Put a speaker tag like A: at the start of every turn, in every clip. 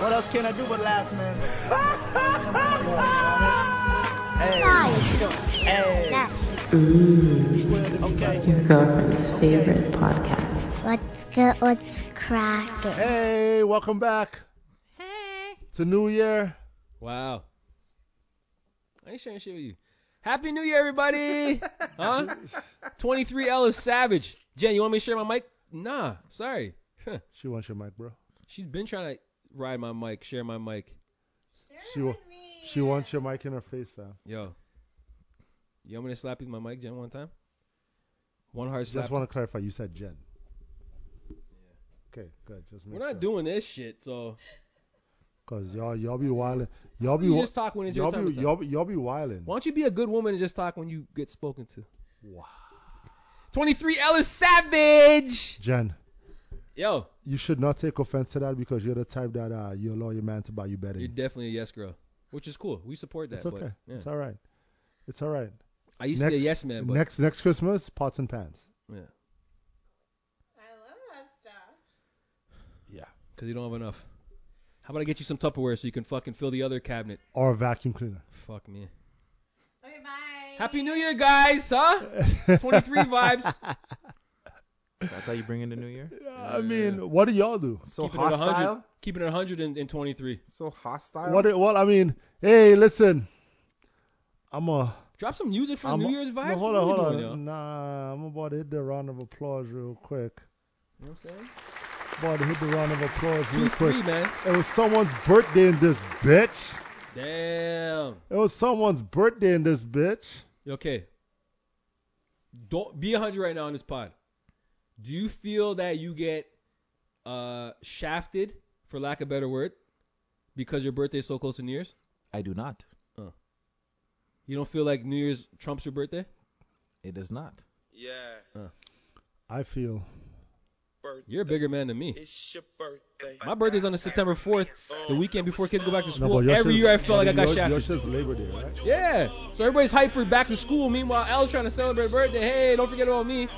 A: What else can I do but laugh, man? Come on, boy, you know what I
B: Nice story.
A: mean? Hey, hey.
B: Nice.
A: Okay.
C: Your girlfriend's favorite podcast.
B: What's good? What's cracking?
A: Hey, welcome back. Hey. It's a new year.
D: Wow. I ain't sharing shit with you. Happy New Year, everybody! huh? 23 Ellis Savage. Jen, you want me to share my mic? Nah, sorry. Huh.
A: She wants your mic, bro.
D: She's been trying to ride my mic, share my mic.
A: She wa- she wants your mic in her face, fam.
D: Yo. You want me to slap you with my mic, Jen, one time? One hard slap.
A: Just want to clarify. You said Jen. Okay, good. Just make
D: We're not doing this shit, so
A: because y'all y'all be wildin'. Y'all be
D: you
A: wi-
D: just talk when it's your
A: y'all
D: time.
A: be
D: to talk.
A: y'all be, y'all be wildin'.
D: Why don't you be a good woman and just talk when you get spoken to?
A: Wow.
D: 23 Ellis Savage!
A: Jen,
D: Yo,
A: you should not take offense to that because you're the type that uh you allow your man to buy you bedding.
D: you're definitely a yes girl, which is cool. We support that.
A: it's okay.
D: But, yeah.
A: It's all right. It's all right.
D: I used to be a yes man, but
A: next next Christmas, pots and pans.
E: I love that stuff.
D: because you don't have enough. How about I get you some Tupperware so you can fucking fill the other cabinet?
A: Or a vacuum cleaner.
D: Fuck me.
E: Okay, bye.
D: Happy New Year, guys, huh? 23 vibes.
F: That's how you bring in the new year.
A: I mean, what do y'all do?
F: So
D: Keep it at 100.
F: hostile.
D: Keeping it 100 and, and 23.
F: So hostile.
A: What? do- Well, I mean, hey, listen, I'm a.
D: Drop some music for the
A: I'm
D: New
A: a-
D: Year's vibes.
A: No, hold
D: What
A: on,
D: are you
A: hold on. Mm.
D: doing, yo?
A: Nah, I'm about to hit the round of applause real quick.
D: You know what I'm saying?
A: About to hit the round of applause real
D: Two,
A: quick.
D: three, man.
A: It was someone's birthday in this bitch.
D: Damn.
A: It was someone's birthday in this bitch.
D: You Okay. Don't be 100 right now on this pod. Do you feel that you get uh, shafted, for lack of a better word, because your birthday is so close to New Year's?
F: I do not.
D: You don't feel like New Year's trumps your birthday?
F: It is not.
G: Yeah,
A: I feel.
G: birthday.
D: You're a bigger man than me.
G: It's your birthday.
D: My birthday's on the September 4th, the weekend before kids go back to
A: No,
D: school.
A: but your
D: Every
A: shit's-
D: year I felt like I got
A: your- Your
D: shafted.
A: shit's Labor Day, right?
D: Yeah. So everybody's hyped for back to school. Meanwhile, Elle's trying to celebrate birthday. Hey, don't forget about me.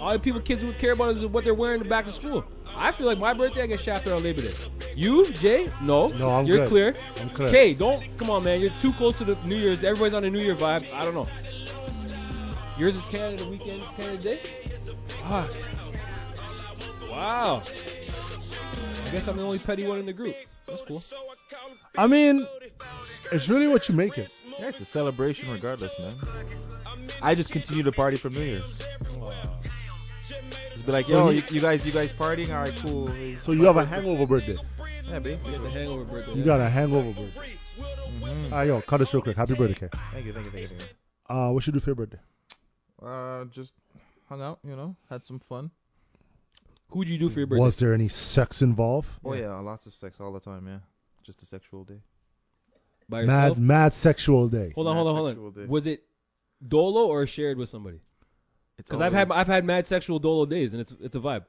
D: All the people kids would care about is what they're wearing to back to school. I feel like my birthday I get shafted on Labor Day. You, Jay? No.
A: No, I'm
D: You're
A: good.
D: clear.
A: I'm clear.
D: Kay, don't come on man, you're too close to the New Year's. Everybody's on a New Year vibe. I don't know. Yours is Canada weekend, Canada Day? Fuck. Wow. I guess I'm the only petty one in the group. That's cool.
A: I mean, it's really what you make it.
F: Yeah, it's a celebration regardless, man. I just continue to party for New Year's. Just be like, yo,
A: So
F: you,
A: you-
F: you guys, you guys partying? All right, cool.
A: So you have a hangover birthday.
F: Yeah,
D: You
F: basically.
D: got the hangover birthday.
A: You got a hangover birthday.
F: Mhm.
A: All right, yo, cut this real quick. Happy birthday, Kay.
F: Thank you, thank you, thank you. Thank
A: Uh, what should you do for your birthday?
F: you. Uh, just hung out, you know, had some fun.
D: Who'd you do for your birthday?
A: Was there any sex involved?
F: Oh yeah, lots of sex all the time. Yeah, just a sexual day.
D: By yourself?
A: Mad, mad sexual day.
D: Hold on,
F: Mad
D: hold on, hold on.
F: sexual day.
D: Was it dolo or shared with somebody?
F: It's
D: Because I've had
F: always-
D: I've had mad sexual dolo days, and it's it's a vibe.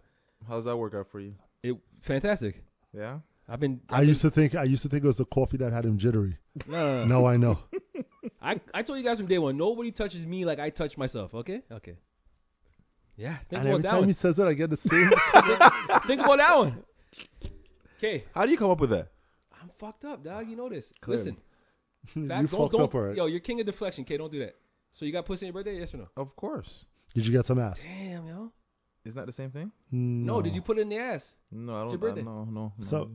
F: How's that work out for you?
D: It fantastic.
F: Yeah.
D: I've been.
A: I used to think I used to think it was the coffee that had him jittery.
D: No, no, no.
A: Now I know.
D: I I told you guys from day one. Nobody touches me like I touch myself. Okay. Okay. Yeah.
A: and
D: Think about
A: every
D: that
A: time he
D: one.
A: says it, I get the same.
D: think about that one. Okay.
F: How do you come up with that?
D: I'm fucked up, dog. You know this.
F: Clearly.
D: Listen.
A: you
D: Back, don't,
A: fucked
D: don't,
A: up, alright.
D: Yo, you're king of deflection. Okay, don't do that. So you got pussy on your birthday? Yes or no?
F: Of course.
A: Did you get some ass?
D: Damn, yo.
F: Isn't that the same thing?
D: No, did you put it in the ass?
F: No, I don't.
D: It's your birthday.
F: I, no, no, no.
A: So-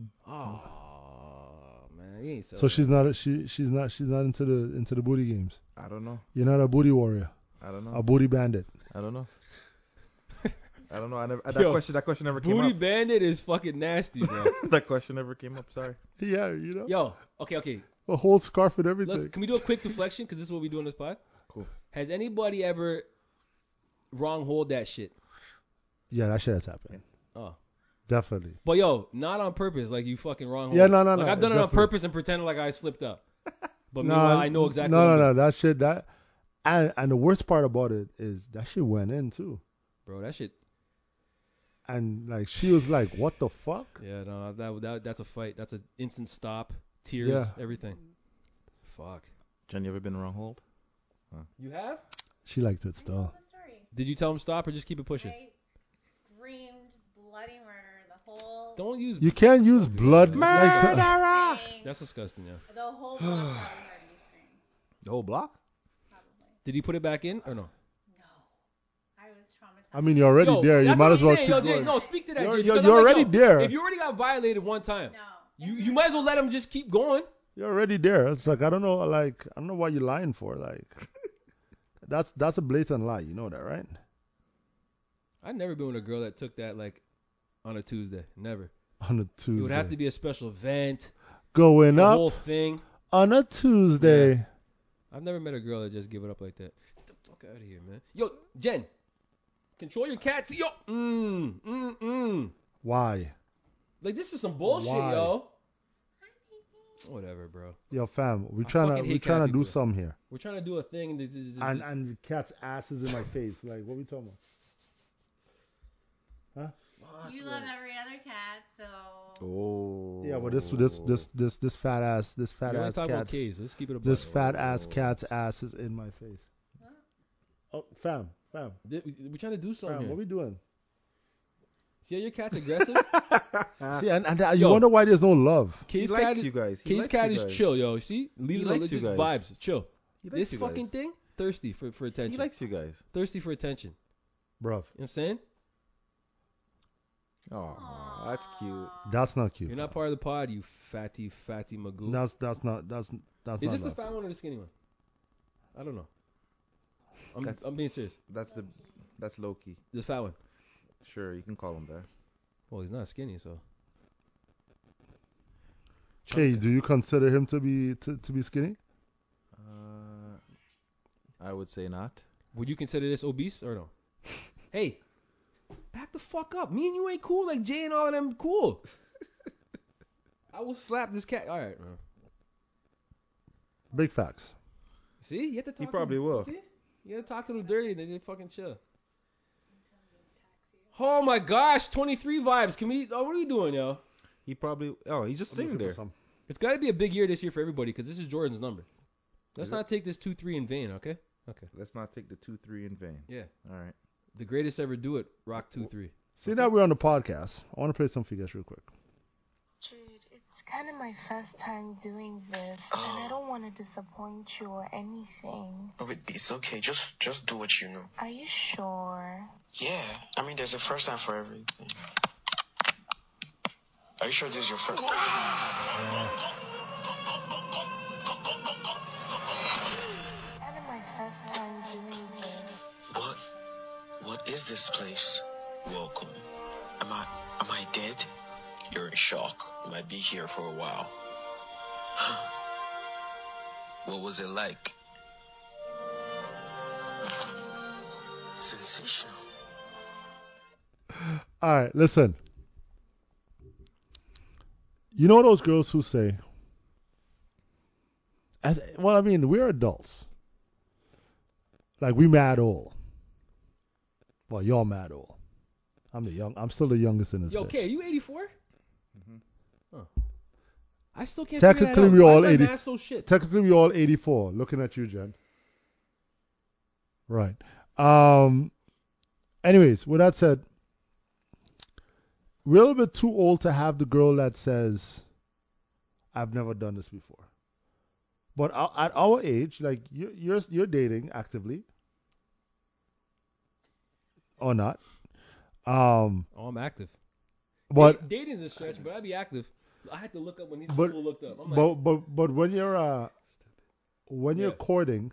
D: Oh man, you ain't
A: So she's not she she's not she's not into the into the booty games.
F: I don't know.
A: You're not a booty warrior,
F: I don't know.
A: a booty bandit.
F: I don't know. I don't know. I never. That
D: Yo,
F: question. That question never
D: Booty
F: came
D: Bandit is fucking nasty, bro.
F: up. that question never came up. Sorry.
A: Yeah, you know,
D: Yo, okay, okay.
A: a whole scarf and
D: Let's
A: everything.
D: can we do a quick deflection? Cause this is what we do on this pod.
F: Cool.
D: Has anybody ever wrong hold that shit?
A: Yeah, that shit has happened.
D: Oh.
A: Definitely.
D: But yo, not on purpose. Like you fucking wrong hold.
A: Yeah, no, no,
D: Like
A: no,
D: I've done it on
A: definitely.
D: purpose and pretended like I slipped up. But
A: No,
D: meanwhile, I know exactly.
A: No,
D: what
A: no,
D: I'm
A: no.
D: doing.
A: That shit that, and and the worst part about it is that shit went in too,
D: Bro, that shit.
A: and like she was like, "What the fuck?"
D: Yeah, no, that, that that's a fight. That's an instant stop, tears,
A: Yeah.
D: everything. Fuck.
F: Jen, you ever been wrong hold?
D: You have?
A: She liked it
E: I told
A: still.
E: the story.
D: Did you tell him stop or just keep it pushing?
E: I screamed bloody murder the whole
D: Don't use.
A: You can't use
D: Don't do
A: blood.
D: that.
A: Like to-
E: thing.
D: That's disgusting. Yeah.
E: the whole block probably heard me scream.
A: the whole block?
E: Probably.
D: Did he put it back in or no?
E: No. I was traumatized.
A: I mean, you're already
D: Yo,
A: there. You
D: that's
A: might
D: what
A: as
D: I'm
A: well
D: saying.
A: keep
D: Yo, Jay,
A: going.
D: No, speak to that.
A: You're-
D: Jay,
A: you're-
D: because I'm
A: you're
D: like,
A: already
D: yo,
A: there.
D: If you already got violated one time,
E: no.
D: you you might as well let him just keep going.
A: You're already there. It's like I don't know. Like I don't know why you're lying for. Like that's that's a blatant lie. You know that, right?
D: I've never been with a girl that took that like on a Tuesday. Never.
A: On a Tuesday.
D: It would have to be a special event.
A: going
D: The
A: up
D: whole thing.
A: on a Tuesday.
D: I've never met a girl that just give it up like that. Get the fuck out of here, man. Yo, Jen, control your cats. Yo, mm, mm, mm.
A: Why?
D: Like this is some bullshit,
A: Why?
D: yo. Whatever, bro.
A: Yo, fam, we
D: I
A: trying to
D: fucking hate
A: we trying
D: cat
A: to do
D: people.
A: some here.
D: We're trying to do a thing. that- that- that-
A: And and your cat's ass is in my face. Like what we talking about?
D: Fuck,
E: You
D: man.
E: love every other cat, so.
F: Oh.
A: Yeah, but this this this this this fat ass this fat
D: We only
A: ass
D: talk about
A: cat's
D: kids. Let's keep it a
A: this
D: buck.
A: fat ass cat's ass is in my face.
E: Huh?
A: Oh, fam, fam,
D: Th- we- We're trying to do something.
A: fam, what
D: here.
A: we doing?
D: See how your cat's aggressive?
A: See, and, and uh, you
D: Yo.
A: wonder why there's no love.
F: He
D: Kay's cat,
F: likes
D: is-
F: you guys. He
D: Kay's
F: likes
D: cat
F: you
D: is
F: guys.
D: chill, yo. See, leaves
F: likes you
D: religious
F: guys.
D: vibes. Chill.
F: He likes
D: This
F: you
D: fucking
F: guys.
D: thing, thirsty for for attention.
F: He likes you guys.
D: thirsty for attention.
A: Bruv,
D: You know what I'm saying?
F: Oh, that's cute.
A: that's not cute.
D: You're not part of the pod, you fatty, fatty magoo.
A: That's that's not that's that's
D: Is
A: not
D: this the
A: love.
D: fat one or the skinny one? I don't know. I'm,
F: That's-
D: I'm being serious.
F: That's the that's Loki.
D: This fat one.
F: Sure, you can call him that.
D: Well, he's not skinny, so.
A: Okay, do you consider him to be to, to be skinny?
F: Uh, I would say not.
D: Would you consider this obese or no? hey, back the fuck up. Me and you ain't cool like Jay and all of them cool. I will slap this cat. All right, man.
A: Big facts.
D: See, you have to talk.
F: He probably
D: to,
F: will.
D: See, you gotta talk to them dirty, and then they fucking chill. Oh my gosh, 23 vibes. Can we? Oh, what are we doing, yo?
F: He probably. Oh, he's just sitting there.
D: It's got to be a big year this year for everybody because this is Jordan's number. Let's
F: Is it?
D: not take this two three in vain, okay?
F: Let's not take the two three in vain.
D: Yeah.
F: All right.
D: The greatest ever do it, rock two three.
A: See now we're on the podcast. I want to play some for you guys real quick.
H: Dude, it's kind of my first time doing this, and I don't want to disappoint you or anything.
G: No, it, it's okay. Just just do what you know.
H: Are you sure?
G: Yeah. I mean, there's a first time for everything. Are you sure this is your first?
H: Kind of my first time doing this.
G: What? What is this place? Welcome. Am I am I dead? You're in shock. You might be here for a while. what was it like? Sensational.
A: All right, listen. You know those girls who say, as, well, I mean, we're adults. Like, we mad old. Well, y'all mad old. I'm the young. I'm still the youngest in this.
D: Yo,
A: bitch.
D: K, are you 84? Huh. I still can't.
A: Technically,
D: figure that out.
A: we
D: Why
A: all
D: is
A: 80.
D: my math so shit?
A: Technically, we all 84. Looking at you, Jen. Right. Um. Anyways, with that said, we're a little bit too old to have the girl that says, "I've never done this before." But o- at our age, like you- you're you're dating actively or not. Um.
D: Oh, I'm active.
A: But
D: Da- dating's a stretch, but I'd be active. I had to look up when these
A: But-
D: people looked up. I'm like,
A: but but but when you're uh when you're
D: Yeah.
A: courting,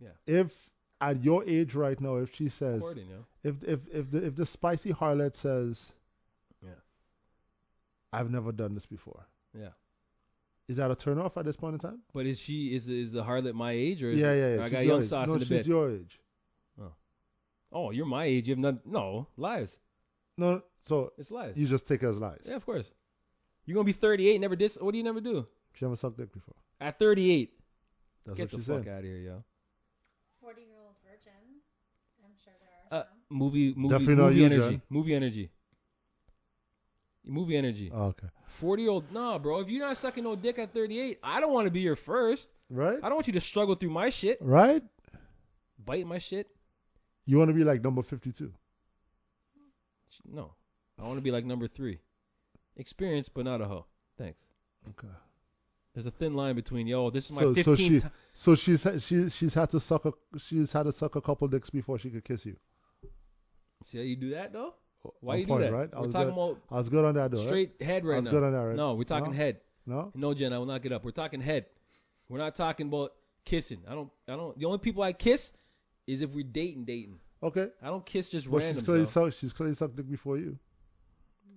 D: Yeah.
A: if at your age right now, if she says
D: recording, yo.
A: if if if the if the spicy harlot says,
D: Yeah.
A: I've never done this before.
D: Yeah.
A: Is that a turn off at this point in time?
D: But is she is is the harlot my age or is
A: yeah,
D: it-
A: yeah,
D: or
A: yeah.
D: I
A: she's
D: got
A: your
D: young
A: age.
D: sauce
A: no,
D: in the
A: she's
D: bed.
A: your age.
D: Oh, you're my age. You have none. No lies.
A: No, so
D: It's lies.
A: you just take her as lies.
D: Yeah, of course. You're gonna be 38. Never dis. What do you never do?
A: She never sucked dick before.
D: At 38.
A: That's
D: Get the
A: what she
D: fuck
A: said.
D: out of here, yo.
E: 40 year old virgin. I'm sure there
D: Uh,
E: are. some.
D: movie, movie,
A: Definitely not
D: movie
A: you,
D: energy,
A: Jen.
D: movie energy, movie energy.
A: Oh, okay.
D: Forty year old, nah, bro. If you're not sucking no dick at 38, I don't want to be your first.
A: Right?
D: I don't want you to struggle through my shit,
A: Right?
D: bite my shit.
A: You want to be like number 52.
D: No, I want to be like number three. Experience, but not a hoe. Thanks.
A: Okay.
D: There's a thin line between yo. This is my
A: So, so
D: 15th.
A: she,
D: ti-
A: so she's ha- she, she's had to suck a she's had to suck a couple dicks before she could kiss you.
D: See how you do that though? Why
A: On
D: you do
A: point,
D: that?
A: Right? I
D: We're
A: was
D: talking
A: good.
D: about
A: I was good on that though. right?
D: straight head right
A: I was
D: now.
A: good on that, right? Uh-huh.
D: No, we're talking
A: No?
D: head.
A: No.
D: No, Jen, I will not get up. We're talking head. We're not talking about kissing. I don't. I don't. The only people I kiss is if we're dating, dating.
A: Okay.
D: I don't kiss just
A: Well, she's
D: random.
A: clearly sucked. She's clearly sucked dick before you.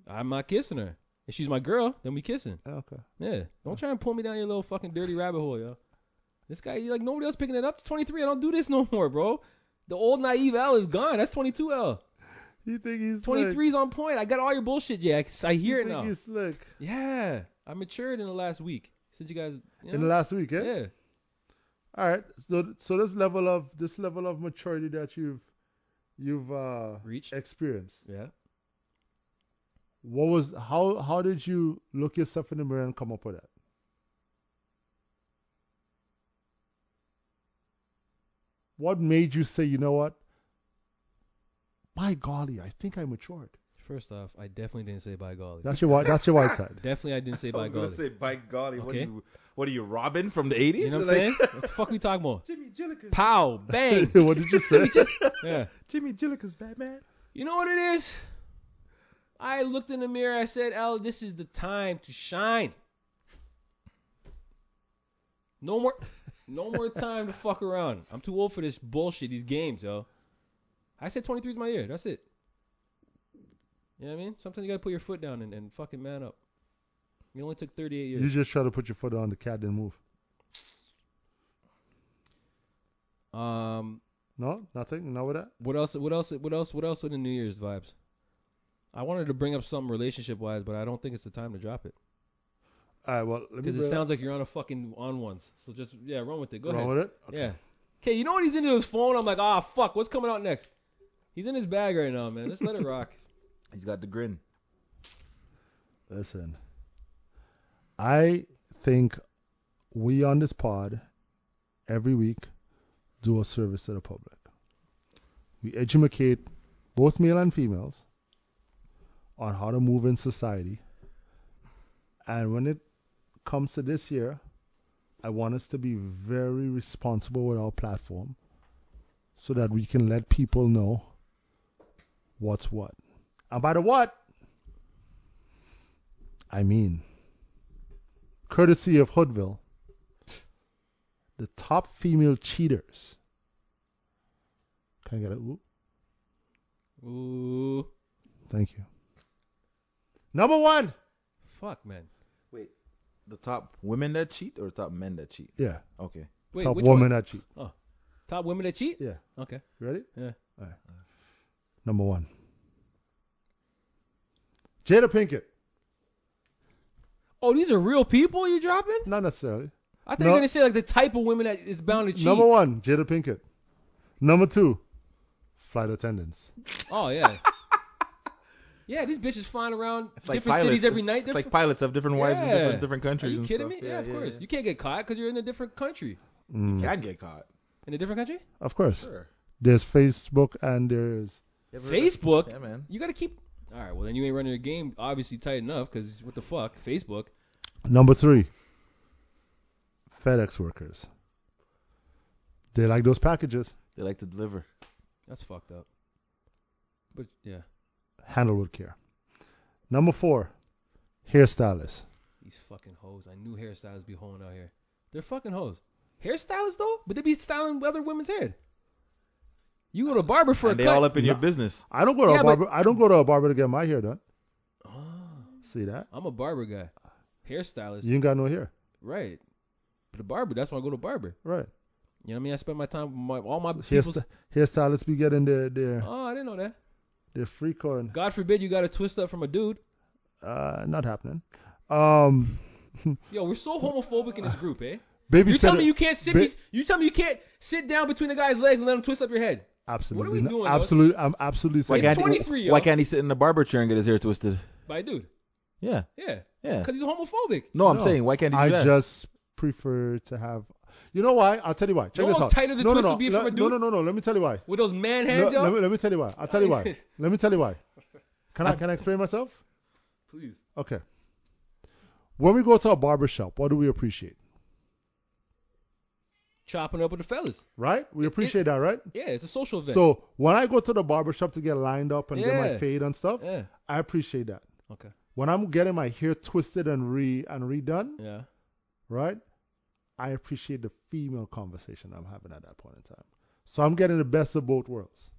D: I'm not kissing her. If she's my girl, then we kissing.
A: Yeah, Okay.
D: Yeah. Don't try and pull me down your little fucking dirty rabbit hole, yo. This guy, like nobody else picking it up. It's 23. I don't do this no more, bro. The old naive L is gone. That's 22 L.
A: You think he's slick?
D: 23's on point. I got all your bullshit, Jack. I
A: You
D: hear it
A: think
D: now.
A: He's slick.
D: Yeah, I matured in the last week since you guys. You know,
A: In the last week, eh?
D: yeah.
A: All right. So so this level of this level of maturity that you've you've uh
D: Reached.
A: experienced.
D: Yeah.
A: What was how how did you look yourself in the mirror and come up with that? What made you say, you know what? By golly, I think I matured.
D: First off, I definitely didn't say by golly.
A: That's your white. That's your white side.
D: definitely, I didn't say
F: I
D: by
F: was
D: golly.
F: gonna say, by golly, what are
D: Okay.
F: you, what are you, Robin from the 80s?
D: you know what I'm
F: Like,
D: saying? What the fuck we talking about?
F: Jimmy Jillica's,
D: Pow, bang.
A: what did you say?
D: yeah.
F: Jimmy Jillica's Batman.
D: You know what it is? I looked in the mirror. I said, "Al, this is the time to shine. No more, no more time to fuck around. I'm too old for this bullshit. These games, yo. I said 23 is my year. That's it. You know what I mean? Sometimes you gotta put your foot down and, and fucking man up. You only took 38 years.
A: you just try to put your foot on the cat didn't move.
D: Um,
A: No, nothing. Not with that.
D: what else? What else? What else? What else with the New Year's vibes? I wanted to bring up something relationship wise, but I don't think it's the time to drop it
A: All right. Well, let me.
D: because it
A: bring
D: sounds like you're on a fucking on ones. So just yeah, run with it. Go
A: wrong with
D: ahead.
A: it.
D: Yeah. Okay, you know what? He's into his phone. I'm like, ah, fuck. What's coming out next? He's in his bag right now, man. Just let it rock.
F: He's got the grin.
A: Listen, I think we on this pod every week do a service to the public. We educate both male and females on how to move in society. And when it comes to this year, I want us to be very responsible with our platform so that we can let people know what's what. And by the what, I mean, courtesy of Hoodville, the top female cheaters. Can I get a ooh?
D: Ooh,
A: Thank you. Number one.
D: fuck, man.
F: Wait, the top women that cheat or top men that cheat?
A: Yeah.
F: Okay.
D: Wait,
A: top
D: which
A: woman
D: One?
A: that cheat.
D: Top women that cheat?
A: Yeah.
D: Okay.
A: You ready?
D: Yeah.
A: All right. Number one. Jada Pinkett.
D: Oh, these are real people you dropping?
A: Not necessarily.
D: I thought you
A: No.
D: were gonna say like the type of women that is bound to cheat.
A: Number one, Jada Pinkett. Number two, flight attendants.
D: Oh yeah. yeah, these bitches flying around different cities every night.
F: It's
D: They're
F: like pilots have different wives in
D: Yeah.
F: different different
D: Are
F: countries.
D: you
F: and
D: kidding
F: stuff.
D: me? Yeah, of course. You can't get caught because you're in a different country.
A: Mm,
F: You can get caught.
D: In a different country?
A: Of course.
F: Sure.
A: There's Facebook and there's
F: You ever-
D: Facebook.
F: Yeah, man.
D: You gotta keep. All right, well then you ain't running your game obviously tight enough because what the fuck, Facebook.
A: Number three, FedEx workers. They like those packages
F: They like to deliver.
D: That's fucked up. But yeah,
A: handled with care. Number four, hairstylists.
D: these fucking hoes. I knew hairstylists be hoeing out here. They're fucking hoes. Hairstylists though, but they be styling other women's hair. You go to a barber for
F: and
D: a
F: they
D: cut.
F: all up in your business.
A: I don't go to
D: Yeah,
A: a
D: but-
A: barber. I don't go to a barber to get my hair done.
D: Oh,
A: See that?
D: I'm a barber guy. Hairstylist,
A: You ain't got no hair,
D: right? But a barber. That's why I go to barber.
A: right?
D: You know what I mean? I spend my time with my, all my people's.
A: Hairst- hairstylists be getting their their
D: Oh, I didn't know that.
A: their free corn.
D: God forbid you got a twist up from a dude.
A: Uh, not happening. Um,
D: Yo, we're so homophobic in this group, eh?
A: babysitter.
D: You tell me you can't sit.
A: ba-
D: be- you tell me you can't sit down between the guy's legs and let him twist up your head.
A: Absolutely.
D: we
A: not-
D: doing, dog?
A: Absolutely. I'm absolutely
F: Why
A: saying.
F: can't,
D: 23,
F: he,
D: yo.
F: why can't he sit in the barber chair and get his hair twisted?
D: By a dude.
F: Yeah,
D: Yeah.
F: yeah.
D: Because he's homophobic.
F: No, I'm
A: No.
F: saying why can't he do
A: I
F: that?
A: just prefer to have. You know why? I'll tell you why. Check
D: You know
A: this
D: how
A: out.
D: tight of the
A: no,
D: twist
A: no, no.
D: would be
A: Le-
D: from a
A: No,
D: dude?
A: no, no, no. Let me tell you why.
D: With those man
A: No,
D: hands, yo.
A: let, me, let me tell you why. I'll tell you why. Let me tell you why. Let me tell you why. Can I can I explain myself?
D: Please.
A: Okay. When we go to a barber shop, what do we appreciate?
D: Chopping up with the fellas.
A: Right? We appreciate that, right?
D: Yeah, it's a social event.
A: So when I go to the barber shop to get lined up and get my
D: Yeah.
A: fade and stuff,
D: yeah.
A: I appreciate that.
D: Okay.
A: When I'm getting my hair twisted and re and redone,
D: Yeah.
A: right? I appreciate the female conversation I'm having at that point in time. So I'm getting the best of both worlds.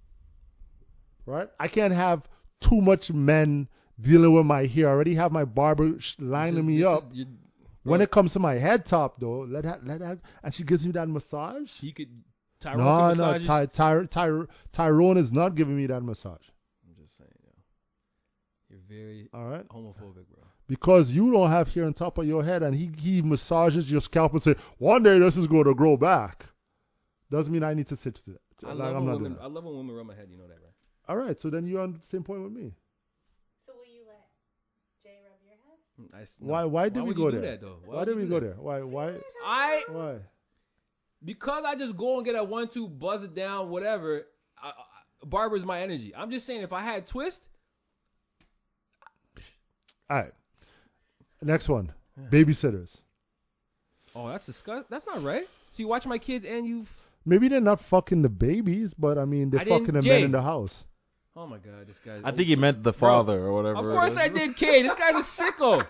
A: Right? I can't have too much men dealing with my hair. I already have my barber sh- lining
D: This-
A: me
D: this
A: up.
D: is- you-
A: when
D: bro.
A: it comes to my head top, though, let that, let that, and she gives me that massage.
D: He could. Tyrone
A: No,
D: could
A: no,
D: massage
A: Ty, Ty, Ty, Tyrone is not giving me that massage.
D: I'm just saying, yo. You're very
A: All right,
D: homophobic, bro.
A: because you don't have hair on top of your head, and he he massages your scalp and say, one day this is going to grow back. Doesn't mean I need to sit to that.
D: I
A: Like,
D: love
A: I'm
D: when
A: not
D: women.
A: doing
D: I love when women rub my head. You know that, right?
A: that. All right, so then you're on the same point with me.
E: So will you let Jay rub your head?
D: Mm, I s- no.
A: Why why did we
D: would
A: go
D: you
A: there?
D: Do that, though?
A: Why,
D: would
A: did
D: you
A: we
D: do
A: go
D: that?
A: there? Why why
D: I
A: why?
D: because I just go and get a one two, buzz it down, whatever. I, I, barber's my energy. I'm just saying, if I had twist,
A: All right, next one, babysitters.
D: oh, that's disgust. That's not right. So you watch my kids and you.
A: Maybe they're not fucking the babies, but I mean they're
D: I didn't-
A: fucking the
D: Jay.
A: men in the house.
D: Oh my god, this guy.
F: I think he meant the father or whatever.
D: Of
F: it
D: course
F: is.
D: I did, kid. This guy's a sicko,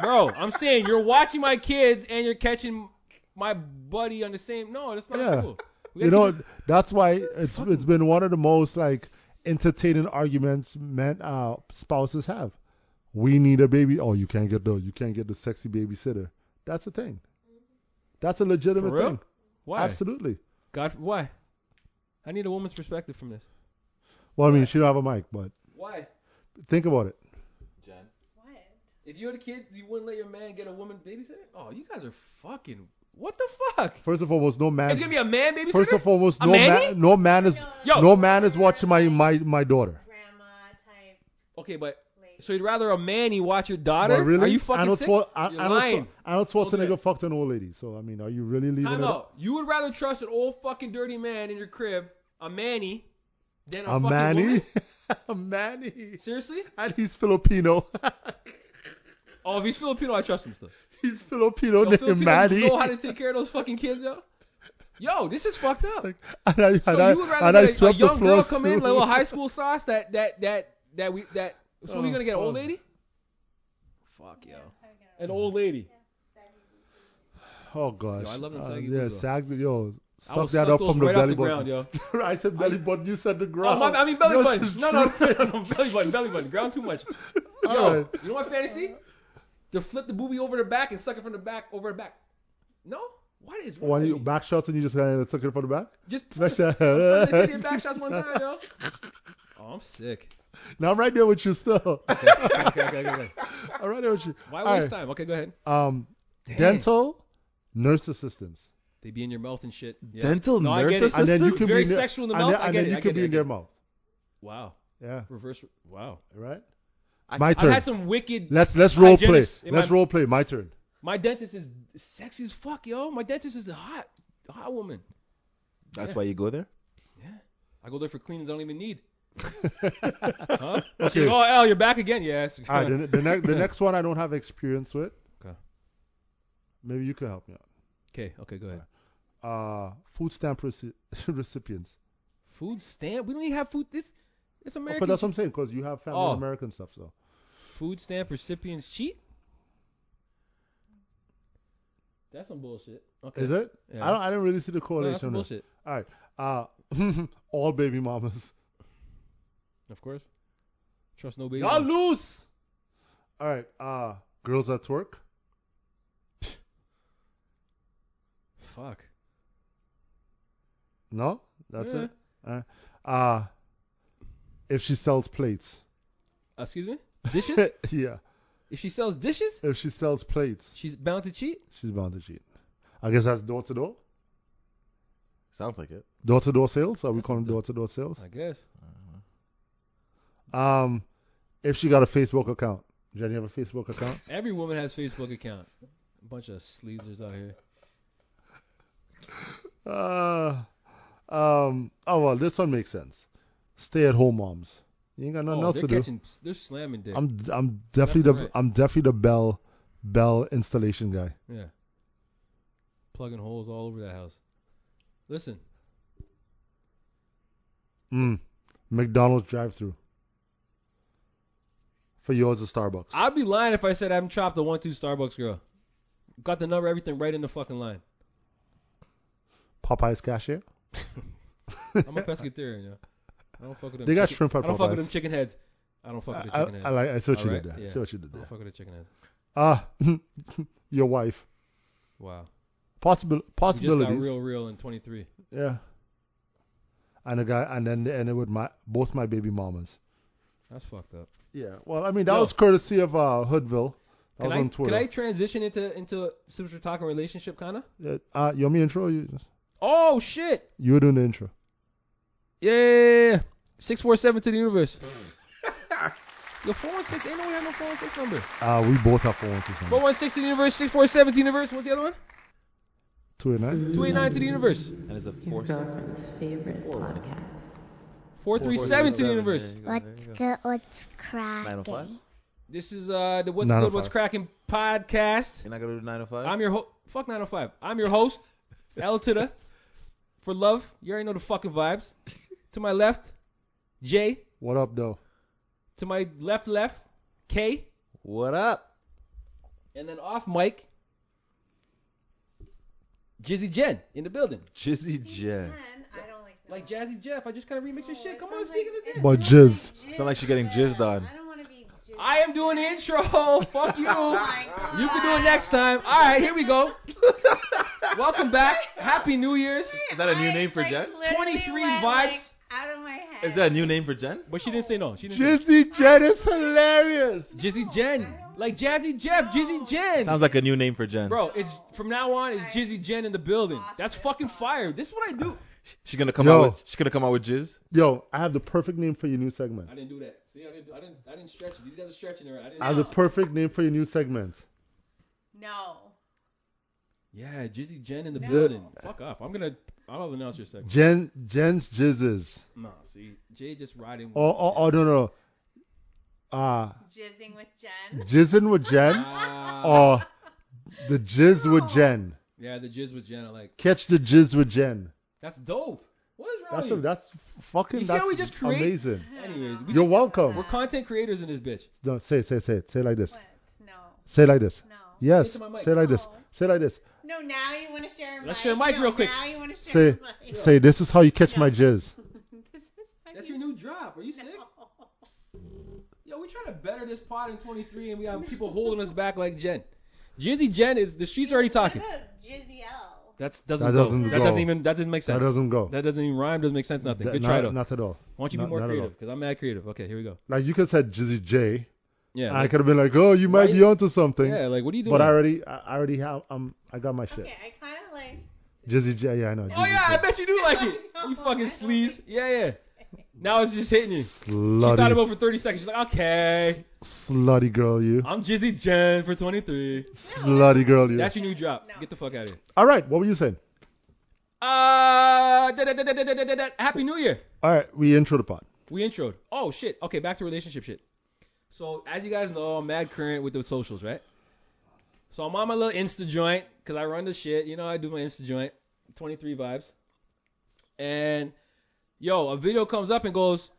D: bro. I'm saying you're watching my kids and you're catching my buddy on the same. No, that's not
A: Yeah.
D: cool. We
A: You
D: gotta
A: know that's why it's it's been one of the most like entertaining arguments men uh, spouses have. We need a baby. Oh, you can't get the you can't get the sexy babysitter. That's a thing. That's a
D: keep- for
A: legitimate
D: real?
A: thing.
D: Why?
A: Absolutely.
D: God, why? I need a woman's perspective from this.
A: Well, I mean, she don't have a mic, but
D: Why?
A: think about it.
E: What?
D: If you had kids, you wouldn't let your man get a woman babysitter? Oh, you guys are fucking. What the fuck?
A: First of all, was no man.
D: It's gonna be a man babysitter.
A: First and foremost,
D: A
A: no
D: manny?
A: man, no man is
D: Yo.
A: no man is watching my my, my daughter.
E: Grandma type
D: okay, but
E: lady.
D: so you'd rather a man he watch your daughter?
A: But really,
D: Are you fucking
A: Arnold,
D: sick?
A: Schwar- Ar-
D: You're
A: Arnold, Schwar-
D: lying.
A: Arnold Schwarzenegger
D: Okay.
A: fucked an old lady. So I mean, are you really leaving
D: Time
A: it?
D: out. You would rather trust an old fucking dirty man in your crib, a manny,
A: A
D: than a, fucking
A: manny,
D: woman?
A: a manny,
D: Seriously?
A: and he's Filipino.
D: Oh, if he's Filipino, I trust him still.
A: he's Filipino
D: Yo,
A: named
D: Filipinos
A: Oh, Manny.
D: know how to take care of those fucking kids, yo. Yo, this is fucked up.
A: Like, and I, and
D: So
A: I,
D: you would
A: and
D: rather
A: I
D: get a, a
A: swept
D: young
A: the
D: girl
A: floors
D: come
A: too.
D: in, little high school sauce, that that that that we that. So we're
A: Oh, Mm.
D: gonna get an old
A: fuck.
D: lady. Fuck yo, an old lady.
A: Oh gosh.
D: Yo, I love them
A: Uh,
D: saggy
A: yeah,
D: boobs, though.
A: sag. Yo,
D: I will
A: suck that
D: suck
A: up
D: those
A: from the
D: right off
A: belly
D: the
A: button.
D: ground, yo.
A: I said belly button. You said the
D: Oh,
A: ground.
D: my, I mean belly
A: Yours is
D: button. No, no,
A: true.
D: no, no, no, belly button, belly button. Ground too much. Yo,
A: All right.
D: you know my fantasy? To flip the booby over the back and suck it from the back over the back. No, what is wrong?
A: When
D: with
A: you
D: me?
A: back shots and you just kind of took it from the back.
D: Just
A: Back
D: punch.
A: shot.
D: I'm sucking the dick in back shots one time, yo. Oh, I'm sick.
A: Now I'm right there with you still.
D: Okay, okay, okay, okay, okay.
A: I'm right there with you.
D: Why
A: All
D: waste
A: right.
D: time? Okay, go ahead.
A: Um, dental nurse assistants.
D: They be in your mouth and shit. Yeah.
F: Dental
D: No, I
F: nurse
D: get it.
A: And then you
F: assistant?
A: can
D: Very
A: be in their-
D: sexual in the
A: and
D: mouth.
A: Then,
D: I
A: and
D: get
A: then
D: it,
A: you
D: I
A: can
D: get
A: be
D: it,
A: in
D: I
A: their
D: get it.
A: mouth.
D: Wow.
A: Yeah.
D: Reverse. Wow.
A: Right.
F: I-
A: My
F: I've
D: I've
A: turn.
D: had some wicked.
A: Let's let's role play.
D: hygienists in
A: Let's
D: my-
A: role play. My turn.
D: My dentist is sexy as fuck, yo. My dentist is a hot, a hot woman.
F: That's why you go there?
D: I go there for cleanings I don't even need.
A: huh?
D: She's like, oh, Al, you're back again. Yes.
A: All right, the, the, ne- the next one I don't have experience with.
D: Okay.
A: Maybe you can help me
D: Okay. Okay. Go ahead.
A: out. Uh, food stamp reci- recipients.
D: Food stamp. We don't even have food. This. It's
A: Oh,
D: American.
A: but that's what I'm saying, 'cause you have family
D: Oh.
A: in American stuff, so.
D: food stamp recipients cheat. That's some bullshit. Okay.
A: Is it?
D: Yeah.
A: I don't. I didn't really see the
D: No,
A: correlation.
D: that's some
A: there.
D: bullshit.
A: Uh, all baby mamas.
D: Of course. Trust no baby.
A: Y'all loose. All right. Uh, girls at work.
D: Fuck.
A: No, that's
D: Yeah.
A: it. All right. Uh, if she sells plates.
D: Uh, excuse me. Dishes.
A: yeah.
D: if she sells dishes,
A: If she sells plates,
D: she's bound to cheat.
A: she's bound to cheat. I guess that's door to door.
F: Sounds like it.
A: Door to door sales. Are we
D: That's
A: calling
D: something.
A: door to door sales?
D: I guess.
A: Um, if she got a Facebook account. Jenny have a Facebook account.
D: Every woman has Facebook account. A bunch of sleazers out here.
A: Uh, um, oh well, this one makes sense. Stay at home moms. You ain't got nothing
D: Oh,
A: else
D: they're
A: to
D: catching.
A: do.
D: They're slamming dick.
A: I'm I'm definitely the
D: and right.
A: I'm definitely the bell bell installation guy.
D: Yeah. Plugging holes all over that house. Listen,
A: Mm. McDonald's drive through. For yours is Starbucks.
D: I'd be lying if I said I haven't chopped the one two Starbucks girl. Got the number, everything right in the fucking line.
A: Popeye's cashier.
D: I'm a pescatarian, yo. I don't fuck with them.
A: They got
D: chicken-
A: shrimp at
D: I don't fuck
A: Popeyes.
D: with them chicken heads. I don't fuck with the
A: I-
D: chicken
A: I
D: heads.
A: like- I see what you
D: Alright?
A: did there. I see what you did
D: I
A: there.
D: don't fuck with the chicken heads.
A: Ah, your wife.
D: Wow.
A: Possible
D: You just got
A: possibilities.
D: real, real in 23.
A: Yeah. And the guy, and then they ended with my both my baby mamas.
D: That's fucked up.
A: Yeah. Well, I mean that
D: Yo.
A: was courtesy of uh, Hoodville. That
D: Can
A: was
D: I,
A: on
D: can
A: Twitter.
D: I transition into into since we're talking relationship, kinda?
A: Yeah, uh, you want me to intro? or You just,
D: Oh shit!
A: you were doing the intro.
D: Yeah, six four seven to the universe. Your four one six ain't no we have no four one six number.
A: Uh, we both have four one two
D: Four
A: seven.
D: one six to the universe, six four seven to the universe. What's the other one?
A: Two eight nine.
D: Two eight nine to the universe.
F: And it's a
I: Your
F: four.
I: girlfriend's favorite podcast.
D: Four three seven to the universe.
B: What's good? What's cracking?
F: 905?
D: This is uh the What's
A: Nine oh
D: Good, What's
A: five.
D: Cracking podcast.
F: You're not gonna do nine oh to 5
D: I'm your ho- fuck 905. I'm your host, L to the for love. You already know the fucking vibes. To my left, J.
A: What up, though?
D: To my left, left, K.
F: What up?
D: And then off mic, Jizzy Jen in the building.
F: Jizzy Jen.
E: I don't like that.
D: Like Jazzy Jeff, I just kind of remix your shit. Come on,
E: sounds
D: speaking
E: like-
D: of that.
A: But jizz.
F: Sound like she's getting jizzed on.
E: I don't want to be jizzed.
D: I am doing the intro. Fuck you.
E: God.
D: you can do it next time. All right, here we go. Welcome back. Happy New Year's.
F: Is that a new name for
E: like,
F: Jen?
E: literally
D: 23 vibes.
E: went, like, out of my head.
F: Is that a new name for Jen?
D: But she didn't say no. She didn't. say
A: Jizzy Jen is hilarious.
D: no. Jizzy Jen. Like Jazzy Jeff, Jizzy Jen.
F: Sounds like a new name for Jen.
D: Bro, it's from now on it's Jizzy Jen in the building. That's fucking fire. This is what I do.
F: She's gonna come
A: Yo.
F: out with she's gonna come out with jizz.
A: Yo, I have the perfect name for your new segment.
D: I didn't do that. See, I didn't I didn't I didn't stretch it. These guys are stretching it right. I didn't
A: I have the perfect name for your new segment.
E: No.
D: Yeah, Jizzy Jen in the
E: No.
D: building. Fuck off. I'm gonna I'll announce your segment.
A: Jen Jen's jizzes.
D: Nah, see, Jay just riding.
A: Oh oh oh no no. Ah,
E: Jizzing with Jen.
A: jizzing with Jen
D: Ah.
A: or the jizz with Jen.
D: Yeah, the jizz with Jen. I like.
A: Catch the jizz with Jen.
D: That's dope. What is wrong
A: That's
D: with you?
A: that's fucking
D: You see
A: that's
D: how we just create-
A: amazing.
D: Anyways, we
A: You're
D: just-
A: welcome.
D: we're content creators in this bitch.
A: No, say it, say it, say it. Say it like this.
E: What? No.
A: Say it like this.
E: No.
A: Yes.
D: Into my mic.
A: Say it like this.
E: No.
A: Say it like this.
E: No, now you want to share a mic.
D: Let's share a mic
E: no,
D: real quick.
E: Now you want to
A: Say
E: share a mic.
A: say this is how you catch my
E: No.
A: jizz.
E: This is how
D: That's
E: you-
D: your new drop. Are you sick?
E: No.
D: Yo, we trying to better this pod in 23, and we have people holding us back like Jen. Jizzy Jen is the streets already talking.
E: What about Jizzy L?
D: That's doesn't
A: That
D: go.
A: doesn't
D: that
A: go.
D: doesn't even that doesn't make sense.
A: That doesn't go.
D: That doesn't even rhyme. Doesn't make sense. Nothing.
A: That-
D: Good
A: not,
D: try though. Why
A: Not at all.
D: don't you
A: not,
D: be more
A: not at
D: creative?
A: all.
D: Because I'm mad creative. Okay, here we go.
A: Like you could say Jizzy J.
D: Yeah.
A: And I
D: like-
A: could have been like, oh, you might
D: Why-
A: be onto something.
D: yeah. Like, what are you doing?
A: But I already, I already have, um, I got my shit.
E: Okay, I kind of like.
A: Jizzy J, yeah, I know.
D: oh
A: Jizzy
D: yeah, I
A: J.
D: bet you do like it. You fucking sleaze. Yeah, yeah. Now it's just hitting you. She
A: Slutty,
D: thought about it for 30 seconds. She's like, okay,
A: slutty girl, you.
D: I'm Jizzy Jen for 23.
A: Slutty girl, you.
D: That's your new drop.
E: No.
D: Get the fuck out of here.
A: All right, what were you saying?
D: Uh, da, da, da, da, da, da, da, da. Happy New Year.
A: All right, we intro the pod.
D: We introed. Oh shit. Okay, back to relationship shit. So as you guys know, I'm mad current with the socials, right? So I'm on my little Insta joint because I run the shit. You know, I do my Insta joint. 23 vibes. And yo, a video comes up and goes,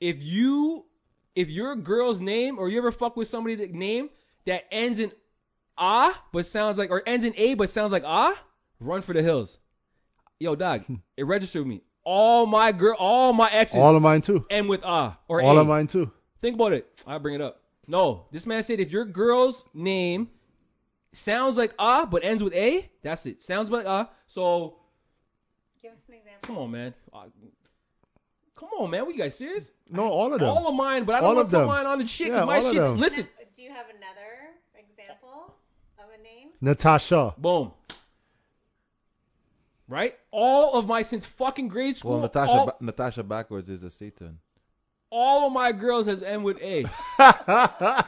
D: if you, if your girl's name or you ever fuck with somebody that name that ends in ah but sounds like or ends in a but sounds like ah, run for the hills. Yo, dog, it registered with me. All my girl, all my exes
A: All of mine too.
D: end with ah or
A: All
D: a.
A: of mine too.
D: Think about it. I bring it up. No, this man said if your girl's name sounds like ah but ends with a, that's it. Sounds like ah. So
E: Give us an example.
D: come on, man. Ah, come on, man. We guys serious?
A: No, all of them.
D: All of mine, but I don't
A: All
D: want
A: of
D: to put
A: them.
D: mine on the shit. 'cause
A: Yeah,
D: my
A: all of
D: shit's
A: them.
D: listen.
E: Now, do you have another example of a name?
A: Natasha.
D: Boom. Right? All of my since fucking grade school.
F: Well, Natasha
D: all,
F: ba- Natasha backwards is a Satan.
D: all of my girls has end with a.
A: That's
D: Wow.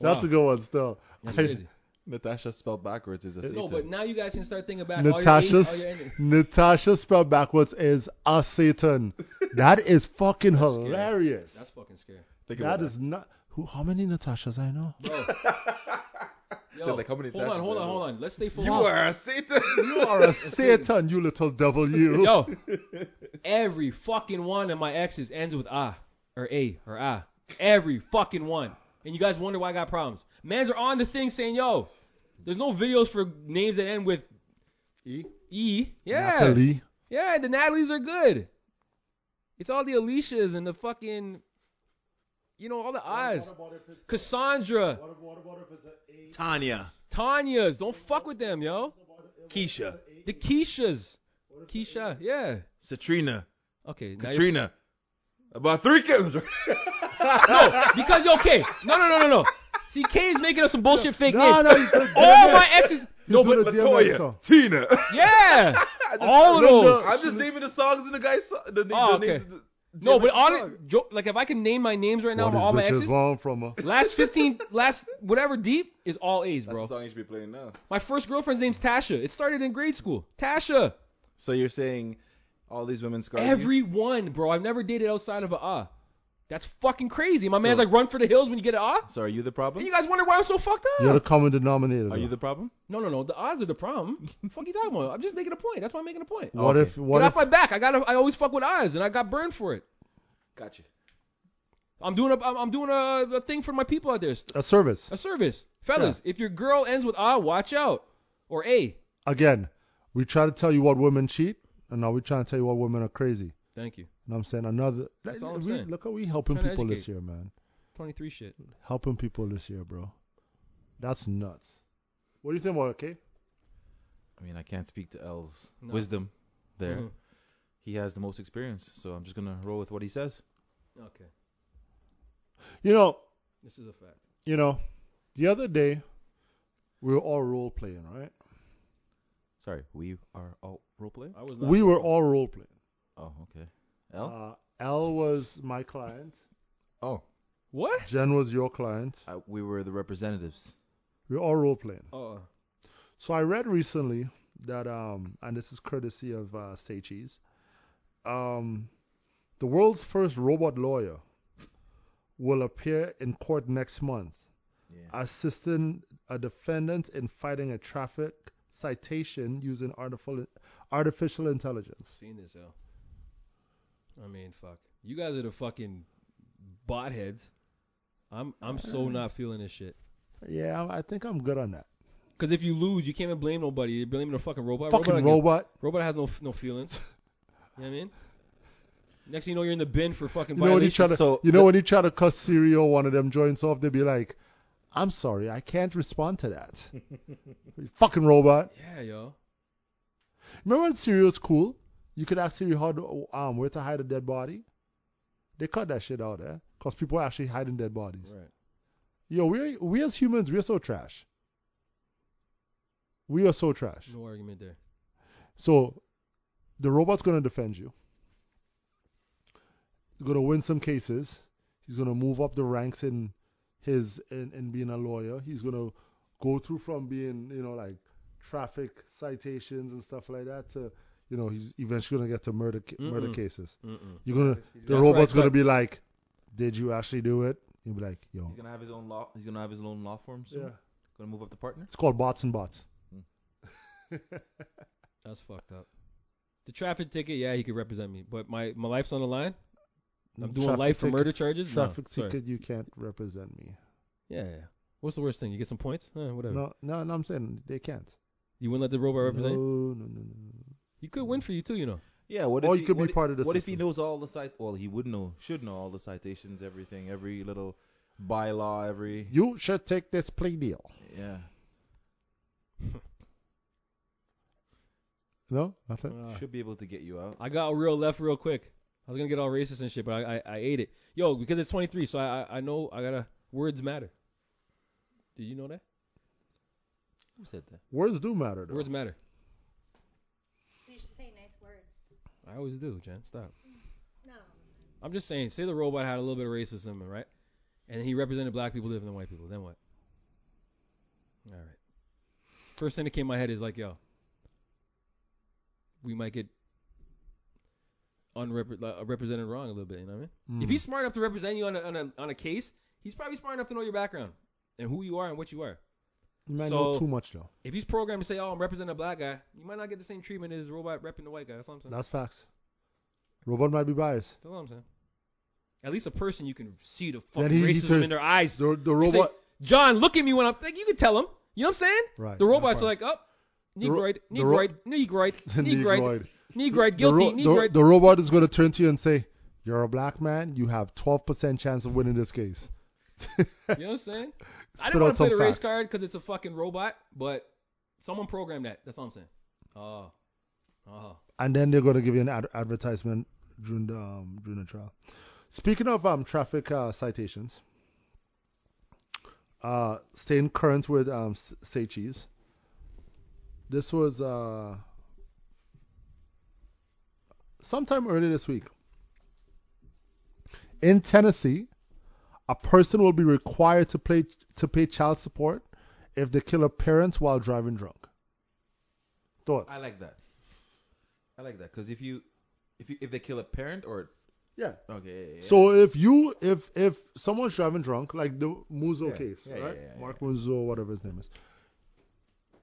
A: a good one still.
D: That's
A: I-
D: crazy.
F: Natasha spelled backwards is a Satan.
D: No, but now you guys can start thinking about all
A: Natasha's
D: your, all your
A: Natasha spelled backwards is a Satan. That is fucking
F: scary.
A: hilarious.
D: That's fucking scary.
F: Think about
A: That is not. Who? How many Natashas I know?
D: Bro. Yo,
F: like, how many
D: hold on, hold
F: dashes there
D: on,
F: are?
D: hold on. Let's stay
F: You
D: focused.
F: are a Satan.
A: You are a Satan, you little devil, you.
D: Yo, every fucking one of my exes ends with ah or a or ah. Every fucking one. And you guys wonder why I got problems. Mans are on the thing saying, yo, there's no videos for names that end with
A: E?
D: E. Yeah.
A: Natalie.
D: Yeah, the Natalie's are good. It's all the Alicias and the fucking, you know, all the eyes. Cassandra,
J: Tanya,
D: Tanya's. Don't fuck with them, yo.
J: Keisha,
D: The Keishas. Keisha, yeah.
J: Citrina,
D: Okay. now you're-
J: Katrina. About three kids.
D: No, because yo, okay. No, no, no, no, no. See, Kane's making up some bullshit fake
A: No,
D: names.
A: no, you do-
D: All my exes. No,
A: do
D: but
A: the DMX
J: Latoya,
A: song.
J: Tina.
D: yeah, all of
A: no, no.
D: those.
J: I'm just naming the songs in the guy's so- the, the,
D: Oh,
J: the
D: okay.
J: names.
D: No, but all
J: honestly,
D: it, jo- like if I can name my names right now
A: What
D: for
A: these
D: all my
A: bitches
D: exes,
A: want from her?
D: last 15, last whatever deep is all A's,
F: That's the
D: bro.
F: song you should be playing now.
D: My first girlfriend's name's Tasha. It started in grade school. Tasha.
F: So you're saying all these women scarred you?
D: Everyone, bro. I've never dated outside of a ah. That's fucking crazy. My man's
F: So-
D: like, run for the hills when you get an ah.
F: So are you the
D: And
F: problem?
D: you guys wonder why I'm so fucked up.
A: You're the common denominator.
F: Are you
A: though.
F: the problem?
D: No, no, no. The odds are the problem. fuck you talking about? I'm just making a point. That's why I'm making a point.
A: What
F: Okay.
A: if? What
D: Get
A: if?
D: off my back. I got. to I always fuck with eyes, and I got burned for it.
F: Gotcha.
D: I'm doing a. I'm I'm doing a, a thing for my people out there. St-
A: a service
D: A service, fellas. If your girl ends with ah, watch out. Or a.
A: again. We try to tell you what women cheat, and now we trying to tell you what women are crazy.
D: Thank you.
A: You know what I'm saying? Another.
D: That's all I'm
A: we-
D: saying.
A: Look how we helping
D: Trying to
A: people this
D: educate.
A: year, man.
D: 23 shit.
A: Helping people this year, bro. That's nuts. What do you think about it, Kay?
F: I mean, I can't speak to L's
D: No.
F: wisdom there.
J: Mm-hmm.
D: Mhm.
F: He has the most experience, so I'm just gonna roll with what he says.
D: Okay.
A: You know,
D: This is a fact.
A: you know. The other day, we were all role playing, right?
F: Sorry, we are all role play.
D: I was. Not
A: We were all role playing.
F: Oh, okay. L.
A: Uh, L was my client.
F: oh,
D: What?
A: Jen was your client.
F: uh, we were the representatives.
A: We were all role playing.
D: Oh.
A: So I read recently that, um, and this is courtesy of uh, Seichi's, um, the world's first robot lawyer will appear in court next month,
F: Yeah.
A: assisting a defendant in fighting a traffic citation using artificial artificial intelligence.
D: seen this, yo. I mean, fuck. You guys are the fucking bot heads. I'm. I'm so not feeling this shit.
A: Yeah, I I think I'm good on that.
D: Cause if you lose, you can't even blame nobody. You're blaming the fucking robot.
A: Fucking
D: robot.
A: robot.
D: Robot has no no feelings. You know what I mean? Next thing you know, you're in the bin for fucking
A: You know when he try
D: violation.
A: to,
F: So
A: you know
F: the-
A: when he try to cut cereal one of them joints off, they be like, "I'm sorry, I can't respond to that." You fucking robot.
D: Yeah, yo.
A: Remember when cereal's cool? You could ask Siri how to, um where to hide a dead body. They cut that shit out, eh? Cause people are actually hiding dead bodies.
D: Right.
A: Yo, we we as humans, we're so trash. We are so trash.
D: No argument there.
A: So the robot's gonna defend you. He's gonna win some cases. He's gonna move up the ranks in his in, in being a lawyer. He's gonna go through from being, you know, like traffic citations and stuff like that to you know, he's eventually gonna get to murder ca- murder
D: Mm-mm.
A: cases.
D: Mm-mm.
A: You're gonna the
D: That's
A: robot's
D: right,
A: gonna
D: but-
A: be like, Did you actually do it? You'll be like, Yo.
F: He's gonna have his own law. He's gonna have his own law firm. Soon.
A: Yeah.
F: Gonna move up to partner.
A: It's called bots and bots.
D: That's fucked up. The traffic ticket, yeah, he could represent me, but my my life's on the line. I'm doing
A: Traffic
D: life for
A: ticket-
D: murder charges. No,
A: Traffic
D: sorry.
A: ticket, you can't represent me.
D: Yeah, yeah. What's the worst thing? You get some points? Eh, whatever.
A: No, no, no, I'm saying they can't.
D: You wouldn't let the robot represent you?
A: No, no, no, no.
D: You could win for you too, you know.
F: Yeah. What
A: Or
F: if
A: you could be
F: what i-
A: part of the
F: What if he
A: system.
F: knows all the cite? Well, he would know. Should know all the citations, everything, every little bylaw, every
A: You should take this plea deal.
F: yeah.
A: No, nothing.
D: Uh,
F: Should be able to get you out.
D: I got real left real quick. I was gonna get all racist and shit, but I I, I ate it. Yo, because it's 23, so I I, I know I gotta words matter. Did you know that?
F: Who said that?
A: Words do matter, though.
D: Words matter.
E: So you should say nice words.
D: I always do, Jen. Stop.
E: No.
D: I'm just saying, say the robot had a little bit of racism, in him, right? And he represented black people different than white people. Then what? All right. First thing that came in my head is like, yo, we might get unrepre- like, uh, represented wrong a little bit. You know what I mean?
A: Mm.
D: If he's smart enough to represent you on a, on a on a case, he's probably smart enough to know your background and who you are and what you are.
A: You might know
D: So-
A: too much though.
D: If he's programmed to say, "Oh, I'm representing a black guy," you might not get the same treatment as robot repping the white guy. That's what I'm saying.
A: That's facts. Robot might be biased.
D: That's all I'm saying. At least a person you can see the fucking
A: he- he
D: racism
A: turns-
D: in their eyes.
A: The, the
D: You say,
A: robot.
D: John, look at me when I'm like you can tell him. You know what I'm saying?
A: right.
D: The robots are
A: fine.
D: like, oh,
A: The ro-
D: Negroid,
A: the ro-
D: Negroid, Negroid,
A: The
D: Negroid,
A: Negroid.
D: Negroid,
A: The, ro-
D: guilty,
A: the,
D: Negroid.
A: the robot is going to turn to you and say, "You're a black man. You have 12% chance of winning this case."
D: You know what I'm saying? I
A: Spit
D: didn't want
A: out
D: to play
A: some
D: the race
A: facts.
D: card because it's a fucking robot, but someone programmed that. That's all I'm saying. Oh, oh,
A: and then they're going to give you an ad- advertisement during the um, during the trial. Speaking of um, traffic uh, citations, uh, staying current with um, s- state cheese. This was uh, sometime early this week. In Tennessee, a person will be required to pay to pay child support if they kill a parent while driving drunk. Thoughts?
F: I like that. I like that because if you, if you, if they kill a parent or
A: Yeah.
F: okay, yeah, yeah, yeah.
A: So if you if if someone's driving drunk, like the Muzo
F: Yeah,
A: case,
F: yeah,
A: right?
F: yeah, yeah,
A: Mark Muzo, whatever his name is,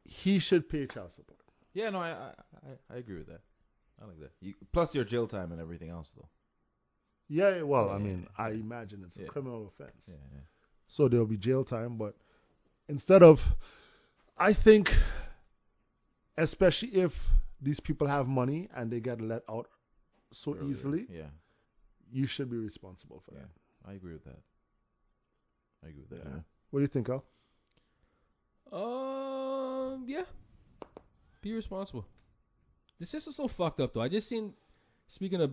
A: he should pay child support.
F: yeah, no, I, I I I agree with that. I like that. You, plus your jail time and everything else though.
A: Yeah, well,
F: Yeah,
A: I
F: yeah,
A: mean,
F: yeah.
A: I imagine it's a
F: Yeah.
A: criminal offense,
F: Yeah, yeah.
A: so there'll be jail time. But instead of, I think, especially if these people have money and they get let out so
F: Earlier.
A: easily,
F: Yeah,
A: you should be responsible for
F: Yeah.
A: that.
F: I agree with that. I agree with that.
A: Yeah.
F: man.
A: What do you think, Al?
D: oh. Um, yeah. Be responsible. The system's so fucked up though. I just seen. Speaking of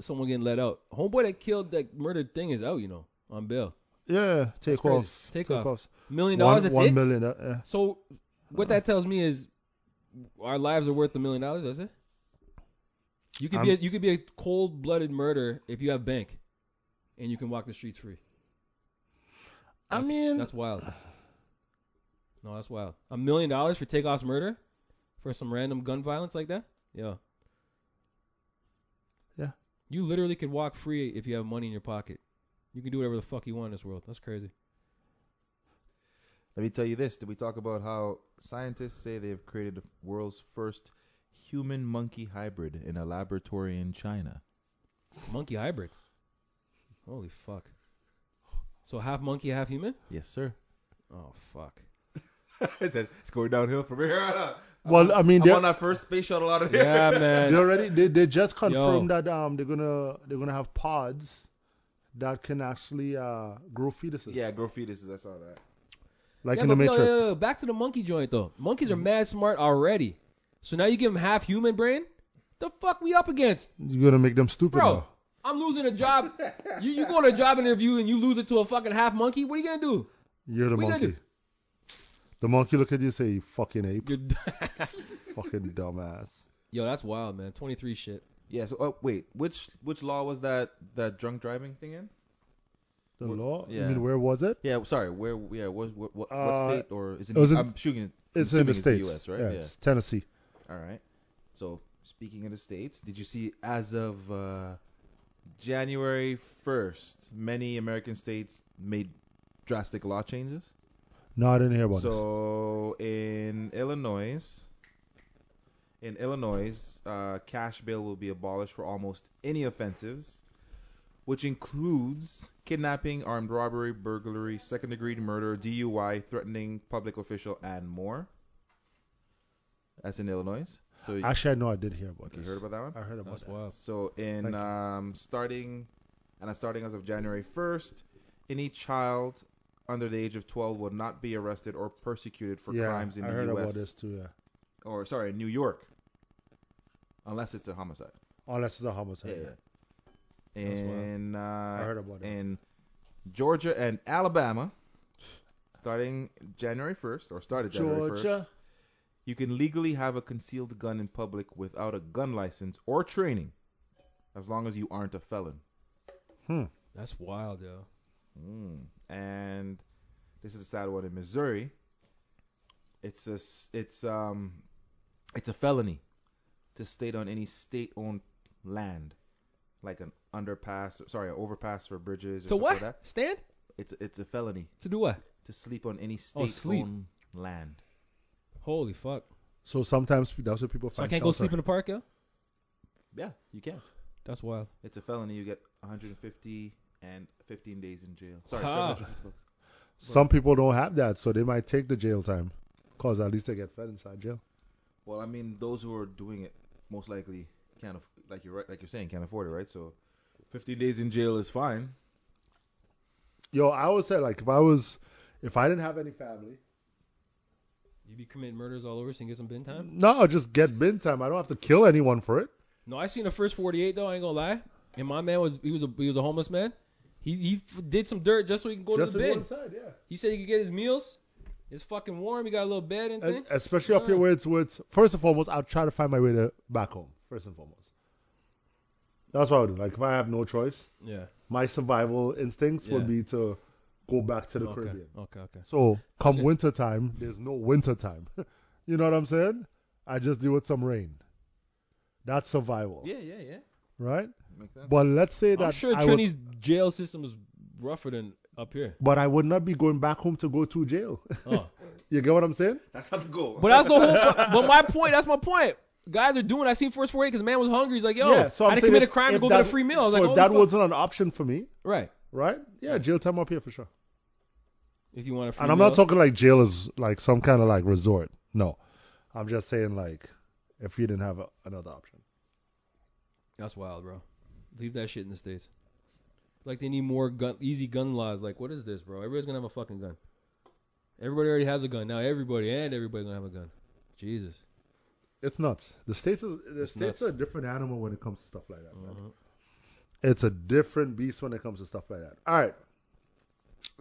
D: someone getting let out, homeboy that killed that murdered thing is out. You know, on bail,
A: Yeah, take
D: crazy.
A: off,
D: Take
A: take
D: off.
A: off,
D: million dollars.
A: one,
D: That's
A: one
D: it.
A: million, uh, yeah.
D: So what that tells me is our lives are worth a million dollars. That's it. You could be a,
A: I'm-
D: you could be a cold-blooded murderer if you have bank, and you can walk the streets free.
A: I
D: That's-
A: mean,
D: that's wild. No, that's wild. A million dollars for takeoff's murder, for some random gun violence like that. Yeah.
A: Yeah.
D: You literally could walk free if you have money in your pocket. You can do whatever the fuck you want in this world. That's crazy.
F: Let me tell you this. Did we talk about how scientists say they have created the world's first human monkey hybrid in a laboratory in China?
D: Monkey hybrid. Holy fuck. So half monkey, half human.
F: Yes, sir.
D: Oh fuck.
F: I said it's going downhill from here. I'm
A: well, I mean,
F: I'm
A: they're-
F: on that first space shuttle out of here.
D: Yeah,
A: They
D: man.
A: already they, they just
D: Yo.
A: confirmed that um they're gonna they're gonna have pods that can actually uh grow fetuses.
F: Yeah, grow fetuses. I saw that.
A: Like
D: yeah,
A: in the
D: but yo,
A: Matrix.
D: yo, yo, back to the monkey joint though. Monkeys are mad smart already. So now you give them half human brain. The fuck we up against,
A: You're gonna make them stupid.
D: bro?
A: now.
D: I'm losing a job. you you go to a job interview and you lose it to a fucking half monkey. What are you gonna do?
A: You're the
D: we gonna
A: monkey. The monkey look at you and say, "You fucking ape,
D: You're
A: fucking dumbass."
D: yo, that's wild, man. 23 shit.
F: Yeah. So, oh wait, which which law was that that drunk driving thing in?
A: The
F: Wh-
A: law. I
F: yeah.
A: mean, where was it?
F: Yeah. Sorry. Where? Yeah. What? What, what,
A: Uh,
F: what state? Or is it?
A: it was in-
F: I'm shooting. it- I'm
A: It's in the
F: assuming
A: states.
F: It's the U.S. Right.
A: Yeah, it's Tennessee.
F: All right. So speaking of the states, did you see as of uh, January 1st, many American states made drastic law changes?
A: No, I didn't hear about this.
F: So in Illinois, in Illinois, uh, cash bail will be abolished for almost any offenses, which includes kidnapping, armed robbery, burglary, second-degree murder, DUI, threatening public official, and more. That's in Illinois. So you,
A: Actually, I know I did hear about
F: you
A: this.
F: heard about that one?
A: I heard about
D: That's
A: that.
D: wild.
F: So
A: Oh, Thank
F: in
A: you.
F: um, starting, and I'm starting as of January 1st, any child under the age of 12 will not be arrested or persecuted for
A: yeah,
F: crimes in
A: I
F: the
A: heard
F: U.S.
A: about this too. Yeah,
F: or sorry, in New York, unless it's a homicide.
A: unless it's a Oh, homicide.
F: Yeah,
A: Yeah,
F: yeah.
A: That's wild.
F: In
A: I
F: uh,
A: heard about it.
F: in Georgia and Alabama, starting January 1st or started January 1st,
A: Georgia.
F: you can legally have a concealed gun in public without a gun license or training, as long as you aren't a felon.
D: That's wild, yo.
F: Mm. And this is a sad one in Missouri. It's a s- it's um it's a felony to state on any state-owned land, like an underpass, or, sorry, an overpass for bridges.
D: To
F: Or stuff
D: what?
F: Like that.
D: Stand?
F: It's it's a felony
D: To do what?
F: to sleep on any
D: Oh,
F: state-owned
D: sleep.
F: land.
D: Holy fuck.
A: So sometimes that's what people
D: So I
A: find
D: can't go
A: shelter.
D: sleep in the park, yo?
F: Yeah, you can't.
D: That's wild.
F: It's a felony. You get 150 and 15 days in jail. Sorry,
D: Wow.
F: 750 bucks.
A: Some people don't have that, so they might take the jail time, cause at least they get fed inside jail.
F: Well, I mean, those who are doing it most likely can't, aff- like you're right, like you're saying, can't afford it, right? So, 15 days in jail is fine.
A: Yo, I always said like if I was, if I didn't have any family,
D: You be committing murders all over so you can get some bin time?
A: no, I'll just get bin time. I don't have to kill anyone for it.
D: No, I seen the first 48 though. I ain't gonna lie. And my man was he was a he was a homeless man. He he f- did some dirt just so he can go
A: just
D: to the bin.
A: inside, yeah.
D: He said he could get his meals. It's fucking warm. He got a little bed and thing.
A: And especially up here where it's, where it's first and foremost, I'll try to find my way to back home. First and foremost, that's what I would do. Like if I have no choice,
D: Yeah.
A: my survival instincts would
D: Yeah.
A: be to go back to the
D: okay.
A: Caribbean.
D: Okay. Okay.
A: So come
D: Okay.
A: winter time, there's no winter time. you know what I'm saying? I just deal with some rain. That's survival,
F: Yeah, yeah, yeah.
A: right?
F: Makes sense.
A: But let's say that
D: I'm sure
A: I would-
D: Trini's jail system is rougher than up here.
A: but I would not be going back home to go to jail.
D: Oh.
A: you get what I'm saying?
F: That's not the goal.
D: But that's the whole. but my point. That's my point. Guys are doing. I seen first 48 because man was hungry. He's like, yo, I didn't
A: saying
D: commit a
A: if-
D: crime to
A: if
D: go
A: that-
D: get a free meal. I was
A: so
D: like,
A: if
D: oh,
A: that
D: fuck.
A: wasn't an option for me,
D: right.
A: right? Yeah, jail time up here for sure.
D: If you want a free
A: And I'm
D: meal.
A: not talking like jail is like some kind of like resort. No, I'm just saying like if you didn't have a, another option.
D: That's wild, bro. Leave that shit in the states. Like they need more gun, easy gun laws. Like what is this, bro? Everybody's gonna have a fucking gun. Everybody already has a gun now. Everybody and everybody's gonna have a gun. Jesus.
A: It's nuts. The states is, the
D: It's
A: states
D: nuts.
A: are a different animal when it comes to stuff like that. man. It's a different beast when it comes to stuff like that. All right,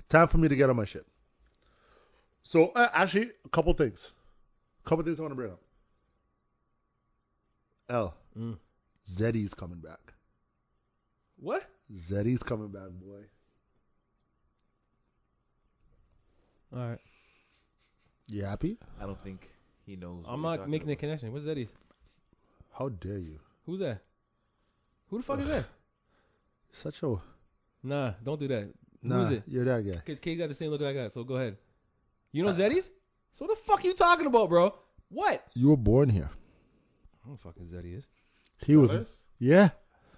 A: time for me to get on my shit. So uh, actually, a couple things, couple things I want to bring up. L.
D: Mm.
A: Zeddy's coming back.
D: What?
A: Zeddy's coming back, boy.
D: All right.
A: You happy?
F: I don't think he knows.
D: I'm
F: what
D: not
F: you're talking
D: making the
F: about.
D: connection. What's that? is?
A: How dare you?
D: Who's that? Who the fuck is
A: Ugh.
D: that?
A: Such a
D: Nah, don't do that.
A: nah.
D: Who is it?
A: You're that guy.
D: Cause K got the same look I got. So go ahead. You know Zeddy's? So what the fuck you talking about, bro? What?
A: You were born here.
D: I don't fucking Zeddy is.
A: He was.
F: Zellers?
A: Yeah.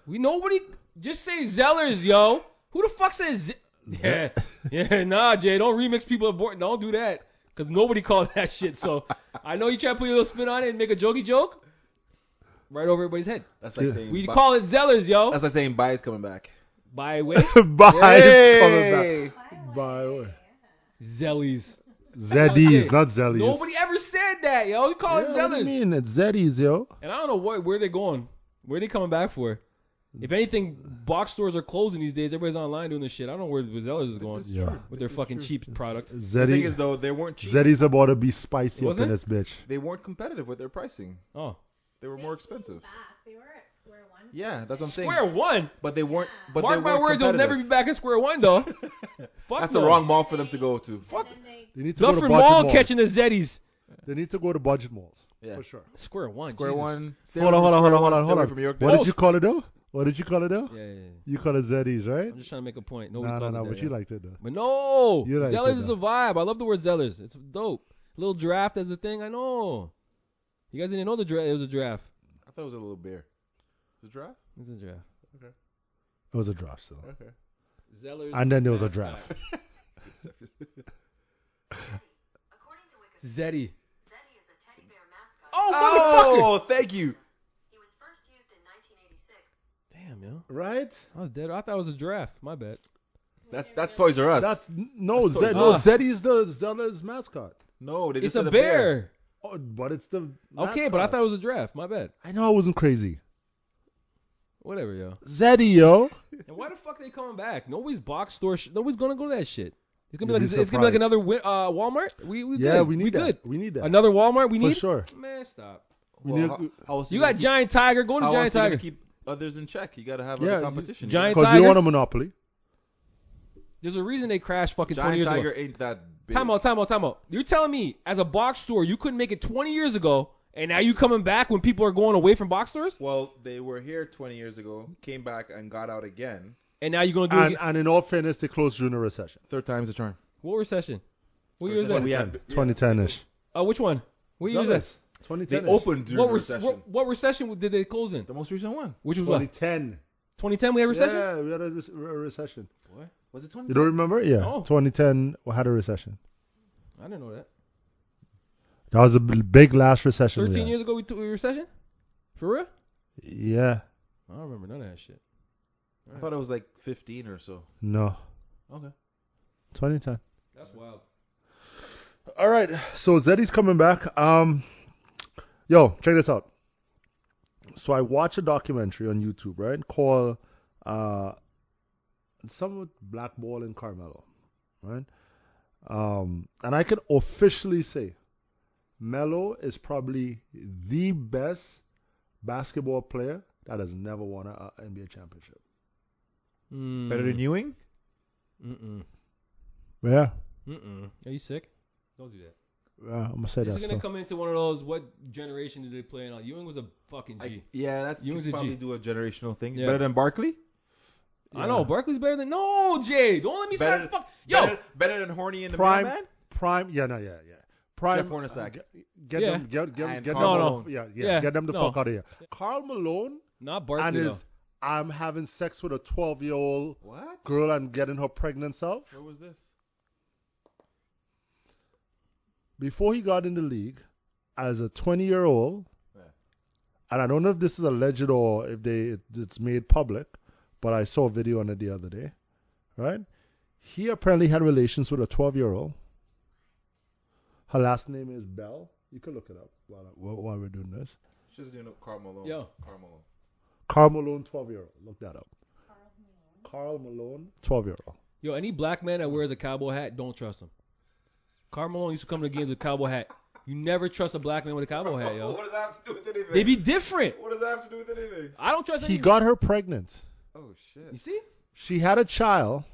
D: We nobody just say Zellers, yo. Who the fuck says? Z- yeah, yeah, nah, Jay. Don't remix people abort. Don't do that, cause nobody called that shit. So I know you try to put your little spin on it and make a jokey joke, right over everybody's head.
F: That's like
A: Yeah.
F: saying.
D: We
F: Bi-
D: call it Zellers, yo.
F: That's like saying Bi's coming back.
D: By way,
A: Bye.
F: Hey!
A: It's coming back. Bye.
D: Zellies.
A: Zeddy's, not Zellies.
D: Nobody ever said that, yo. We call
A: yeah, What
D: it
A: do you
D: Zellers,
A: mean? It's Zeddy's, yo.
D: and I don't know what, where they're going. Where they coming back for? If anything, box stores are closing these days. Everybody's online doing this shit. I don't know where Zellers is going
A: Yeah.
D: with their fucking cheap product.
F: The thing
A: Zeddy,
F: is, though, they weren't cheap.
A: Zeddy's about to be spicy
D: Was
A: up in
D: it?
A: this bitch.
F: They weren't competitive with their pricing.
D: Oh,
F: They were
E: They
F: more
E: came
F: expensive.
E: Back. They were at square one.
F: Yeah, that's what I'm saying.
D: square one.
F: But they weren't. But
D: Mark
F: they
D: my
F: weren't
D: words, they'll never be
F: competitive.
D: back in square one, though. Fuck
F: That's
D: no.
F: the wrong mall for them to go to.
E: And then they
A: They need to go
D: Dufferin
A: to
D: Mall
A: budget malls.
D: catching the Zeddies.
A: They need to go to budget malls.
F: Yeah.
A: For sure.
D: Square one.
F: Square
D: Jesus.
F: one. Stay
A: Hold on,
F: away
A: hold on,
F: from
A: hold on,
F: Square
A: hold on,
F: One,
A: hold
F: stay
A: on.
F: away From York
A: What
F: Dale.
A: did you call it, though? What did you call it, though?
D: Yeah, yeah, yeah.
A: You call it Zeddy's, right?
D: I'm just trying to make a point. Nobody
A: Nah, nah,
D: called
A: nah.
D: it
A: But
D: that
A: you
D: yet.
A: liked it, though.
D: But no,
A: You like
D: Zellers
A: it,
D: is
A: though.
D: a vibe. I love the word Zellers. It's dope. Little draft as a thing. I know. You guys didn't know the dra- it was a draft.
F: I thought it was a little beer. Is it dry?
D: It's a draft.
A: It was a draft, so.
F: Okay.
D: Zellers.
A: And then there was a draft.
D: Zeddy.
K: Zeddy is a teddy bear mascot.
D: Oh,
F: Oh, thank you.
K: He was first used in 1986.
D: motherfucker! Damn, yo.
A: Right?
D: I was dead. I thought it was a draft. My bad.
F: That's that's Toys R Us.
A: That's no,
F: That's
A: Zed,
D: totally-
A: no
D: Ah.
A: Zeddy's the Zella's mascot.
F: no, they
D: It's
F: just
D: a
F: said
D: bear.
A: Oh, but it's the
D: Okay, but I
A: mascot.
D: thought it was a draft. My bad.
A: I know I wasn't crazy.
D: Whatever, yo.
A: Zeddy, yo.
D: And why the fuck they coming back? Nobody's box store. Sh- nobody's gonna go to that shit. It's gonna be
A: You'll
D: like
A: be
D: it's gonna be like
A: surprised.
D: another win- uh, Walmart. We, we
A: yeah,
D: good.
A: we need that.
D: good.
A: We need that.
D: Another Walmart. We
A: For
D: need
A: sure.
D: Man, stop.
A: We
F: Well,
A: need-
F: how, how else
D: You
F: are
D: got
F: you
D: Giant Tiger. Go to
F: gonna keep, how
D: Giant
F: else are you
D: Tiger.
F: gonna keep others in check. You gotta have
A: Yeah,
F: other
A: you-
F: competition.
D: Giant
A: Because you
D: Tiger?
A: own a monopoly.
D: There's a reason they crashed fucking 20
F: Giant
D: years
F: Tiger
D: ago.
F: ain't that big.
D: Time out, time out, time out. You're telling me as a box store you couldn't make it 20 years ago, and now you coming back when people are going away from box stores?
F: Well, they were here 20 years ago, came back and got out again.
D: And now you're gonna do it.
A: And,
D: again-
A: and in all fairness, they closed during a recession.
F: Third time's the charm.
D: What recession? What year is
F: Recession.
D: that?
F: We had-
A: 2010 ish.
D: Uh, which one? What year is that?
A: Zealous.
F: They
A: 2010.
F: opened during
D: What, re-
F: the recession.
D: what what recession did they close in?
F: The most recent one.
D: Which was what?
A: 2010.
D: 2010 we had recession?
A: Yeah, we had a, re- a recession.
F: Was it
A: You
F: 20?
A: don't remember? Yeah.
D: No.
A: 2010 we had a recession.
D: I didn't know that.
A: That was a b- big last recession. we
D: 13
A: had.
D: years ago we took a recession? For real?
A: Yeah.
D: I don't remember none of that shit.
F: I thought it was like 15 or so.
A: No.
F: Okay.
A: 2010.
D: That's wild.
A: All right. So Zeddy's coming back. Um, yo, check this out. So I watched a documentary on YouTube, right? Called uh, somewhat Blackball in Carmelo, right? Um, and I can officially say, Melo is probably the best basketball player that has never won an NBA championship.
D: Mm.
F: Better than Ewing?
D: Mm-mm.
A: Yeah,
D: Mm-mm. Are you sick? Don't do that.
A: yeah I'm gonna say
D: This
A: that.
D: is
A: so.
D: gonna come into one of those. What generation did they play in? Ewing was a fucking G. I
F: I, yeah, that you
D: Ewing's a
F: could probably
D: G.
F: do a generational thing.
D: Yeah.
F: Better than Barkley?
D: know
A: Yeah.
D: Barkley's better than no Jay. Don't let me say
F: Better-
D: that fuck. Yo,
F: Better, better than Horny in the
A: Prime-
F: Mailman?
A: Prime. Yeah, no, yeah, yeah. Prime.
F: Jeff Hornacek.
A: uh, g- Get
D: Yeah.
A: them, get, get, get
F: And
A: them,
F: Karl
A: off-
F: Malone.
A: yeah, yeah,
D: Yeah,
A: get them the
D: no.
A: fuck out of here. Carl Malone
D: not
A: and
D: Barkley. though.
A: his, I'm having sex with a 12 year old
F: What?
A: girl and getting her pregnant self.
F: Where was this?
A: Before he got in the league, as a 20 year old,
F: Yeah.
A: and I don't know if this is alleged or if they it, it's made public, but I saw a video on it the other day, right? He apparently had relations with a 12 year old. Her last name is Bell. You can look it up while, I- while while we're doing this.
F: She's doing a Carmelo.
D: Yo.
F: Carmelo.
A: Carl Malone, 12 year old. Look that up. Carl Malone, 12 year old.
D: Yo, any black man that wears a cowboy hat, don't trust him. Carmelo used to come to games with a cowboy hat. You never trust a black man with a cowboy hat, yo.
F: does that have to do with anything?
D: They be different.
F: What does that have to do with anything?
D: I don't trust
A: He
D: any.
A: got her pregnant.
F: Oh shit.
D: you see?
A: She had a child.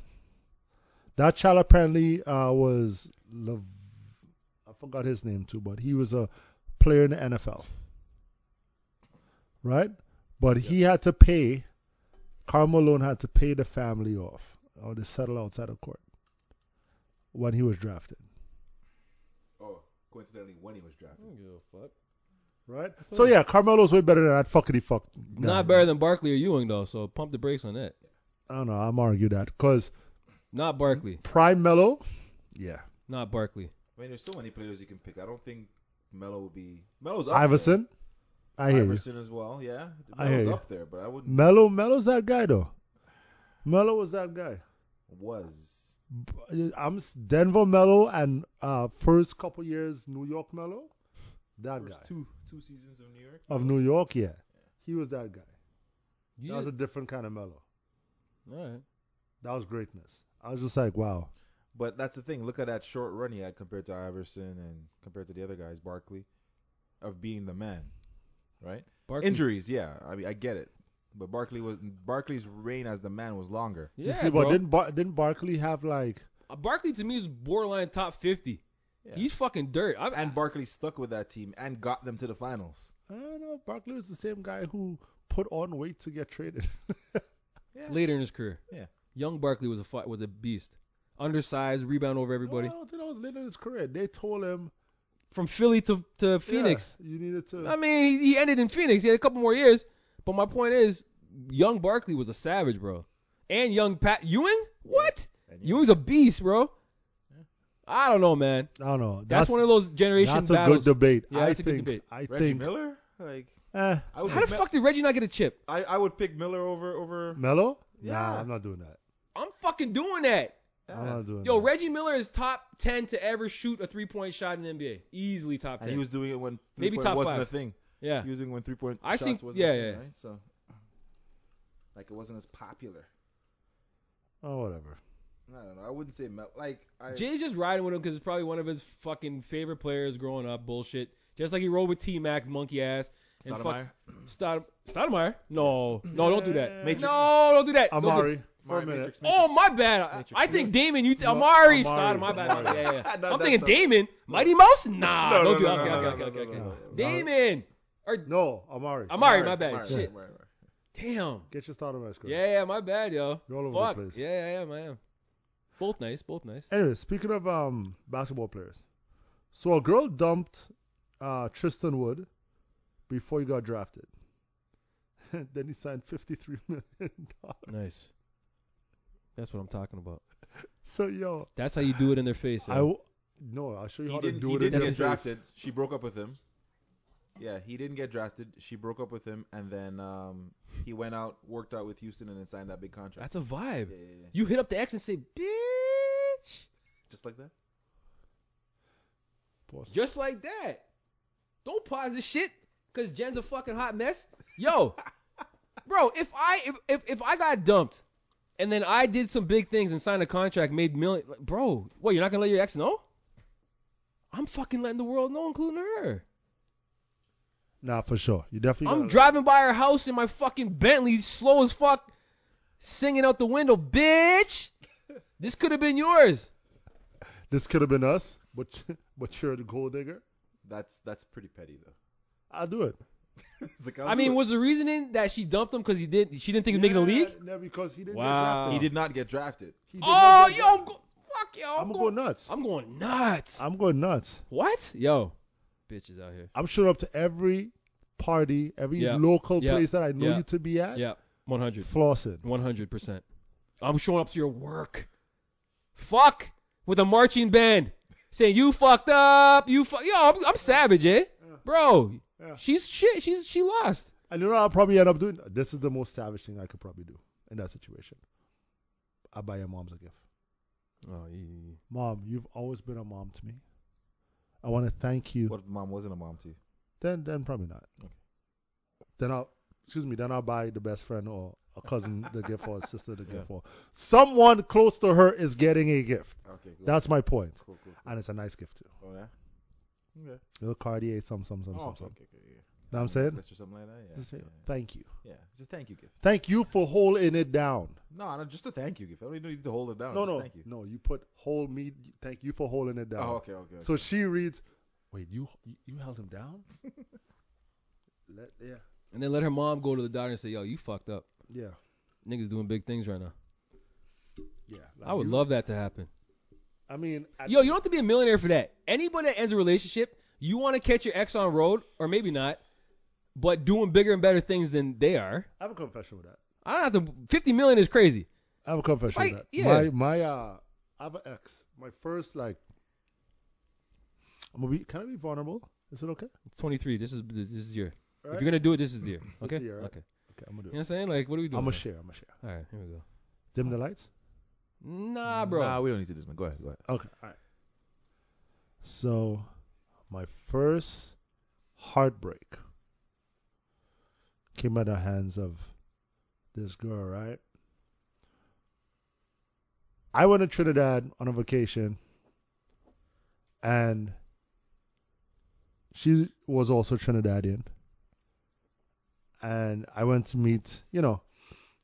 A: That child apparently uh, was Lev- I forgot his name too, but he was a player in the NFL, right? But he had to pay. Carl Malone had to pay the family off, or to settle outside of court when he was drafted,
F: Oh, coincidentally, when he was drafted.
D: I don't give a fuck.
A: right? So yeah, Carmelo's way better than that fuckity fuck. guy.
D: Hmm. Not better than Barkley or Ewing though. So pump the brakes on that.
A: I don't know. I'm argue that because Hmm?
D: Not Barkley.
A: Prime Melo, yeah,
D: Not Barkley.
F: I mean, there's so many players you can pick. I don't think Melo would be.
D: Oh.
F: Melo's up
A: Iverson. I
F: There.
A: hear you.
F: Iverson as well. Yeah.
A: I
F: Melo's
A: hear you.
F: up there, but I wouldn't.
A: Mello, Mello's that guy though. Mello was that guy.
F: Was.
A: B- I'm s- Denver Mello and uh, first couple years New York Mello, that
F: First
A: guy
F: two two seasons of New York.
A: of New York. Yeah, he was that guy.
D: You
A: That was a
D: just-
A: different kind of Mello.
D: all right.
A: That was greatness. I was just like, wow.
F: But that's the thing. Look at that short run he had compared to Iverson and compared to the other guys, Barkley, of being the man, right?
D: Barkley.
F: Injuries, yeah. I mean, I get it. But Barkley was Barkley's reign as the man was longer.
A: you
D: Yeah,
A: see,
D: bro.
A: but didn't Bar- didn't Barkley have like
D: Uh, Barkley to me is borderline top 50.
F: Yeah.
D: He's fucking dirt. I'm,
F: And Barkley stuck with that team and got them to the finals.
A: I don't know. Barkley was the same guy who put on weight to get traded.
D: later in his career.
F: Yeah.
D: Young Barkley was a fu- was a beast. Undersized, rebound over everybody.
A: No, I don't think that was later in his career. They told him
D: From Philly to, to Phoenix.
A: "Yeah, you needed to.
D: I mean, he, he ended in Phoenix. He had a couple more years. But my point is, young Barkley was a savage, bro. And young Pat Ewing? What?
F: And
D: Ewing's a beast, bro. I don't know, man.
A: I don't know.
D: That's, one of those generation
A: That's
D: battles.
A: a good debate.
D: Yeah,
A: I
D: that's a good
A: think,
D: debate.
A: I
F: Reggie
A: think.
F: Miller? Like
A: Eh,
F: I would
D: How
F: pick
D: the
F: Mil-
D: fuck did Reggie not get a chip?
F: I, I would pick Miller over over
A: Mello?
F: Yeah.
A: Nah, I'm not doing that.
D: I'm fucking doing that.
A: I'm
F: Yeah.
A: not doing
D: Yo,
A: that.
D: Reggie Miller is top 10 to ever shoot a three point shot in the NBA. Easily top 10.
F: and he was doing it when three
D: Maybe
F: point
D: top
F: wasn't
D: five.
F: a thing.
D: yeah.
F: He was doing it when three point
D: I
F: shots
D: think-
F: wasn't
D: yeah,
F: a thing,
D: yeah.
F: right? So like it wasn't as popular.
A: Oh, whatever.
F: I don't know. I wouldn't say Mel- like I
D: Jay's just riding with him because it's probably one of his fucking favorite players growing up. Bullshit. Just like he rode with T Max, monkey ass. and fuck-
F: Stoudemire.
D: Stoud- Stoudemire? No, no, don't do that.
A: Matrix.
D: No, don't do that. Don't do-
A: Amari.
D: For a minute. Oh, my bad. I think Damon. You th- Amari, Stoudemire. My bad. Yeah, yeah.
J: No,
D: I'm
J: no,
D: thinking
J: no.
D: Damon. Mighty Mouse? Nah.
J: No, no,
D: don't do-
J: no,
D: okay,
J: no,
D: okay,
J: no,
D: okay,
J: no,
D: okay,
J: no,
D: okay.
J: no, no.
D: Damon. Or
A: no, Amari.
D: Amari, my bad. Shit.
A: Amari, Amari.
D: Damn.
A: Get your starter match quick.
D: Yeah, yeah, my bad, yo.
A: You're all over
D: Fuck.
A: the place.
D: Yeah, yeah, yeah, I am. Both nice, both nice.
A: Anyway, speaking of um basketball players, so a girl dumped uh, Tristan Wood before he got drafted. then he signed fifty-three million dollars.
D: Nice. That's what I'm talking about.
A: So yo,
D: That's how you do it in their face.
A: I
D: yo.
A: w- no, I'll show you
F: He
A: how to
F: didn't,
A: do
F: he
A: it. in
F: didn't
A: your
F: get
A: face.
F: drafted. She broke up with him. Yeah, he didn't get drafted. She broke up with him, and then um, he went out, worked out with Houston, and then signed that big contract.
D: That's a vibe.
F: yeah, yeah, yeah.
D: You hit up the ex and say, bitch.
F: Just like that.
A: Pause.
D: Just like that. Don't pause this shit, cause Jen's a fucking hot mess. Yo, bro, if I if, if if I got dumped, and then I did some big things and signed a contract, made million, like, bro, what? You're not gonna let your ex know? I'm fucking letting the world know, including her.
A: Nah, for sure. You definitely.
D: I'm
A: gotta-
D: driving by her house in my fucking Bentley, slow as fuck, singing out the window, bitch. This could have been yours.
A: This could have been us, but but you're the gold digger.
F: That's that's pretty petty though.
A: I'll do it.
F: It's like, I'll
D: I
F: do
D: mean,
F: it.
D: was the reasoning that she dumped him because he did? She didn't think he was making the league.
A: Yeah, No, because he didn't
D: Wow.
A: get drafted.
F: he did not get drafted.
A: He did not
D: Oh,
A: get
D: yo, I'm go- fuck, yo, I'm,
A: I'm
D: going,
A: going nuts.
D: I'm going nuts.
A: I'm going nuts.
D: what? Yo, bitches out here.
A: I'm showing up to every party, every
D: Yeah.
A: local
D: Yeah.
A: place that I know
D: Yeah.
A: you to be at.
D: Yeah, 100,
A: Flossing.
D: 100 percent. I'm showing up to your work. Fuck with a marching band, saying you fucked up, you fuck. Yo, I'm, I'm savage, eh, bro.
A: Yeah.
D: She's shit. She's she lost.
A: And you know what I'll probably end up doing? This is the most savage thing I could probably do in that situation. I buy your mom's a gift.
D: Oh, you-
A: Mom, you've always been a mom to me. I want to thank you.
F: What if the mom wasn't a mom to you?
A: Then, then probably not.
F: Okay.
A: Then I'll, excuse me, then I'll buy the best friend or a cousin the gift or a sister the gift or someone close to her is getting a gift.
F: Okay, cool.
A: That's my point.
F: cool, cool.
A: And it's a nice gift too.
F: Oh yeah. Okay.
A: Little Cartier, some, some, some,
F: Oh,
A: some,
F: okay,
A: some.
F: okay, okay, yeah.
A: Know what I'm saying?
F: Necklace Or something like that. Yeah.
A: Just say,
F: yeah.
A: thank you.
F: yeah. It's a thank you gift.
A: Thank you for holding it down.
F: No, no, just a thank you gift. I don't even need to hold it down.
A: No,
F: just
A: no,
F: Oh, Thank you.
A: no. You put hold me. Thank you for holding it down.
F: Oh, okay, okay. okay.
A: So she reads, "Wait, you you held him down?" Let, yeah,
D: And then let her mom go to the doctor and say, yo, you fucked up.
A: yeah,
D: Niggas doing big things right now.
A: yeah.
D: I would
A: you-
D: love that to happen.
A: I mean, at-
D: Yo, you don't have to be a millionaire for that. Anybody that ends a relationship, you want to catch your ex on road, or maybe not, but doing bigger and better things than they are.
A: I have a confession with that.
D: I don't have to. Fifty million is crazy.
A: I have a confession
D: Like,
A: with that.
D: yeah.
A: My my uh, I have an ex. My first like, I'm gonna be. Can I be vulnerable? Is it okay?
D: Twenty three. This is this is your. If
A: Right?
D: you're gonna do it, this is the year. Okay.
A: year, right?
D: Okay.
A: Okay, I'm gonna do
D: You know what
A: it.
D: I'm saying? Like, what are we doing?
A: I'm gonna share. I'm gonna share.
D: All right, here we go.
A: Dim the lights.
D: Nah, bro.
F: Nah, we don't need to do this. Man. Go ahead. Go ahead.
A: Okay. All right. So, my first heartbreak came out of the hands of this girl, right? I went to Trinidad on a vacation, and she was also Trinidadian. And I went to meet, you know,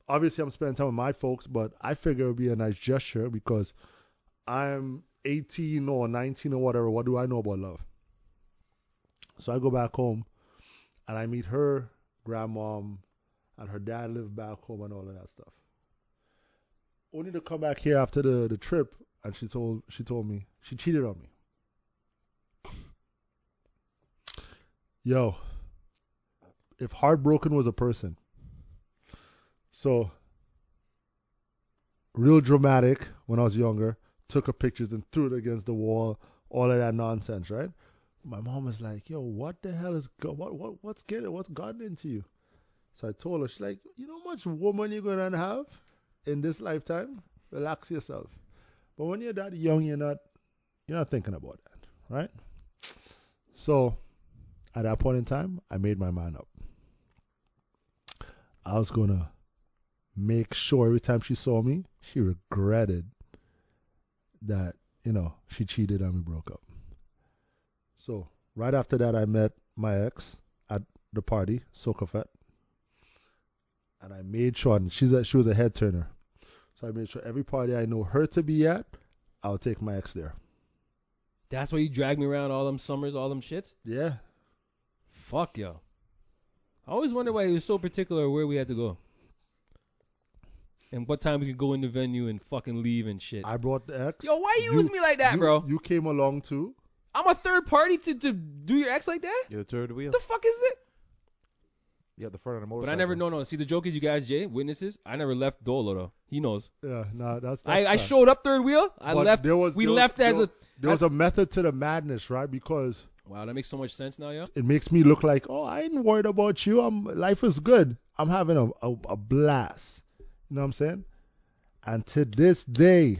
A: obviously I'm spending time with my folks, but I figure it would be a nice gesture because I'm 18 or 19 or whatever. What do I know about love? So I go back home and I meet her grandmom and her dad lived back home and all of that stuff. Only to come back here after the, the trip and she told she told me she cheated on me. Yo, if heartbroken was a person. So real dramatic when I was younger, took her pictures and threw it against the wall, all of that nonsense, right? My mom was like, "Yo, what the hell is go- what what what's getting what's gotten into you?" So I told her, she's like, "You know how much woman you're gonna have in this lifetime? Relax yourself. But when you're that young, you're not you're not thinking about that, right?" So at that point in time, I made my mind up. I was gonna make sure every time she saw me, she regretted that, you know, she cheated and we broke up. So right after that I met my ex at the party, Sokafet. And I made sure and she's a, she was a head turner. So So I made sure every party I know her to be at, I'll take my ex there.
D: That's why you dragged me around all them summers, all them shits.
A: Yeah.
D: Fuck yo. I always wonder why he was so particular where we had to go. And what time we could go in the venue and fucking leave and shit.
A: I brought the ex.
D: Yo, why you, use me like that,
A: you-
D: bro?
A: You came along too.
D: I'm a third party to, to do your ex like that?
F: You're the third wheel.
D: The fuck is it?
F: Yeah, the front of the
D: But
F: motorcycle.
D: I never no no. See the joke is you guys, Jay, witnesses, I never left Dolo though. He knows.
A: Yeah, nah, that's. that's
D: I, I
A: fact.
D: showed up third wheel. I
A: But
D: left
A: there was-
D: we
A: there was-
D: left as
A: there
D: a
A: There was a method to the madness, right? Because
D: Wow, that makes so much sense now, yo.
A: it makes me look like, oh, I ain't worried about you. I'm life is good. I'm having a, a, a blast. You know what I'm saying? And to this day,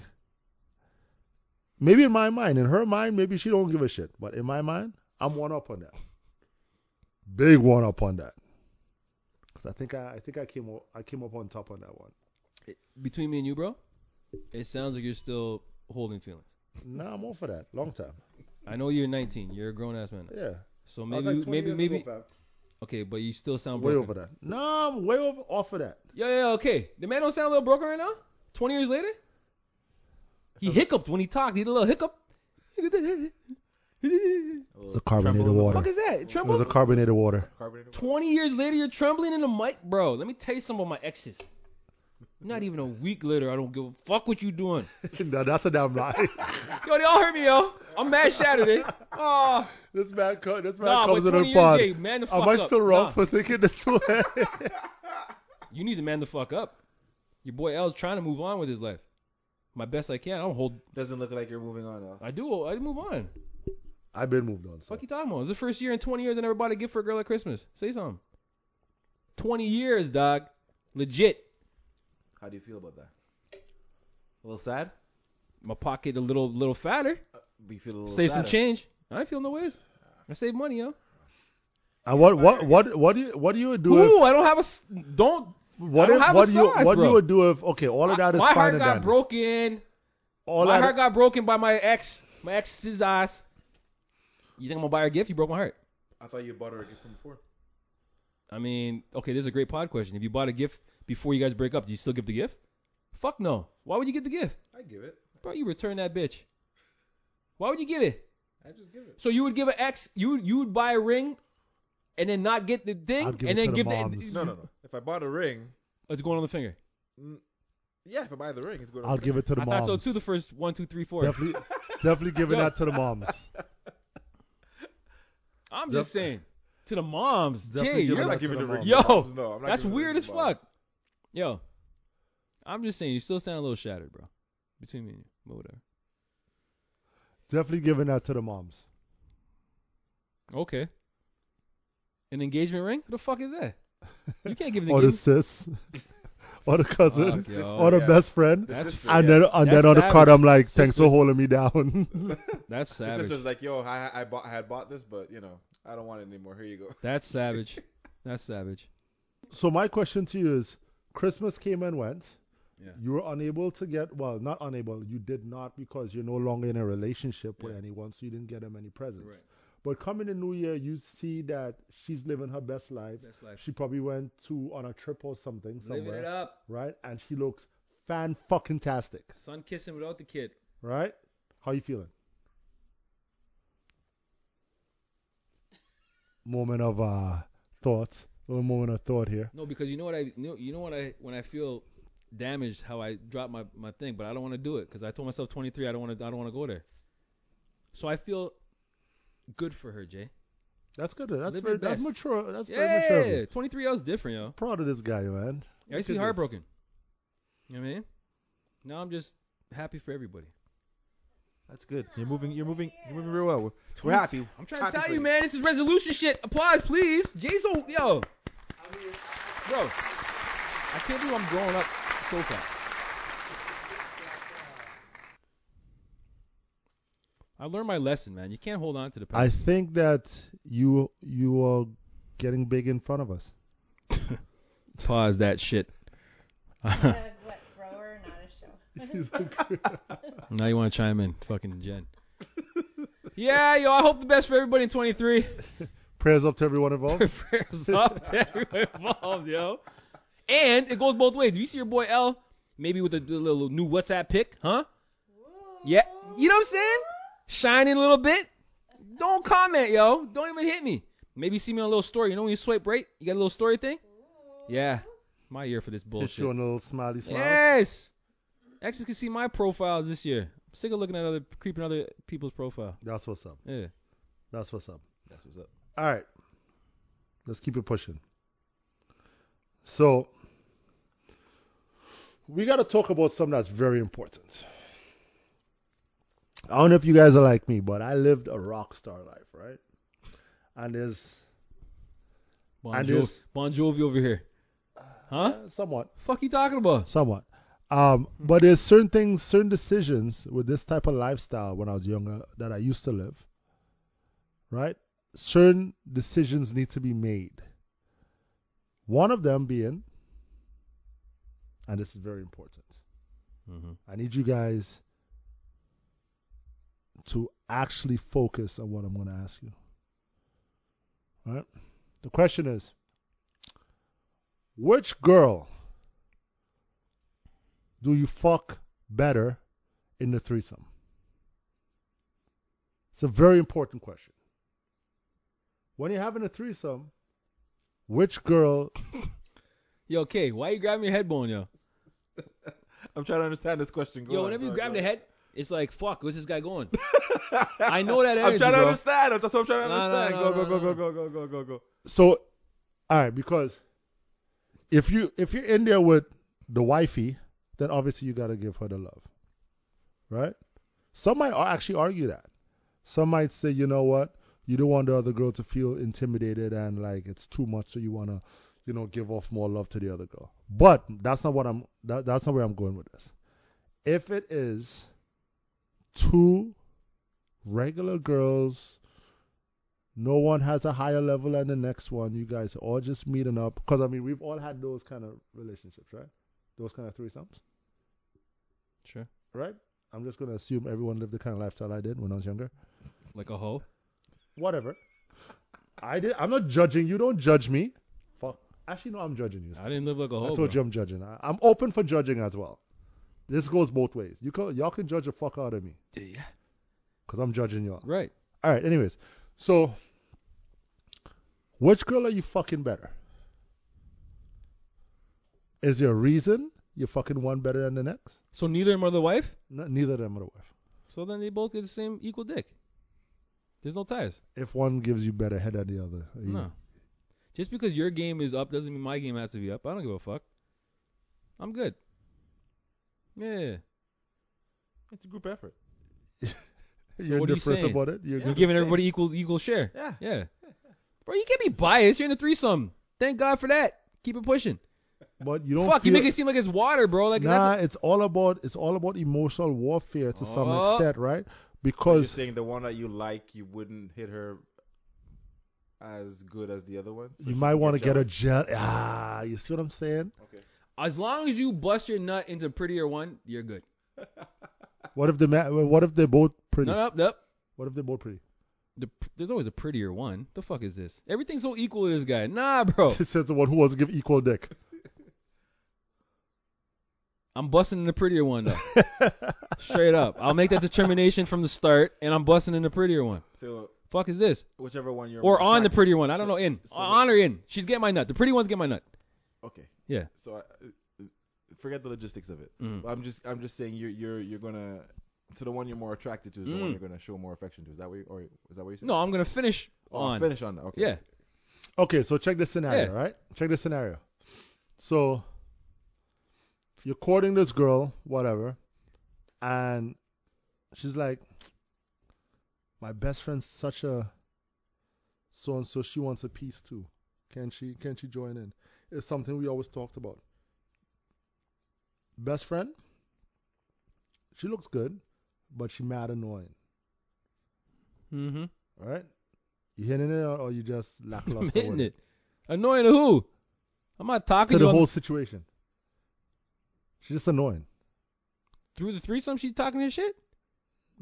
A: maybe in my mind, in her mind, maybe she don't give a shit. But in my mind, I'm one up on that. Big one up on that. Cause I think I, I think I came o- I came up on top on that one.
D: Between me and you, bro, it sounds like you're still holding feelings.
A: Nah, I'm all for that. Long time.
D: I know you're 19. You're a grown ass man.
A: Yeah.
D: So
A: I
D: maybe
A: was like 20
D: maybe
A: years
D: maybe
A: ago, fam.
D: okay, but you still sound
A: way
D: broken.
A: over that. No, I'm way over off of that.
D: Yeah, yeah, okay. The man don't sound a little broken right now. 20 years later, he hiccuped when he talked. He did a little hiccup.
F: Oh.
A: It's a carbonated water.
D: Fuck is that?
A: It
D: Tremble.
A: was a carbonated water.
D: 20 years later, you're trembling in the mic, bro. Let me tell you some of my exes. Not even a week later, I don't give a fuck what you doing.
A: no, that's a damn lie.
D: Yo, they all hurt me, yo. I'm mad Saturday. Oh,
A: this man, co- this man
D: nah,
A: comes
D: but
A: in
D: 20
A: the
D: years,
A: pod.
D: Jay, man the fuck
A: Am I
D: up.
A: still wrong
D: Nah.
A: for thinking this way?
D: You need to man the fuck up. Your boy L's trying to move on with his life. My best I can. I don't hold.
F: Doesn't look like you're moving on now.
D: I do. I move on.
A: I've been moved on. So.
D: Fuck you talking about? It's the first year in 20 years I never bought a gift for a girl at Christmas. Say something. 20 years, dog. Legit.
F: How do you feel about that? A little sad?
D: My pocket a little little fatter.
F: But you feel a little
D: Save some
F: sadder.
D: change. I ain't feel no ways. I save money, yo.
A: And what, what, what, what do you, what do you do
D: Ooh,
A: if,
D: I don't have a s- don't.
A: what,
D: I don't
A: if,
D: have
A: what
D: a
A: do you,
D: size,
A: what do
D: bro.
A: you would do if, okay, all of that is
D: My
A: fine
D: heart
A: and
D: got
A: dandy.
D: broken.
A: All
D: my
A: that-
D: heart got broken by my ex. My ex's eyes. You think I'm gonna buy her a gift? You broke my heart.
J: I thought you bought her a gift from before.
D: I mean, okay, this is a great pod question. If you bought a gift before you guys break up, do you still give the gift? Fuck no. Why would you give the gift?
J: I give it.
D: Bro, you return that bitch. Why would you give it?
J: I just give it.
D: So you would give an ex, you you would buy a ring, and then not get the thing,
A: I'd give
D: and
A: it
D: then
A: to
D: give
A: the
D: the.
A: moms.
J: No, no, no. If I bought a ring,
D: It's going on the finger.
J: mm, yeah, if I buy the ring, it's going. on
A: I'll
J: the
A: give
J: ring.
A: it to the
D: I
A: moms.
D: thought so too. The first one, two, three, four.
A: Definitely, definitely giving
D: Yo.
A: that to the moms.
D: I'm just saying to the moms.
A: Definitely give
D: Jay,
A: it
D: you're
J: I'm not
A: back to
J: giving
A: the
J: the ring.
A: moms.
J: to
D: Yo,
J: the moms, no, I'm not
D: That's
J: giving the ring
D: weird
J: to
D: as
J: the moms.
D: fuck. Yo, I'm just saying, you still sound a little shattered, bro. Between me and you, but whatever.
A: definitely giving that to the moms.
D: Okay. An engagement ring? What the fuck is that? You can't give an
A: Or the
D: engagement.
A: sis. Or the cousin,
D: Fuck, yo.
A: or the
J: Yeah.
A: best friend,
D: Oh, That's
J: sister,
A: and
J: yeah.
A: then and
D: That's
A: then on the card,
D: savage.
A: I'm like, thanks
D: Sister.
A: for holding me down.
D: That's
J: The
D: savage.
J: sister's like, yo, I, I bought, I had bought this, but you know, I don't want it anymore. Here you go.
D: That's savage. That's savage.
A: So my question to you is: Christmas came and went.
D: Yeah.
A: You were unable to get well, not unable. You did not because you're no longer in a relationship with
D: Yeah.
A: anyone, so you didn't get them any presents.
D: Right.
A: But coming in New Year, you see that she's living her best life.
D: That's life.
A: She probably went to on a trip or something
D: Living it
A: somewhere,
D: up.
A: right? And she looks fan fucking tastic,
D: Son kissing without the kid.
A: right? How you feeling? Moment of uh, thought. little moment of thought here.
D: No, because you know what I you know, you know what I when I feel damaged how I drop my, my thing, but I don't want to do it because I told myself 23 I don't want to I don't want to go there. So I feel good for her, Jay.
A: That's good. That's
D: Live
A: very
D: your
A: that's
D: best.
A: mature. That's very mature. of
D: Yeah,
A: you.
D: 23 I was different, yo.
A: Proud of this guy, man.
D: I used to
A: Look
D: be
A: at
D: heartbroken. You know what I mean? Now I'm just happy for everybody.
F: That's good. You're moving. You're moving. You're moving real well. We're, we're happy.
D: I'm trying
F: Happy
D: to tell
F: for
D: you, man, this is resolution shit. Applause, please. Jay's so yo. Bro, I can't believe I'm growing up so fast. I learned my lesson, man. You can't hold on to the
A: I
D: past.
A: think that you you are getting big in front of us.
D: Pause that shit.
E: A, what, grower, not a show.
D: now you want to chime in, fucking Jen. yeah, yo, I hope the best for everybody in 23.
A: Prayers up to everyone involved.
D: prayers up to everyone involved, yo. And it goes both ways. If you see your boy L Maybe with a, d- little new WhatsApp pic, huh? Yeah, you know what I'm saying? Shining a little bit. Don't comment, yo. Don't even hit me. Maybe see me on a little story. You know when you swipe right, you got a little story thing. Yeah, my year for this bullshit.
A: Just showing a little smiley smile.
D: Yes. Exes can see my profiles this year. I'm sick of looking at other creeping other people's profile.
A: That's what's up.
D: Yeah.
A: That's what's up.
F: That's what's up.
A: All right. Let's keep it pushing. So, we got to talk about something that's very important. I don't know if you guys are like me, but I lived a rock star life, right? And there's
D: Bon,
A: And
D: jo-
A: this-
D: bon Jovi over here. Huh?
A: somewhat,
D: Fuck you talking about?
A: somewhat. Um, but there's certain things, certain decisions with this type of lifestyle when I was younger that I used to live, right? Certain decisions need to be made. One of them being, and this is very important.
D: Mm-hmm.
A: I need you guys to actually focus on what I'm going to ask you. All right? The question is which girl do you fuck better in the threesome? It's a very important question. When you're having a threesome, which girl
D: Yo, K, why you grabbing your head bone, yo?
F: I'm trying to understand this question. Go
D: Yo,
F: on,
D: whenever
F: go
D: you
F: on,
D: grab
F: go
D: the
F: on.
D: head, it's like, fuck, where's this guy going? I know that energy,
F: I'm trying to
D: bro.
F: understand. That's what I'm trying to
D: No, no,
F: understand.
D: no,
F: go,
D: no,
F: go,
D: no.
F: go, go, go, go, go, go.
A: So, all right, because if you if you're in there with the wifey, then obviously you gotta give her the love, right? Some might ar- actually argue that. Some might say, you know what, you don't want the other girl to feel intimidated and like it's too much, so you wanna, you know, give off more love to the other girl. But that's not what I'm. That, that's not where I'm going with this. If it is two regular girls no one has a higher level than the next one. You guys are all just meeting up. Because, I mean, we've all had those kind of relationships, right? Those kind of threesomes,
D: Sure.
A: right? I'm just going to assume everyone lived the kind of lifestyle I did when I was younger.
D: Like a hoe.
A: Whatever. I did. I'm not judging you. Don't judge me. Fuck. Actually, no, I'm judging you.
D: I didn't live like a hoe.
A: I told
D: bro.
A: you I'm judging. I, I'm open for judging as well. This goes both ways. You can, y'all can judge the fuck out of me
D: Yeah.
A: because I'm judging y'all.
D: Right.
A: All right. Anyways, so which girl are you fucking better? Is there a reason you fucking one better than the next?
D: So neither of them are the wife?
A: No, neither of them are the wife.
D: So then they both get the same equal dick. There's no ties.
A: If one gives you better head than the other, are you-
D: No. Just because your game is up doesn't mean my game has to be up. I don't give a fuck. I'm good. Yeah.
F: It's a group effort.
A: you're
D: what are you
A: indifferent
D: saying?
A: about it. You're
D: You're
A: gonna-
D: giving everybody equal equal share.
F: Yeah.
D: Yeah. Bro, you can't be biased. You're in a threesome. Thank God for that. Keep it pushing.
A: but you don't.
D: Fuck, you
A: feel-
D: make it seem like it's water, bro. Like
A: nah,
D: that's
A: it's all about it's all about emotional warfare to some
D: Oh.
A: extent, right?
F: So you're
A: Because
F: saying the one that you like, you wouldn't hit her as good as the other one. So
A: you
F: she
A: might
F: would
A: want to get a
F: jealous?
A: gel. Ah, you see what I'm saying?
D: as long as you bust your nut into prettier one, you're good.
A: What if the ma- what if they're both pretty?
D: No, no, no.
A: What if they're both pretty?
D: The, there's always a prettier one. The fuck is this? Everything's so equal to this guy. Nah, bro.
A: It says the one who wants to give equal dick.
D: I'm busting in the prettier one though. Straight up. I'll make that determination from the start, and I'm busting in the prettier one.
F: So
D: Fuck is this?
F: whichever one you're.
D: Or
F: more
D: on the
F: attracted-
D: prettier one. I don't
F: so-
D: know. In.
F: so-
D: On or in. She's getting my nut. The pretty one's getting my nut.
F: Okay.
D: Yeah.
F: So I, uh, forget the logistics of it.
A: Mm.
D: Mhm.
F: I'm just I'm just saying you're you're you're gonna so the one you're more attracted to is the
D: Mm.
F: one you're gonna show more affection to. Is that what you, or is that what you're saying?
D: No, I'm gonna finish
F: Oh,
D: on.
F: finish on that. Okay.
D: Yeah.
A: Okay, so check this scenario,
D: Yeah.
A: right? Check this scenario. So you're courting this girl, whatever, and she's like, "My best friend's such a so and so. She wants a piece too. Can she? Can she join in? It's something we always talked about. Best friend. She looks good, but she mad annoying.
D: Mm-hmm.
A: All right, you hitting it or or you just
D: I'm
A: lackluster? with
D: hitting it. Annoying to who? I'm not talking
A: to
D: to
A: the
D: you. I'm-
A: whole situation. She's just annoying.
D: through the threesome. She's talking his shit.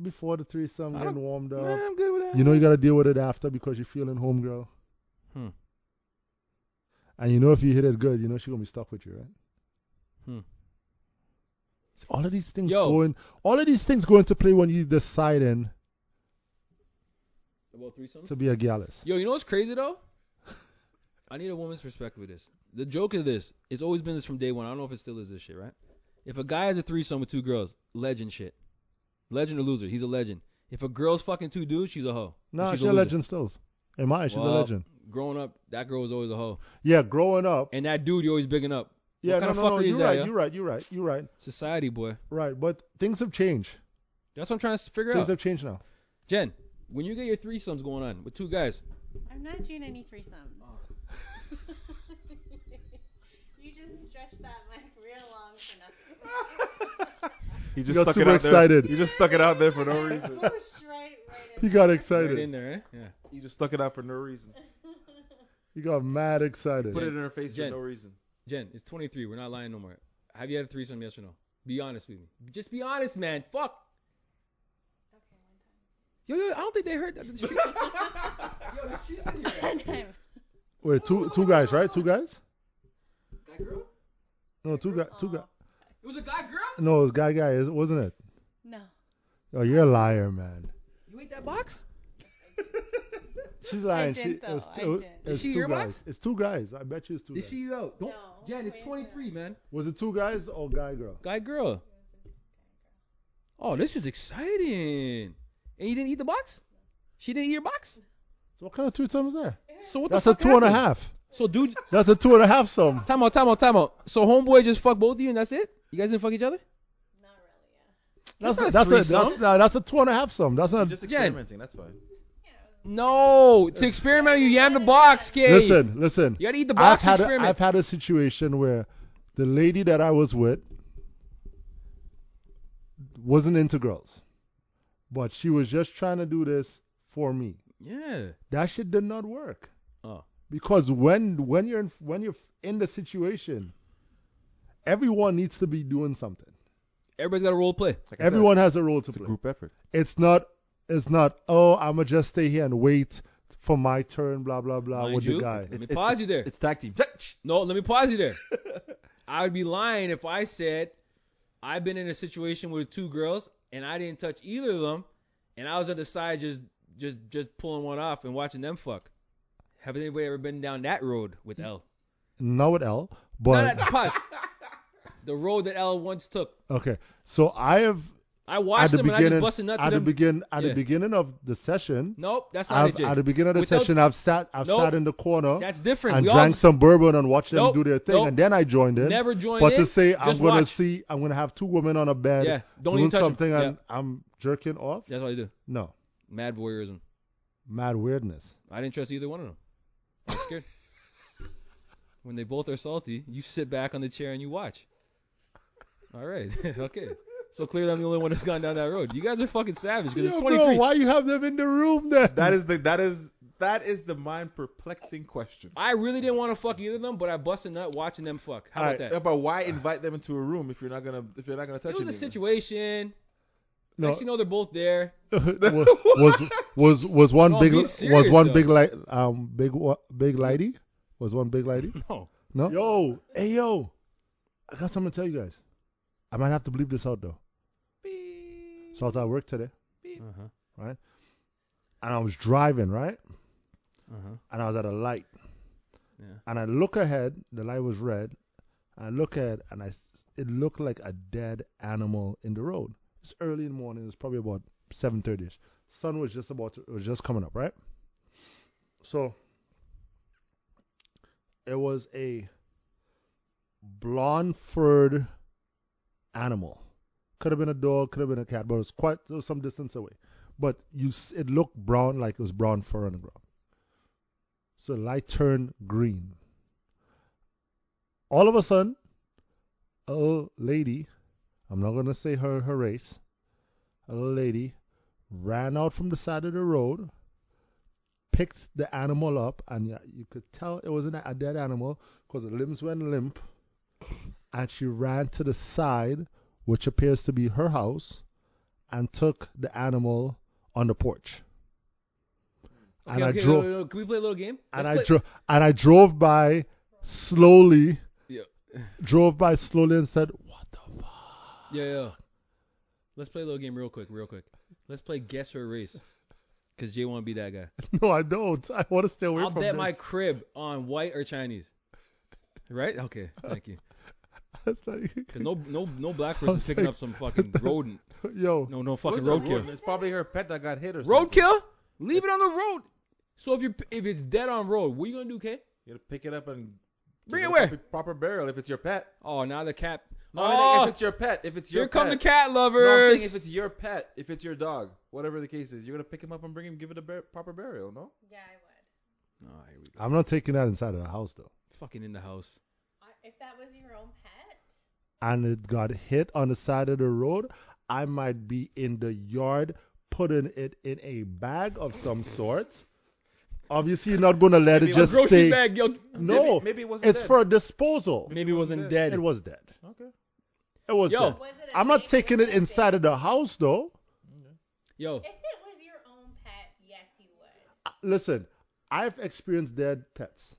A: Before the threesome,
D: I
A: getting
D: don't-
A: warmed up.
D: Nah, I'm good with that.
A: You know you gotta deal with it after because you're feeling homegirl.
D: Hmm.
A: And you know if you hit it good, you know she's gonna be stuck with you, right?
D: Hmm.
A: all of these things going, all of these things go into play when you deciding
D: About threesomes?
A: to be a gallus.
D: Yo, you know what's crazy though? I need a woman's perspective with this. The joke of this, it's always been this from day one. I don't know if it still is this shit, right? If a guy has a threesome with two girls, legend shit. Legend or loser, he's a legend. If a girl's fucking two dudes, she's a hoe.
A: No,
D: she's
A: she's a
D: loser.
A: legend still. Am I? She's
D: Well,
A: a legend.
D: Growing up, that girl was always a hoe.
A: Yeah, growing up.
D: And that dude, you're always bigging up.
A: Yeah,
D: what kind
A: no, no,
D: of
A: no.
D: fuckery
A: You're
D: is that,
A: right.
D: yo?
A: You're right. You're right. You're right.
D: Society, boy.
A: Right, but things have changed.
D: That's what I'm trying to figure
A: Things
D: out.
A: have changed now.
D: Jen, when you get your threesomes going on with two guys,
E: I'm not doing any threesomes. you just stretched that mic real long for nothing.
J: He
A: You
J: just
A: got
J: stuck
A: super
J: it out
A: excited.
J: there. You just stuck it out there for no reason.
E: Whoosh, right, right in
A: He got
E: there.
A: excited.
D: right in there, eh? Yeah.
J: You just stuck it out for no reason.
A: He got mad excited.
J: Put it in her face
D: Jen.
J: for no reason.
D: Jen, it's 23. We're not lying no more. Have you had a threesome? Yes or no? Be honest with me. Just be honest, man. Fuck. Yo, yo, I don't think they heard that. The street- yo, the streets in here.
E: One time.
A: Wait, two two guys, right? Two guys?
D: Guy girl?
A: No, two guys. Two guys.
D: It was a guy girl?
A: No, it was guy guy, is- wasn't it?
E: No.
A: Oh, you're a liar, man.
D: You ate that box?
A: She's lying.
E: did,
A: she,
E: though.
A: It's,
E: I
A: it was-
E: did.
A: it's
D: Is she
A: two
D: your
A: guys.
D: box?
A: It's two guys. I bet you it's two
D: Did
A: guys.
D: she out? E Don't.
E: No,
D: Jen, it's
E: wait,
D: 23, man.
A: Was it two guys or guy girl?
D: Guy girl. Oh, this is exciting. And you didn't eat the box? She didn't eat your box?
A: So what kind of threesome is that?
D: So what
A: That's
D: the
A: a
D: fuck
A: two and a
D: happened?
A: half.
D: So dude,
A: That's a two and a half sum.
D: time out, time out, time out. So homeboy just fucked both of you and that's it? You guys didn't fuck each other?
E: Not really, yeah.
A: That's
D: not a
A: that's a
D: threesome.
A: that's, no, that's a two and a half sum. That's
J: You're
A: not.
J: just
D: Um, Jen.
J: experimenting. That's fine.
D: No, to experiment, you yam the box, kid.
A: Listen, listen.
D: you gotta eat the
A: I've
D: box
A: had a,
D: experiment.
A: I've had a situation where the lady that I was with wasn't into girls, but she was just trying to do this for me.
D: yeah.
A: That shit did not work.
D: Oh.
A: Because when when you're in, when you're in the situation, everyone needs to be doing something.
D: Everybody's got a role play.
J: Like I said,
A: Everyone has a role to
J: It's a
A: play.
J: group effort.
A: It's not it's not oh I'ma just stay here and wait for my turn blah blah blah
D: Mind
A: with
D: you,
A: the guy.
D: Let me pause you there.
F: It's tag team.
D: No, let me pause you there. I would be lying if I said I've been in a situation with two girls and I didn't touch either of them, and I was on the side just just just pulling one off and watching them fuck. Have anybody ever been down that road with L?
A: Not with L,
D: Not
A: but
D: that pause. The road that L once took.
A: okay. So I have
D: I
A: at
D: watched
A: the
D: them and I just
A: beginning
D: busted nuts
A: at
D: to
A: the
D: them.
A: begin at
D: Yeah.
A: the beginning of the session
D: nope, that's not
A: I've,
D: legit.
A: at the beginning of the
D: Without-
A: session I've sat I've
D: Nope.
A: sat in the corner
D: that's different.
A: and
D: we
A: drank some bourbon and watched them
D: Nope,
A: do their thing
D: nope.
A: and then I joined
D: all
A: in.
D: never joined
A: but
D: in.
A: to say I'm
D: just
A: gonna
D: watch.
A: see I'm gonna have two women on a bed
D: Yeah, don't
A: doing
D: even touch 'em.
A: something
D: Yeah.
A: and I'm jerking off.
D: That's what I do.
A: No.
D: Mad voyeurism.
A: Mad weirdness.
D: I didn't trust either one of them. I'm scared. when they both are salty, you sit back on the chair and you watch. All right, okay. So clearly, I'm the only one that's gone down that road. You guys are fucking savage because
A: Yo,
D: it's
A: bro,
D: 23.
A: why you have them in the room then?
J: That is the that is that is the mind perplexing question.
D: I really didn't want to fuck either of them, but I busted nut watching them fuck. How
A: Alright,
D: about that?
J: But why invite them into a room if you're not gonna if you're not gonna touch
D: It was a
J: anything?
D: situation.
A: No.
D: Next, you know, they're both there.
A: was, was was was one
D: No,
A: big
D: be
A: was
D: serious,
A: one
D: though.
A: big light um big wa- big lady was one big lady
D: No.
A: no yo hey yo I got something to tell you guys I might have to bleep this out though so I was at work today
D: Uh huh.
A: Uh-huh. and I was driving right
D: Uh huh.
A: and I was at a light
D: Yeah.
A: and I look ahead the light was red and I look ahead and I s- it looked like a dead animal in the road it's early in the morning it's probably about 7:30 ish sun was just about to, it was just coming up right so it was a blonde furred animal. Could have been a dog, could have been a cat, but it was quite it was some distance away. But you, s- it looked brown, like it was brown fur on the ground. So the light turned green. All of a sudden, a little lady, I'm not gonna say her her race, a little lady ran out from the side of the road, picked the animal up, and y- you could tell it wasn't a a dead animal because the limbs went limp. And she ran to the side, which appears to be her house, and took the animal on the porch.
D: Okay,
A: and
D: okay,
A: I drove
D: no, no, no. Can we play a little game?
A: and
D: Let's
A: I
D: play-
A: drove and I drove by slowly,
D: Yeah.
A: drove by slowly and said, "What the fuck?"
D: Yeah, yeah. Let's play a little game real quick, real quick. Let's play guess or race, because Jay want to be that guy.
A: No, I don't. I want to stay away
D: I'll
A: from
D: bet
A: this.
D: my crib on white or Chinese. Right? Okay. Thank you.
A: That's not...
D: 'Cause no, no, no black person picking up some fucking rodent.
A: Yo.
D: No, no
F: What's
D: fucking
F: the rodent?
D: roadkill.
F: It's probably her pet that got hit or something.
D: Roadkill? Leave it on the road. So if you if it's dead on road, what you gonna do, K?
F: You gotta pick it up and
D: Bring
F: give
D: it
F: a
D: where?
F: proper- Proper burial if it's your pet.
D: Oh, now the cat.
F: No, I
D: oh,
F: mean, if it's your pet, if it's your
D: here come
F: pet.
D: the cat lovers.
F: No, I'm saying if it's your pet, if it's your dog, whatever the case is, you're gonna pick him up and bring him, give it a bur- proper burial, no?
E: Yeah, I would.
D: Oh, here we go.
A: I'm not taking that inside of the house though.
D: Fucking in the house.
E: Uh, If that was your own pet,
A: And it got hit on the side of the road. I might be in the yard putting it in a bag of some sort. Obviously, you're not gonna let it
D: A
A: just
D: grocery
A: stay.
D: bag, yo.
A: No,
F: Maybe- maybe it wasn't
A: it's
F: dead.
A: for disposal.
D: Maybe wasn't dead.
A: It was dead.
F: Okay.
A: It was
D: Yo.
A: dead.
E: was it? a
A: I'm not
E: big
A: taking it
E: pet?
A: inside of the house though.
D: Yo,
E: If it was your own pet, yes, you would.
A: I- Uh, Listen, I've experienced dead pets.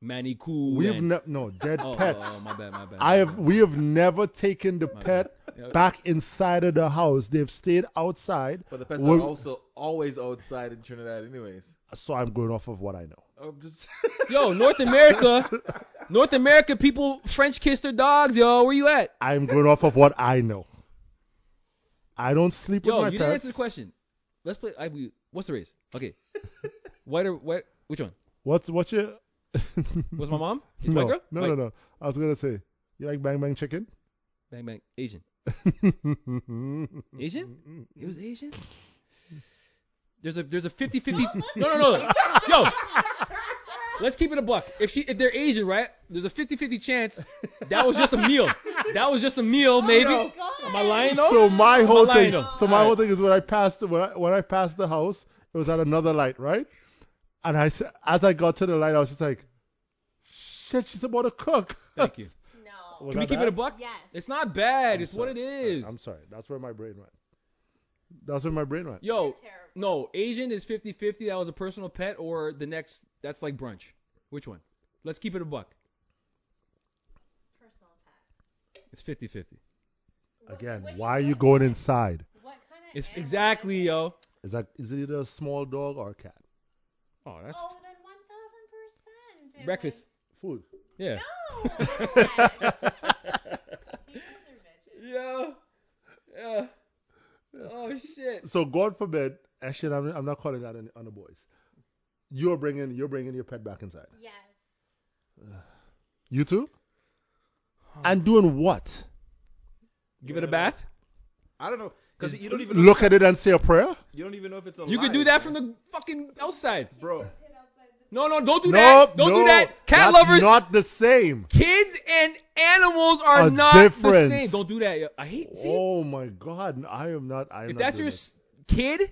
D: Manny Cool.
A: We've
D: and-
A: ne- no dead
D: oh,
A: pets.
D: Oh, my bad, my bad.
A: I
D: my
A: have
D: bad.
A: we have never taken the
D: My
A: pet
D: Yeah.
A: back inside of the house. They've stayed outside.
F: But the pets
A: Well-
F: are also always outside in Trinidad, anyways.
A: So I'm going off of what I know.
F: I'm just.
D: Yo, North America, North America people French kiss their dogs, yo. Where you at?
A: I'm going off of what I know. I don't sleep
D: Yo,
A: with my
D: you didn't
A: pets.
D: answer the question. Let's play. I, we- what's the race? Okay. White or white? Which one?
A: What's what's your?
D: Was my mom? Is
A: no,
D: white girl?
A: no,
D: White.
A: no, no. I was gonna say you like bang bang chicken.
D: Bang bang. Asian.
A: Mm,
D: Asian? It was Asian. There's a there's a 50 50 No no no. Yo. Let's keep it a buck. If she if they're Asian, right? There's a 50 50 chance that was just a meal. That was just a meal, maybe.
A: Oh,
E: Oh,
A: no.
D: Am I lying though?
A: So my
D: Am I
A: whole
D: lying
A: thing.
D: though?
A: So my
D: Alright.
A: whole thing is when I passed when I, when I passed the house, it was at another light, right? And I s- as I got to the light, I was just like, shit, she's about to cook.
D: Thank you.
E: No.
A: Was
D: Can we
A: that
D: keep
A: bad?
D: it a buck?
E: Yes.
D: It's not bad.
A: I'm
D: it's
A: sorry.
D: what it is.
A: I'm sorry. That's where my brain went. That's where my brain went.
D: Yo,
E: You're terrible.
D: no, Asian is 50 50. That was a personal pet, or the next, that's like brunch. Which one? Let's keep it a buck.
E: Personal pet.
D: It's 50 50.
E: What-
A: Again,
E: what do
A: why are you
E: look
A: going
E: like?
A: inside?
E: What kind of
D: It's
E: animal
D: exactly,
E: is it?
D: yo.
A: Is that is it either a small dog or a cat?
D: Oh, that's.
E: Oh, then 1000%. it
D: Breakfast.
A: Food.
D: Yeah.
E: was- No! yes. You guys are bitches.
D: Yeah. Yeah. Oh, shit.
A: So God forbid, actually, I'm, I'm not calling that on, on the boys. You're bringing you're bringing your pet back inside.
E: Yes.
A: You too? And doing what?
D: Give it a bath?
F: I don't know, cause you don't even know,
A: Look at it and say a prayer?
F: you don't even know if it's alive.
D: You could do that from the fucking outside.
F: bro.
E: Sit outside the
D: No, no, don't do
A: nope,
D: that. Don't
A: no,
D: do that. Cat
A: that's
D: lovers,
A: Not the same.
D: kids and animals are
A: A
D: not the
A: difference.
D: same. Don't do that. yo. I hate, see?
A: Oh my God, I am not. I am
D: if
A: not
D: that's
A: doing
D: your
A: this.
D: s kid,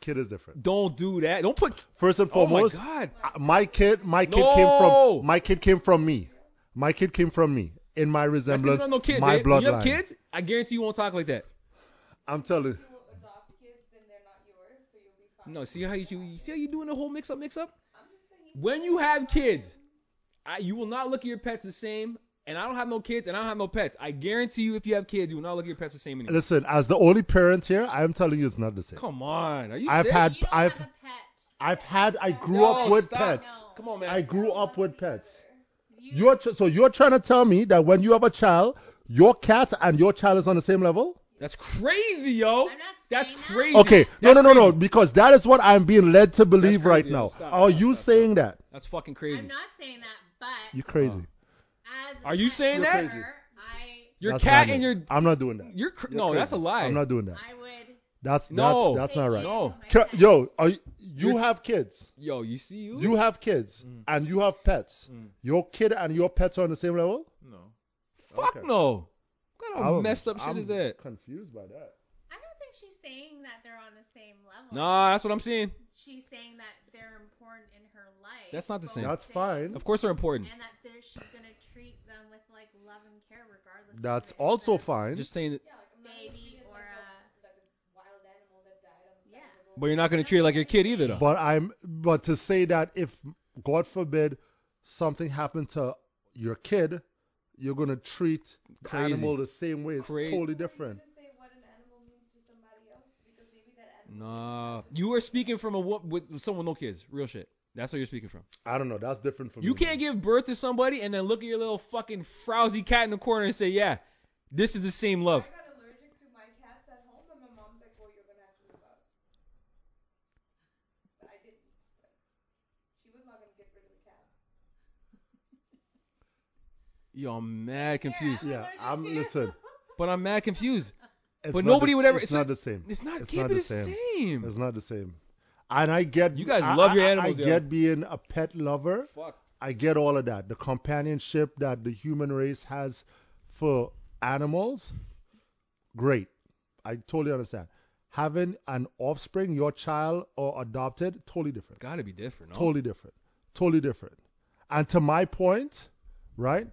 A: kid is different.
D: don't do that. Don't put.
A: First and
D: Oh, my
A: foremost,
D: God.
A: I- my kid, my kid
D: No.
A: came from my kid came from me. My kid came from me in my
D: That's 'cause you
A: resemblance,
D: don't know kids.
A: my
D: eh?
A: bloodline.
D: When you have kids, I guarantee you won't talk like that.
A: I'm telling.
E: people adopt kids, then they're not yours, so you'll be fine.
D: No, see how you you see how you doing the whole mix up, mix up. When you have kids, I, you will not look at your pets the same. And I don't have no kids, and I don't have no pets. I guarantee you, if you have kids, you will not look at your pets the same anymore.
A: Listen, as the only parent here, I am telling you, it's not the same.
D: Come on, are you
A: I've
D: sick?
A: had,
E: You don't
A: I've,
E: have a pet.
A: I've had, I grew
D: No,
A: up with
D: stop.
A: pets.
E: No.
D: Come on, man.
A: I grew up with
E: The
A: pets.
E: other.
A: You're tr- so you're trying to tell me that when you have a child, your cat and your child is on the same level?
D: That's crazy, yo.
E: I'm not
D: That's
E: saying that.
D: crazy.
A: Okay, no,
D: That's
A: no, no, no,
D: crazy.
A: because that is what I'm being led to believe
D: crazy,
A: right
D: yo.
A: now.
D: Stop,
A: Are
D: stop,
A: you
D: stop, stop.
A: saying that?
D: That's fucking crazy.
E: I'm not saying that, but
A: You crazy?
E: as a
D: Are you
E: pet
D: saying
A: You're
D: that?
A: crazy.
E: I
D: Your
A: That's
D: cat
A: madness.
D: and your
A: I'm not doing that.
D: your cr-
A: You're
D: no,
A: crazy.
D: that's a lie.
A: I'm not doing that.
E: I would
A: That's
D: No.
A: that's that's
E: say
A: not
E: you
A: right.
D: No.
E: as my
A: Ca-
E: pet.
A: Yo, are you, you
D: You're-
A: have kids.
D: Yo, you see you?
A: You have kids
F: Mm.
A: and you have pets.
F: Mm.
A: Your kid and your pets are on the same level?
F: No.
D: Fuck
A: Okay.
D: no. What kind of
A: I'm-
D: messed up shit
A: I'm
D: is that?
A: Confused by that.
E: I don't think she's saying that they're on the same level.
D: Nah, that's what I'm seeing.
E: She's saying that they're important in her life.
D: That's not the
E: both
D: same.
A: That's
E: things,
A: fine.
D: Of course they're important.
E: And that they're, she's gonna treat them with like love and care, regardless.
A: That's
E: of if
A: also
E: they're
A: fine.
D: Just saying,
E: a Baby or a yeah.
D: but you're not gonna treat it like your kid either, though.
A: But I'm but to say that if God forbid something happened to your kid you're gonna treat the
D: Crazy.
A: animal the same way. It's
D: Cra-
A: totally different.
D: Nah, you were speaking from a wo- with someone no kids, real shit. That's what you're speaking from.
A: I don't know. That's different for me.
D: You can't give birth to somebody and then look at your little fucking frowsy cat in the corner and say, "Yeah, this is the same love." Yo, I'm mad confused.
A: Yeah, I'm listen.
D: But I'm mad confused.
A: It's
D: but
A: not
D: nobody
A: the-
D: would ever.
A: It's, not the same.
D: It's not.
A: It's
D: can't
A: not
D: be
A: the
D: the
A: same.
D: same.
A: It's not the same. And I get
D: You guys
A: I-
D: love
A: I-
D: your
A: I-
D: animals,
A: I,
D: yo.
A: get being a pet lover.
D: Fuck.
A: I get all of that. The companionship that the human race has for animals, great. I totally understand. Having an offspring, your child or adopted, totally different.
D: Gotta be different. No?
A: Totally different. Totally different. And to my point, right?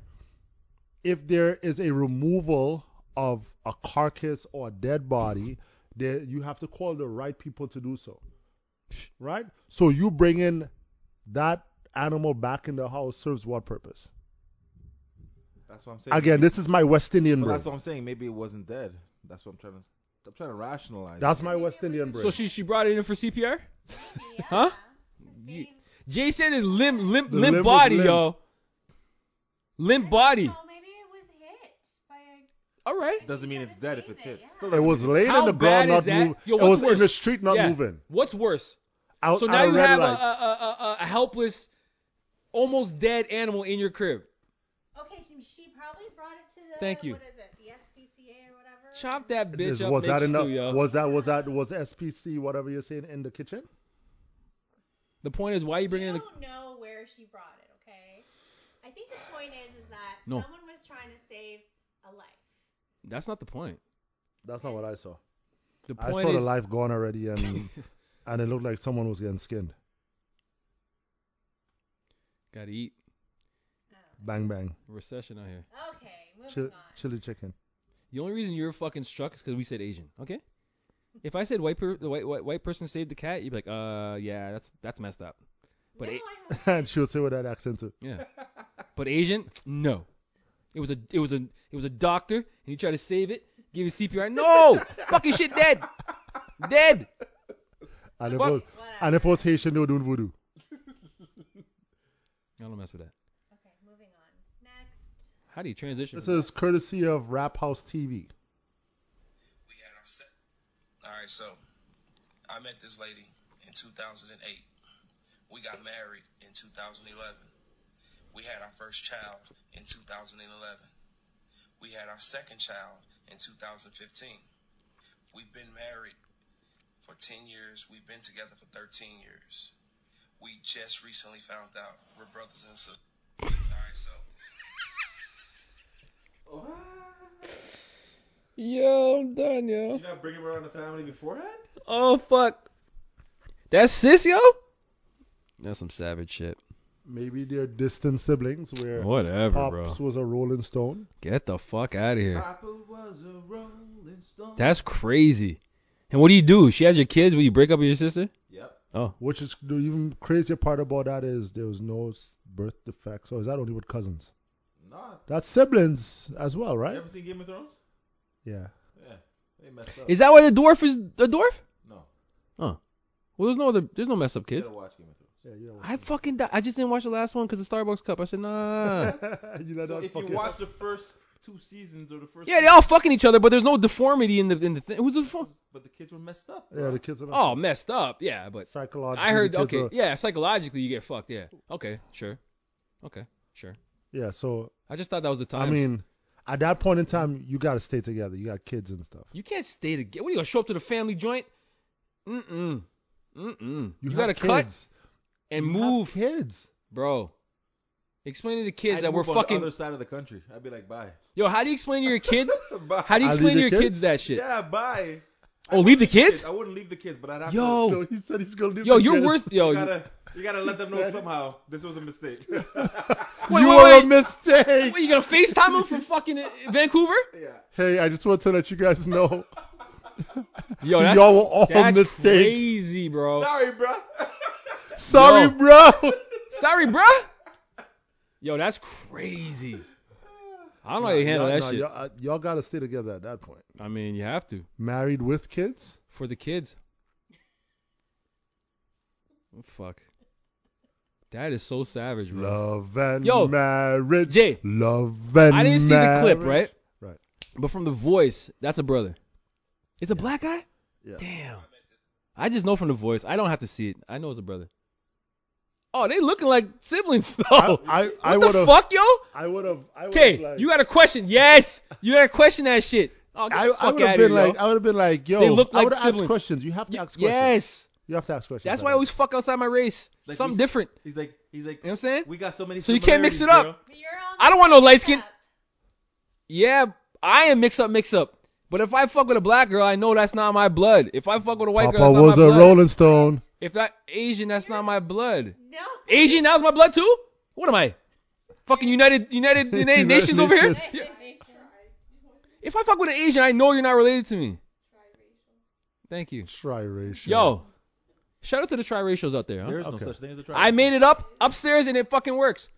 A: If there is a removal of a carcass or a dead body, there you have to call the right people to do so. Right? So you bring in that animal back in the house serves what purpose?
F: That's what I'm saying.
A: Again, this is my West Indian
F: But
A: brain.
F: that's what I'm saying. Maybe it wasn't dead. That's what I'm trying to. I'm trying to rationalize.
A: That's
F: it.
A: my West Indian brain.
D: So she she brought it in for CPR? Huh? You- Jay said it limp limp
A: The
D: limp
A: limb was
D: body,
A: limp.
D: yo. Limp body.
E: Oh,
D: All right.
F: Doesn't mean it's dead if it's hit. Still
A: it
F: doesn't
A: was
F: mean
A: laying
D: How
A: in the
D: bad
A: ground, not
D: is that?
A: moving.
D: Yo,
A: It
D: what's
A: was
D: worse?
A: in the street, not
D: Yeah.
A: moving.
D: What's worse?
A: Out,
D: so
A: out
D: now
A: of
D: you
A: red
D: have a, a,
A: light.
D: a, a, a helpless, almost dead animal in your crib.
E: Okay, she- she probably brought it to the.
D: Thank you.
E: What is it? The SPCA or whatever.
D: Chop that bitch
A: Is-
D: up.
A: was
D: make
A: that enough?
D: stew, yo.
A: Was that was that was SPC whatever you're saying in the kitchen?
D: The point is, why you bringing
E: you
D: in the?
E: don't know where she brought it, okay? I think the point is, is that
D: No.
E: someone was trying to save a life.
D: That's not the point.
A: That's not what I saw.
D: The
A: I
D: point
A: saw the
D: is,
A: life gone already, and and it looked like someone was getting skinned.
D: gotta eat.
A: Bang bang,
D: Recession out here.
E: Okay,
A: Chil-
E: moving on.
A: chili chicken.
D: The only reason you're fucking struck is because we said Asian. Okay. If I said white, per- the white white white person saved the cat, you'd be like, uh, yeah, that's that's messed up. But
E: No,
D: A-
E: I don't-
A: and she would say with that accent too.
D: Yeah. But Asian, no. It was a it was a it was a doctor and you try to save it, give it CPR. No! Fucking shit dead. Dead.
A: And if, it
D: Fuck.
A: was, and if it was Haitian, they were doing voodoo.
D: I don't mess with that.
E: Okay, moving on. Next.
D: How do you transition?
A: This
D: from
A: is courtesy of Rap House TV.
G: we had our set. All right, so I met this lady in 2008. We got married in 2011. We had our first child in 2011. We had our second child in 2015. We've been married for 10 years. We've been together for 13 years. We just recently found out we're brothers and sisters. All right, so
D: that? Yo, I'm done, yo.
J: Did you not bring him around the family beforehand?
D: Oh fuck. That's sis, yo? That's some savage shit.
A: Maybe they're distant siblings where
D: Whatever,
A: Pops was a Rolling Stone.
D: Get the fuck out of here.
J: Papa was a rolling stone.
D: That's crazy. And what do you do? She has your kids, will you break up with your sister?
J: Yep.
D: Oh.
A: Which is the even crazier part about that is there was no s- birth defects. Or is that only with cousins?
J: Not.
A: That's siblings as well,
J: You
A: right?
J: ever seen Game of Thrones?
A: Yeah.
J: Yeah. They messed up.
D: Is that why the dwarf is the dwarf?
J: No.
D: Well there's no other there's no mess up
J: You
D: kids.
J: gotta watch Game of Thrones.
A: Yeah,
D: I fucking di- I just didn't watch the last one because the Starbucks cup. I said nah.
A: you let
J: So
A: that
J: if you
A: fucking-
J: watch the first two seasons or the first.
D: yeah, they all fucking each other, but there's no deformity in the in the thing. Who's the deform-
J: But the kids were messed up.
A: Yeah, the kids are
D: Oh, messed up. Yeah, but
A: psychological.
D: I heard okay. Yeah, psychologically you get fucked. Yeah. Okay, sure. Okay, sure.
A: Yeah, so
D: I just thought that was the time.
A: I mean, at that point in time, you gotta stay together. You got kids and stuff.
D: you can't stay together. What are you gonna show up to the family joint? Mm mm. Mm mm. You,
A: have
D: gotta cut
A: kids.
D: and
A: You have
D: move,
A: kids.
D: bro. Explain to the kids
J: I'd
D: that we're
J: move on
D: fucking.
J: the other side of the country. I'd be like, bye.
D: Yo, how do you explain to your kids?
J: bye.
D: How do you
A: I leave
D: explain to
A: the
D: your
A: kids?
D: kids that shit?
J: Yeah, bye.
D: Oh, leave the kids?
J: I wouldn't leave the kids, but I'd have
D: Yo.
J: to.
A: No, he said he's gonna leave
D: Oh. Yo,
A: the
D: you're
A: kids.
D: worth. Yo,
J: You
D: you-
J: gotta, you gotta let them know somehow this was a mistake.
D: Wait,
A: you
D: wait,
A: are
D: wait.
A: a mistake.
D: What, you gonna FaceTime him from fucking uh, Vancouver?
J: yeah.
A: Hey, I just want to let you guys know,
D: Yo, that's,
A: y'all were all
D: that's
A: mistakes.
D: crazy, bro.
J: Sorry, bro.
A: Sorry,
D: Yo.
A: bro.
D: Sorry, bruh. Yo, that's crazy. I don't know how you handle
A: y'all,
D: that
A: nah,
D: shit.
A: Y'all, uh, y'all gotta stay together at that point.
D: I mean, you have to
A: Married with kids?
D: for the kids. Oh, fuck. That is so savage, bro.
A: Love and
D: Mm. Yo,
A: marriage.
D: Jay.
A: Love and
D: I didn't see the clip,
A: marriage.
D: right?
A: Right.
D: But from the voice, that's a brother. It's a black guy?
A: Yeah.
D: Damn. I just know from the voice. I don't have to see it. I know it's a brother. Oh, they looking like siblings though.
A: I, I, I
D: Oh. what the
A: would've-
D: fuck, yo?
A: I would have. I would
D: Okay,
A: have like,
D: you got a question? Yes, you got to question that shit. Oh, get
A: I,
D: the
A: I
D: fuck
A: would have
D: out of
A: been
D: here,
A: like,
D: yo.
A: I would have been like, yo.
D: They look
A: I
D: like
A: would have asked
D: siblings.
A: questions. You have to ask questions.
D: yes,
A: You have to ask questions.
D: that's
A: I
D: why I
A: know.
D: always fuck outside my race.
F: Like
D: Something
F: we-
D: different.
F: He's like, he's like,
D: You know what I'm saying?
F: we got so many.
D: So you can't mix it
F: similarities,
D: up.
E: You're all
D: I don't want no
E: mixed
D: light skin-
E: up.
D: Yeah, I am mix up, mix up. But if I fuck with a black girl, I know that's not my blood. If I fuck with a white girl,
A: Papa
D: that's
A: was
D: not
A: a
D: my blood.
A: Rolling Stone.
D: If that Asian, that's not my blood.
E: No.
D: Asian, that was my blood too. What am I? Fucking United United, United
A: United
D: Nations over here.
A: Nations.
D: Yeah. If I fuck with an Asian, I know you're not related to me. Thank you.
A: Triracial.
D: Yo, shout out to the triracials out there. Huh?
F: There is
A: Okay.
F: no such thing as a tribe.
D: I made it up upstairs and it fucking works.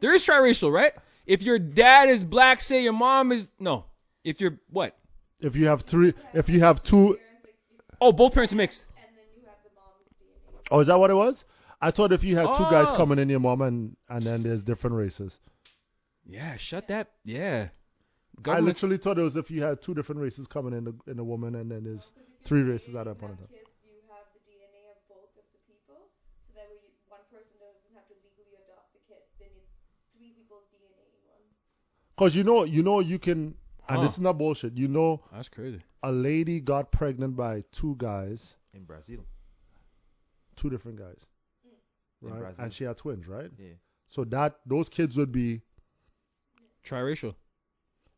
D: There is triracial, right? If your dad is black, say your mom is no. If you're what?
A: If you have three, if you have two,
D: Oh, both parents mixed.
A: oh, is that what it was? I thought if you had two guys
D: Oh.
A: coming in, your mom and and then there's different races.
D: Yeah, shut that. Yeah.
A: I
D: Government.
A: literally thought it was if you had two different races coming in the in a woman and then there's three races at that point in time.
E: Kids, you have the DNA of both of the people, so that way one person doesn't have to legally adopt the kid. Then it's three people's DNA in one.
A: Cause you know, you know, you can, and this is
D: Huh.
A: not bullshit. You know,
D: That's crazy.
A: a lady got pregnant by two guys,
F: in Brazil.
A: two different guys,
F: In
A: right?
F: Brazil.
A: And she had twins, right?
F: Yeah.
A: So that those kids would be
D: Triracial,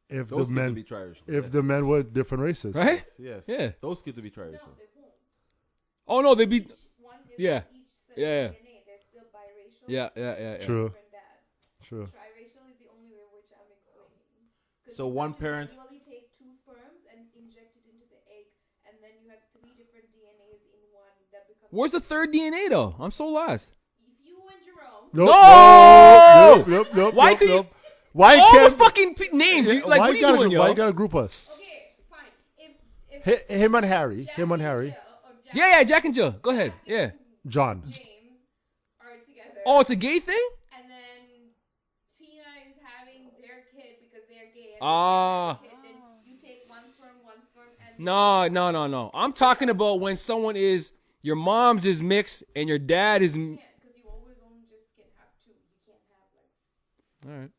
A: if
F: Those
A: the
F: kids
A: men
F: would be triracial.
A: if
F: yeah.
A: the men were different races.
D: right?
F: Yes.
D: Yeah.
F: Those kids would be triracial.
E: No, they won't.
D: Oh no, they be.
E: Each one is
D: Yeah.
E: each set
D: Yeah,
E: of DNA. They're still biracial.
D: Yeah, yeah, yeah. yeah.
A: True,
E: Different dads.
A: true.
E: Triracial is the only way which I'm explaining. 'Cause
F: So
E: you
F: one
E: have to
F: parent-
E: manually take two sperms and inject it into the egg, and then you have three different DNAs in one that becomes.
D: Where's the third DNA though? I'm so lost.
E: If you and Jerome.
A: Nope,
D: No!
A: nope, nope, nope,
D: Why
A: nope,
D: could you-
A: nope. Why
D: All
A: can't
D: the fucking p- names.
A: Yeah,
D: you,
A: why
D: like, what are you
A: gotta
D: doing,
A: group,
D: yo?
A: Why you gotta group us?
E: Okay, fine. If if
A: Hi- him and Harry,
E: Jack
A: him and
E: and
A: Harry,
E: Jill or Jack
D: Yeah, yeah, Jack and Jill. Go ahead. Yeah.
A: John.
E: and James are together.
D: Oh, it's a gay thing?
E: And then Tina is having their kid because they're gay. And
D: Ah.
E: they have a kid, and you take one sperm, one sperm, and
D: No, no, no, no. I'm talking about when someone is your mom's is mixed and your dad is.
E: you
D: m-
E: can't because you always only just can have two. You can't
D: All
E: have like.
D: right.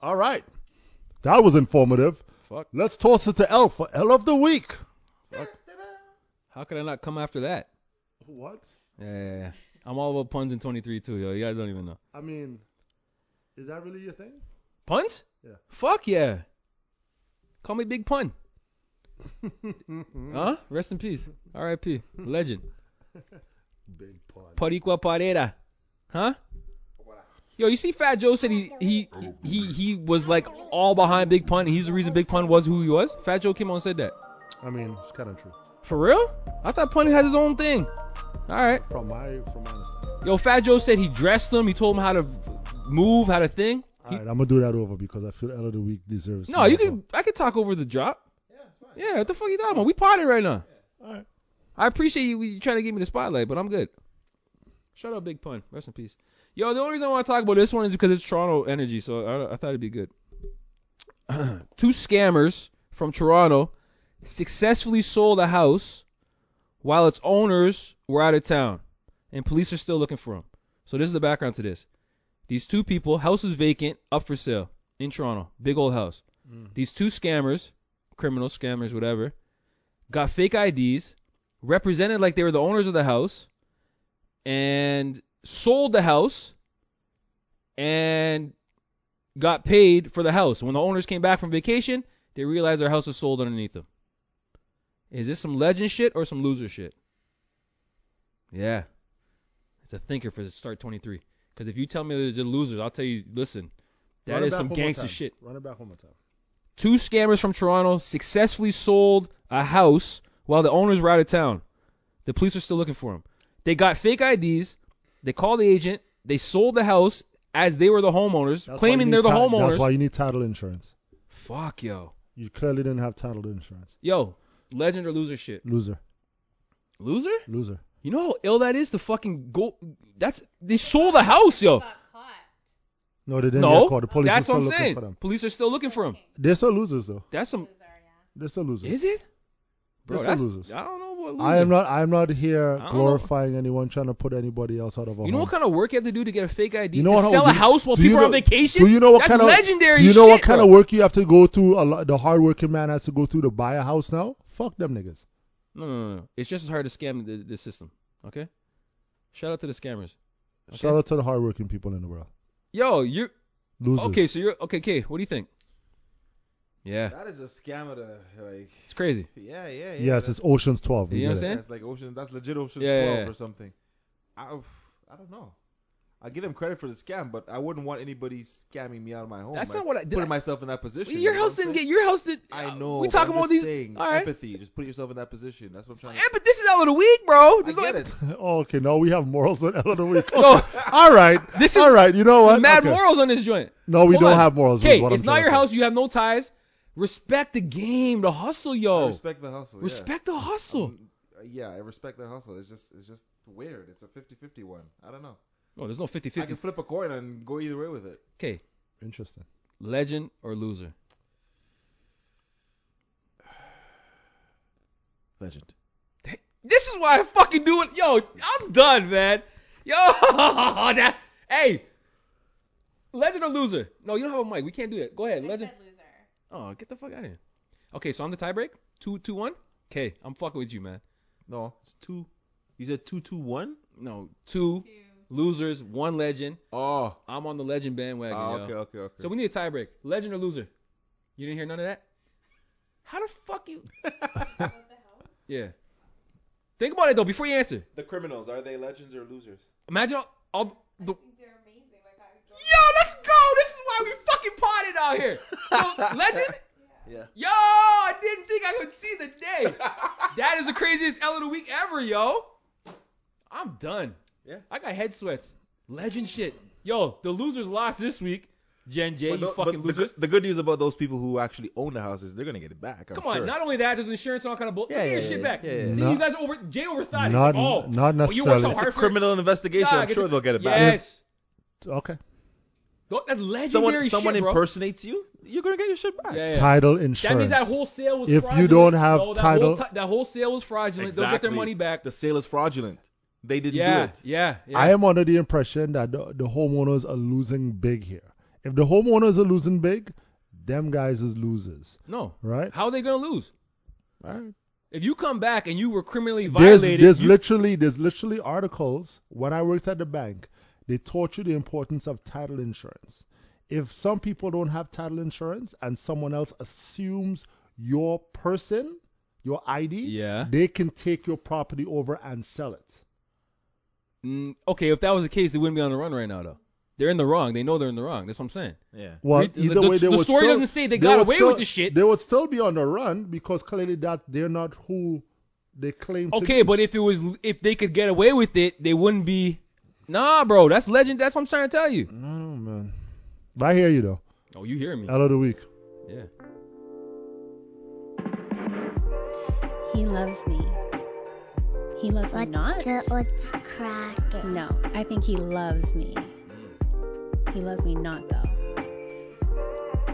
A: All right, that was informative.
D: Fuck.
A: Let's toss it to L for L of the week.
D: How could I not come after that?
A: What?
D: Yeah, yeah, yeah. I'm all about puns in 23 too, yo. You guys don't even know.
A: I mean, is that really your thing?
D: Puns?
A: Yeah.
D: Fuck yeah. Call me Big Pun. Huh? Rest in peace. R.I.P. Legend.
A: Big pun.
D: Paricua Parera. Huh? Yo, you see Fat Joe said he he he he was like all behind Big Pun. and He's the reason Big Pun was who he was. Fat Joe came on and said that.
A: I mean, it's kind of true.
D: For real? I thought Pun had his own thing. All right.
A: From my, from my. Understanding.
D: Yo, Fat Joe said he dressed him. He told him how to move, how to thing.
A: All
D: He-
A: right, I'm gonna do that over because I feel L of the week deserves.
D: no, you
A: more.
D: can. I could talk over the drop.
F: Yeah, it's fine.
D: Yeah, what the fuck you talking about? We potted right now.
A: All right.
D: I appreciate you, you trying to give me the spotlight, but I'm good. Shut up, Big Pun. Rest in peace. Yo, the only reason I want to talk about this one is because it's Toronto Energy, so I, I thought it'd be good. Two scammers from Toronto successfully sold a house while its owners were out of town, and police are still looking for them. So this is the background to this. These two people, house is vacant, up for sale in Toronto, big old house. These two scammers, criminals, scammers, whatever, got fake IDs, represented like they were the owners of the house and sold the house and got paid for the house. When the owners came back from vacation, they realized their house was sold underneath them. Is this some legend shit or some loser shit? Yeah. It's a thinker for the start 23. Because if you tell me they're just losers, I'll tell you, listen, that
A: Run it
D: is
A: back
D: some
A: one more
D: gangster
A: time.
D: shit.
A: Run it back one more time.
D: Two scammers from Toronto successfully sold a house while the owners were out of town. The police are still looking for them. They got fake IDs. They called the agent. They sold the house as they were the homeowners, claiming they're the homeowners.
A: That's why you need title insurance.
D: Fuck yo,
A: You clearly didn't have title insurance.
D: yo, legend or loser shit.
A: Loser.
D: Loser?
A: Loser.
D: You know how ill that is to fucking go. That's they sold the house, yo.
A: No, they didn't
D: no,
A: get caught. The police
D: that's
A: are
D: what I'm
A: still looking
D: saying.
A: for them.
D: Police are still looking for him.
A: They're still losers though.
D: That's some.
A: They're still losers.
D: Is it? Bro,
A: They're
D: that's,
A: still losers.
D: I don't know what. Loser.
A: I am not. I am not here
D: don't know.
A: glorifying anyone trying to put anybody else out of a
D: You know
A: home.
D: what kind of work you have to do to get a fake ID?
A: You know
D: to
A: what-
D: sell
A: do
D: a
A: you-
D: house while
A: do you
D: people are on
A: know-
D: vacation?
A: Do you know what
D: That's
A: kind of
D: legendary
A: Do you know what
D: shit,
A: kind of
D: bro.
A: work you have to go through? A lot, the hardworking man has to go through to buy a house now. Fuck them niggas.
D: No, no, no, no. It's just as hard to scam the, the system. Okay. Shout out to the scammers. Okay?
A: Shout out to the hardworking people in the world.
D: Yo, you.
A: Losers.
D: Okay, so you're okay. Okay, what do you think? Yeah,
F: That is a scam of the like.
D: it's crazy.
F: Yeah, yeah, yeah.
A: yes, it's Ocean's Twelve. We
D: You
A: get
D: know what I'm
A: it.
D: saying?
F: That's like Ocean. That's legit Ocean
D: Yeah, yeah,
F: 12
D: yeah.
F: or something. I, oof, I don't know. I give them credit for the scam, but I wouldn't want anybody scamming me out of my home.
D: That's
F: like,
D: not what I did.
F: Putting
D: I-
F: myself in that position.
D: your
F: you know
D: house
F: what I'm
D: didn't
F: saying?
D: get. Your house did.
F: I know.
D: We
F: but
D: talking
F: I'm
D: about
F: just
D: these.
F: Saying,
D: all right.
F: Empathy. Just put yourself in that position. That's what I'm trying
D: Yeah, but this is out of the week, bro. There's
F: to. I
D: no-
F: get it.
A: Oh, okay, now we have morals on Ellen of the Week.
D: No.
A: Okay. all right.
D: This is
A: all right. You know what?
D: Mad
A: Okay.
D: morals on this joint.
A: No, we
D: Hold
A: don't
D: on.
A: have morals.
D: Okay,
A: is what
D: it's
A: I'm
D: not
A: trying
D: your
A: to say.
D: house. You have no ties. Respect the game, the hustle,
F: I
D: yo. Oh. Respect,
F: respect the
D: the
F: hustle. yeah.
D: hustle.
F: Um, yeah, I respect the hustle. It's just, it's just weird. It's a 50-50 one. I don't know.
D: no, Oh, there's no
F: I can
D: 50-50.
F: flip a coin and go either way with it.
D: Okay,
A: Interesting.
D: legend or loser.
F: Legend.
D: This is why I fucking do it. Yo, I'm done, man. Yo, that, hey, legend or loser? No, you don't have a mic. We can't do that. Go ahead, legend. Oh, get the fuck out of here. Okay, so I'm the tiebreak. Two, two, one. Okay, I'm fucking with you, man.
F: No, it's two. You said two, two, one.
D: No, two, losers, one legend.
F: Oh.
D: I'm on the legend bandwagon,
F: Ah,
D: yo.
F: okay, okay, okay.
D: So we need a tiebreak. Legend or loser? You didn't hear none of that? How the fuck you? yeah. Think about it though before you answer.
F: the criminals are they legends or losers?
D: Imagine all, all the. Yo, let's go. This is why we fucking parted out here. Yo, legend.
F: Yeah.
D: Yo, I didn't think I could see the day. That is the craziest L of the week ever, yo. I'm done.
F: Yeah.
D: I got head sweats. Legend shit. Yo, the losers lost this week. Gen J,
F: But
D: you
F: no- but
D: fucking
F: the,
D: losers.
F: good- the good news about those people who actually own the houses, they're gonna get it back. I'm
D: Come on,
F: sure.
D: not only that, there's insurance and all kind of bullshit.
F: Yeah,
D: Get your
F: yeah,
D: shit
F: yeah,
D: back.
F: yeah, yeah.
D: See,
A: Not-
D: you guys over Jay overthought. it.
A: Not
D: oh,
A: not
D: oh, you worked so
A: necessarily.
D: hard for it?
F: Criminal investigation.
D: Nah,
F: I'm
D: get
F: sure
D: the-
F: they'll get it back.
D: Yes.
A: Okay.
D: Don't- That legendary
F: Someone,
D: shit,
F: someone
D: bro.
F: impersonates you, you're gonna get your shit back.
D: Yeah, yeah.
A: Title
D: That
A: insurance.
D: means that whole sale was
A: If you
D: fraudulent.
A: don't have
D: no, that
A: title-
D: whole ti- that whole sale was fraudulent. They'll get their
F: Exactly.
D: money back.
F: The sale is fraudulent. They didn't
D: yeah,
F: do it.
D: yeah, yeah.
A: I am under the impression that the, the homeowners are losing big here. If the homeowners are losing big, them guys is losers,
D: no.
A: right?
D: How are they gonna lose?
A: Alright.
D: If you come back and you were criminally
A: There's
D: violated,
A: there's
D: you-
A: literally there's literally articles when I worked at the bank, they taught you the importance of title insurance. If some people don't have title insurance and someone else assumes your person, your ID,
D: Yeah.
A: they can take your property over and sell it.
D: Mm, okay, if that was the case, they wouldn't be on the run right now, though. They're in the wrong. They know they're in the wrong. That's what I'm saying.
F: Yeah.
A: Well,
D: Read-
A: either
D: the-
A: way, they
D: the
A: would
D: story
A: still-
D: doesn't say they got
A: would
D: away
A: still-
D: with the shit.
A: They would still be on the run because clearly that they're not who they claim to be.
D: Okay, but if it was, if they could get away with it, they wouldn't be. Nah, bro, that's legend. That's what I'm trying to tell you.
A: I don't know, man. But I hear you though.
D: Oh, you hear me?
A: Out of the week.
D: Yeah.
E: He loves me. He loves me
B: What's
E: not.
B: good? What's cracking?
E: No, I think he loves me.
D: Mm.
E: He loves me not though.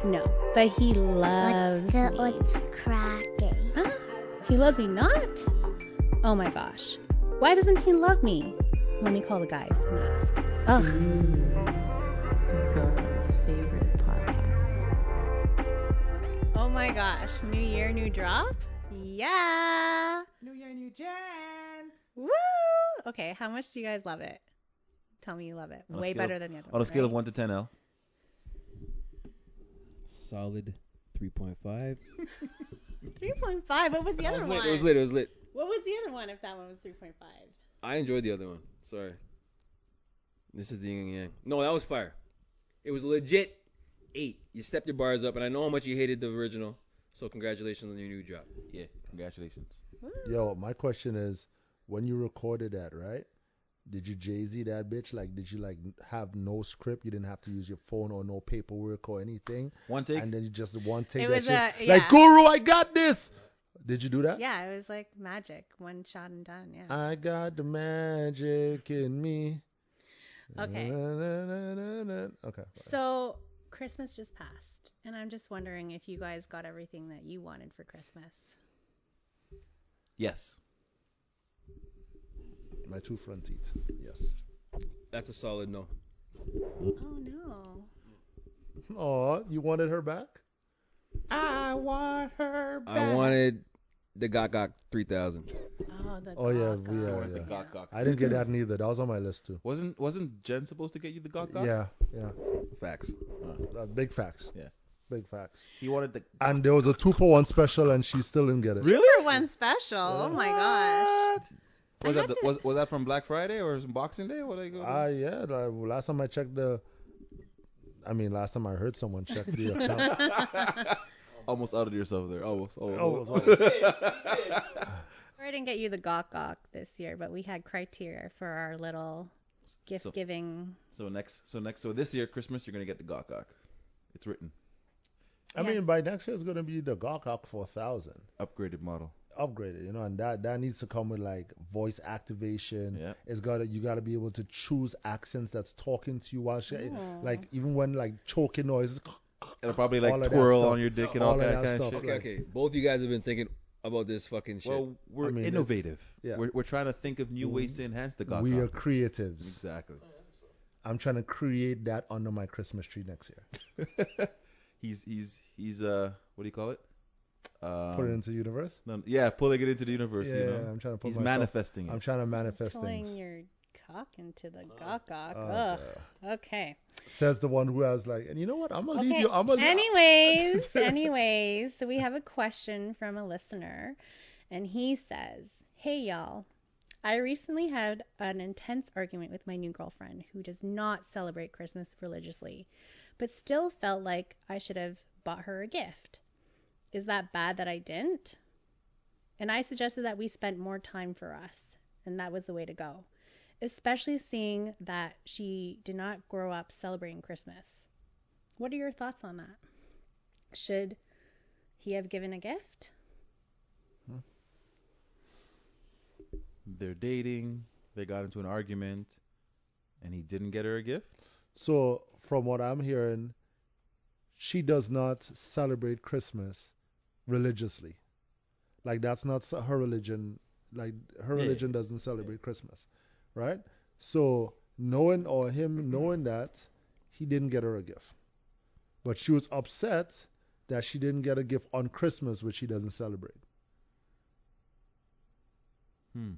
E: No, but he loves
B: What's good?
E: me.
B: What's cracking?
E: Huh? He loves me not. Oh my gosh. Why doesn't he love me? Let me call the guys and ask. Ugh.
C: God's favorite podcast.
E: Oh my gosh. New year, new drop. Yeah.
H: New year, new Jan.
E: Woo. Okay, how much do you guys love it? Tell me you love it.
F: On a
E: Way
F: scale
E: better
F: of-
E: than the other
F: On a
E: one,
F: scale of
E: right?
F: one to ten, L.
D: Solid 3.5.
E: 3.5. What was the other one?
D: It was lit. It was lit.
E: What was the other one if that one was 3.5?
D: I enjoyed the other one. Sorry. This is the yin and yang. No, that was fire. It was legit eight. You stepped your bars up, and I know how much you hated the original. So congratulations on your new drop.
F: Yeah. Congratulations.
A: Yo, my question is, when you recorded that, right? Did you Jay Z that bitch? Like, did you like have no script? You didn't have to use your phone or no paperwork or anything.
F: One take.
A: And then you just one take
C: It
A: that
C: was
A: shit.
C: a- yeah.
A: Like, Guru, I got this. Did you do that?
C: Yeah, it was like magic, one shot and done. Yeah.
A: I got the magic in me.
C: Okay.
A: Na-na-na-na-na. Okay.
C: So Christmas just passed, and I'm just wondering if you guys got everything that you wanted for Christmas.
F: Yes.
A: My two front teeth. Yes.
D: That's a solid no.
C: Oh no.
A: Oh, you wanted her back?
F: I want her
D: I wanted the Gok Gok 3000.
C: Oh, the
A: Oh yeah,
C: Gaga.
A: we- yeah,
F: wanted the
A: yeah.
F: Gok Gok.
A: I didn't get that neither. That was on my list too.
F: Wasn't wasn't Jen supposed to get you the Gok Gok?
A: Yeah, yeah.
D: Facts.
A: Uh, big facts.
F: Yeah.
A: Big facts.
F: He wanted the.
A: And there was a two for one special, and she still didn't get it.
C: Two for one special. Oh my gosh.
F: Was
C: I
F: that
C: had
F: the,
C: to-
F: was, was that from Black Friday or some Boxing Day? What did I go?
A: Ah, yeah. the- last time I checked the, I mean, last time I heard someone check the account.
F: almost outed yourself there. Almost. Almost.
A: Almost,
C: I didn't get you the Gok Gok this year, but we had criteria for our little gift
F: So-
C: giving.
F: so next, so next, so this year Christmas you're gonna get the Gok Gok. It's written.
A: I
C: Yeah.
A: mean, by next year it's gonna be the Gawkok 4000
F: Upgraded model.
A: upgraded, you know, and that that needs to come with like voice activation.
F: Yeah.
A: It's gotta you gotta be able to choose accents that's talking to you while she,
C: Yeah.
A: like even when like choking noises.
F: It'll probably
A: All
F: like
A: of that
F: twirl
A: stuff.
F: on your dick and
A: All
F: all,
A: of
F: that,
A: that
F: kind
A: stuff,
F: of shit.
A: like-
D: Okay, okay. Both you guys have been thinking about this fucking shit.
F: Well, we're
A: I mean, it's-
F: innovative.
A: yeah.
F: We're, we're trying to think of new ways to enhance the Gok
A: we are
F: Gok.
A: creatives.
F: Exactly.
A: I'm trying to create that under my Christmas tree next year.
F: He's he's he's uh what do you call it? Um,
A: Put it into the universe.
F: no, yeah, pulling it into the universe.
A: Yeah,
F: you
A: yeah,
F: know?
A: I'm trying to put
F: He's
A: myself-
F: manifesting
A: I'm
F: it.
A: trying to manifest
C: Pulling
A: things.
C: your cock into the Gok Gok.
A: Oh,
C: Ugh.
A: God.
C: Okay.
A: Says the one who has like, and you know what? I'm gonna leave
C: Okay.
A: you. I'm gonna.
C: anyways, anyways, so we have a question from a listener, and he says, "Hey y'all, I recently had an intense argument with my new girlfriend who does not celebrate Christmas religiously, but still felt like I should have bought her a gift. Is that bad that I didn't? And I suggested that we spent more time for us, and that was the way to go." Especially seeing that she did not grow up celebrating Christmas. What are your thoughts on that? Should he have given a gift?
F: They're dating. They got into an argument, and he didn't get her a gift.
A: So from what I'm hearing, she does not celebrate Christmas religiously. Like that's not s- her religion. Like her
F: Yeah, yeah,
A: religion doesn't celebrate Christmas, right? So knowing or
F: Mm-hmm.
A: him knowing that, he didn't get her a gift, but she was upset that she didn't get a gift on Christmas, which she doesn't celebrate.
F: Hmm.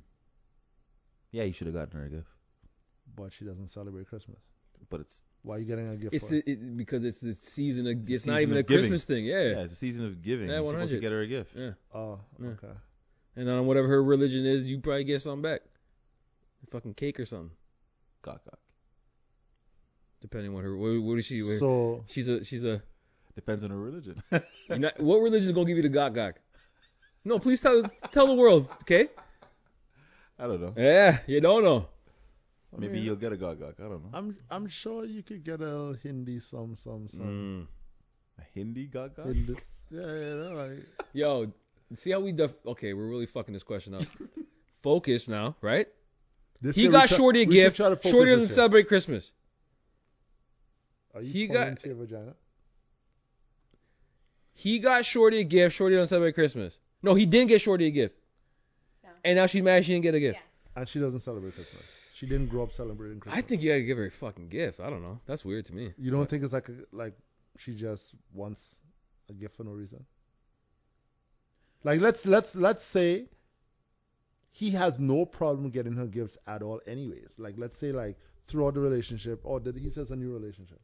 F: Yeah, he should have gotten her a gift,
A: But she doesn't celebrate Christmas.
F: but it's
A: Why are you getting a gift?
D: It's
A: for?
D: the, it, because it's the season of. It's,
F: the
D: not
F: season
D: even
F: of
D: a
F: giving.
D: Christmas thing.
F: yeah,
D: Yeah.
F: it's a season of giving.
D: Yeah,
F: You're supposed to
D: 100.
F: get her a gift.
D: yeah.
A: oh,
D: Yeah.
A: okay.
D: And on whatever her religion is, you probably get something back. fucking cake or something,
F: Gok gok.
D: depending on what her. What, what is she? what-
A: So
D: she's a. She's a.
F: Depends on her religion.
D: you're not- what religion is gonna give you the Gok Gok? No, please tell tell the world, okay?
F: I don't know.
D: Yeah, you don't know.
F: Maybe
A: mean-
F: he'll get a Gok gok. I don't know.
A: I'm I'm sure you could get a Hindi some some some.
D: Mm.
F: A Hindi Gok gok.
A: Hindi- Yeah, yeah, no, like,
D: Yo, see how we def- okay, we're really fucking this question up. Focus now, right?
A: this
D: He
A: year we
D: got
A: try-
D: Shorty a
A: we should
D: gift.
A: try to focus
D: Shorty
A: this
D: doesn't
A: year.
D: celebrate Christmas.
A: Are you
D: he
A: pointing
D: got-
A: to your vagina?
D: He got Shorty a gift. Shorty doesn't celebrate Christmas. No, he didn't get Shorty a gift.
C: No.
D: And now she's mad she didn't get a gift.
A: And she doesn't celebrate Christmas. She didn't grow up celebrating Christmas.
D: I think you gotta give her a fucking gift. I don't know. That's weird to me.
A: you don't think it's like a, like she just wants a gift for no reason. Like let's let's let's say he has no problem getting her gifts at all. Anyways, like let's say like throughout the relationship, or that he says a new relationship.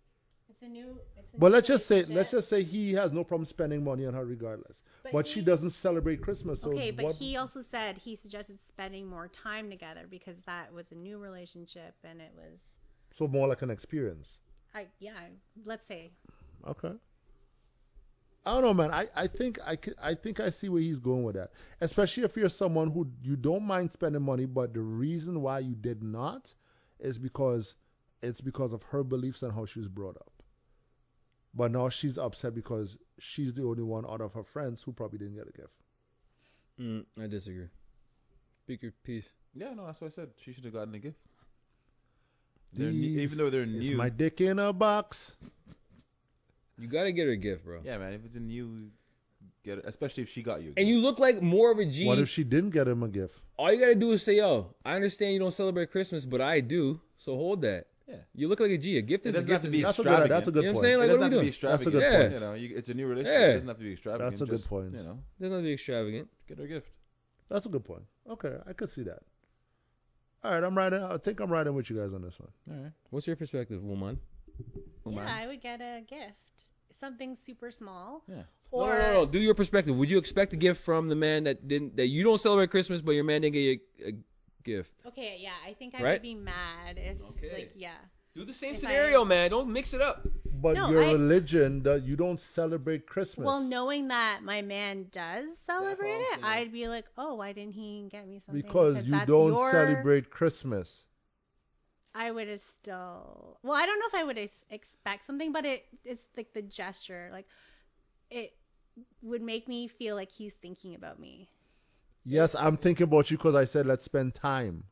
C: It's a new. It's a
A: But
C: new
A: let's just say let's
C: relationship,
A: just say he has no problem spending money on her regardless. But, she
C: he-
A: doesn't celebrate Christmas. So
C: Okay, but
A: what-
C: he also said he suggested spending more time together because that was a new relationship and it was.
A: so more like an experience.
C: I yeah. I- Let's say
A: Okay. I don't know, man. I, I think I c- I think I see where he's going with that. Especially if you're someone who you don't mind spending money, but the reason why you did not is because it's because of her beliefs and how she was brought up. But now she's upset because she's the only one out of her friends who probably didn't get a gift.
D: Mm, I disagree. Speak your piece.
F: Yeah, no, that's what I said. She should have gotten a gift.
A: These,
F: They're ne- even though they're
A: is
F: new.
A: my dick in a box.
D: You gotta get her a gift, bro.
F: Yeah, man. If it's a new, get it. Especially if she got you. a
D: And you look like more of a G.
A: What if she didn't get him a gift?
D: All you gotta do is say, "Yo, I understand you don't celebrate Christmas, but I do. So hold that."
F: Yeah.
D: You look like a G. A gift
F: It
D: is a
F: doesn't
D: gift.
F: have to
D: is
F: be
D: a
A: That's a good.
F: Extravagant.
A: That's a
D: You know
A: good
D: what I'm
A: point.
D: saying?
F: It
D: Like,
F: doesn't
D: what are
F: have
D: we
F: to be
D: doing?
A: That's a
F: extravagant.
A: good
D: Yeah.
F: You know, you, it's a new relationship.
D: Yeah.
F: It doesn't have to be extravagant.
A: That's a good
F: Just,
A: point.
F: You know,
D: Doesn't have to be extravagant.
F: get her a gift.
A: That's a good point. Okay, I could see that. All right, I'm riding. I think I'm riding with you guys on this one.
F: All right.
D: What's your perspective, woman?
C: Yeah, I would get a gift. Something super small.
F: Yeah.
D: No,
C: Or
D: no, no, no. Do your perspective. Would you expect a gift from the man that didn't that you don't celebrate Christmas, but your man didn't get you a, a gift?
C: okay, yeah, I think I
D: Right?
C: would be mad if
D: Okay.
C: like yeah.
D: Do the same
C: If
D: scenario, man. Don't mix it up.
A: But
C: No,
A: your
C: I-
A: religion, that you don't celebrate Christmas.
C: Well, knowing that my man does celebrate
F: I'm
C: it,
F: saying.
C: I'd be like, oh, why didn't he get me something?
A: because you
C: that's
A: don't
C: your-
A: celebrate Christmas.
C: I would have still. Well, I don't know if I would ex- expect something, but it it's like the gesture, like it would make me feel like he's thinking about me.
A: Yes, I'm thinking about you because I said let's spend time.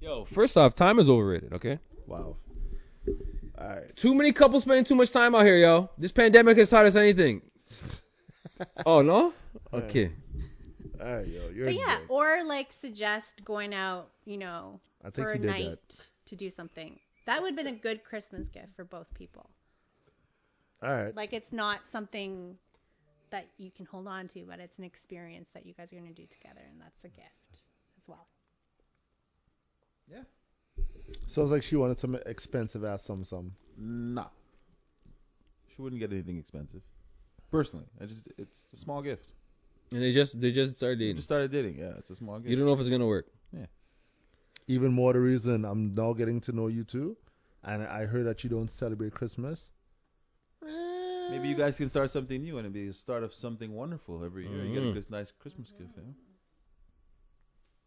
D: Yo, first off, time is overrated. Okay.
A: Wow. All right.
D: Too many couples spending too much time out here, yo. This pandemic has taught us anything. oh no? Okay.
A: All right, yo, you're.
C: But yeah,
A: a dick.
C: or like suggest going out, you know,
A: I think
C: for
A: he
C: a
A: did
C: night
A: that.
C: to do something. That would have been a good Christmas gift for both people.
A: All right.
C: Like it's not something that you can hold on to, but it's an experience that you guys are going to do together, and that's a gift as well.
A: Sounds like she wanted some expensive ass some some.
F: Nah. She wouldn't get anything expensive. Personally, I just it's a small gift.
D: And they just they just started
F: You
D: dating.
F: just started dating. Yeah, it's a small gift.
D: You don't know if it's gonna work.
A: Even more the reason I'm now getting to know you too, and I heard that you don't celebrate Christmas.
F: Maybe you guys can start something new and it'll be the start of something wonderful every year. You get a
D: Mhm.
F: good, nice Christmas gift. Yeah?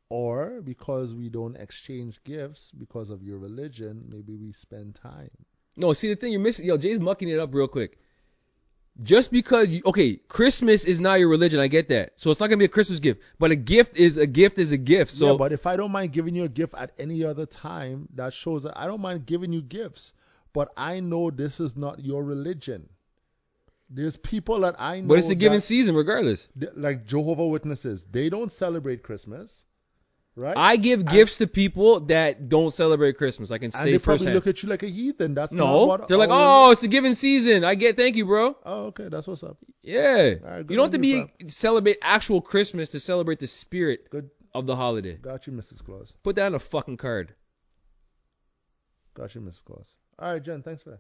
A: Or because we don't exchange gifts because of your religion, maybe we spend time.
D: No, see the thing you're missing, yo, Jay's mucking it up real quick. Just because you, okay, Christmas is not your religion, I get that. So it's not gonna be a Christmas gift, but a gift is a gift is a gift. So
A: yeah, but if I don't mind giving you a gift at any other time, that shows that I don't mind giving you gifts, but I know this is not your religion. There's people that I know.
D: but it's a given
A: that-
D: season regardless.
A: th- like Jehovah Witnesses, they don't celebrate Christmas, right?
D: I give
A: I-
D: gifts to people that don't celebrate Christmas. I can
A: and they
D: say
A: probably
D: firsthand.
A: look at you like a heathen. That's not
D: No,
A: what
D: they're like,
A: our-
D: oh, it's a given season. I get, thank you, bro.
A: oh, okay, that's what's up.
D: Yeah,
A: right, good
D: you don't
A: on
D: have to
A: you,
D: be celebrate actual Christmas to celebrate the spirit
A: Good,
D: of the holiday.
A: got you, Mrs. Claus.
D: Put that on a fucking card.
A: Got you, Mrs. Claus. All right, Jen, thanks for that.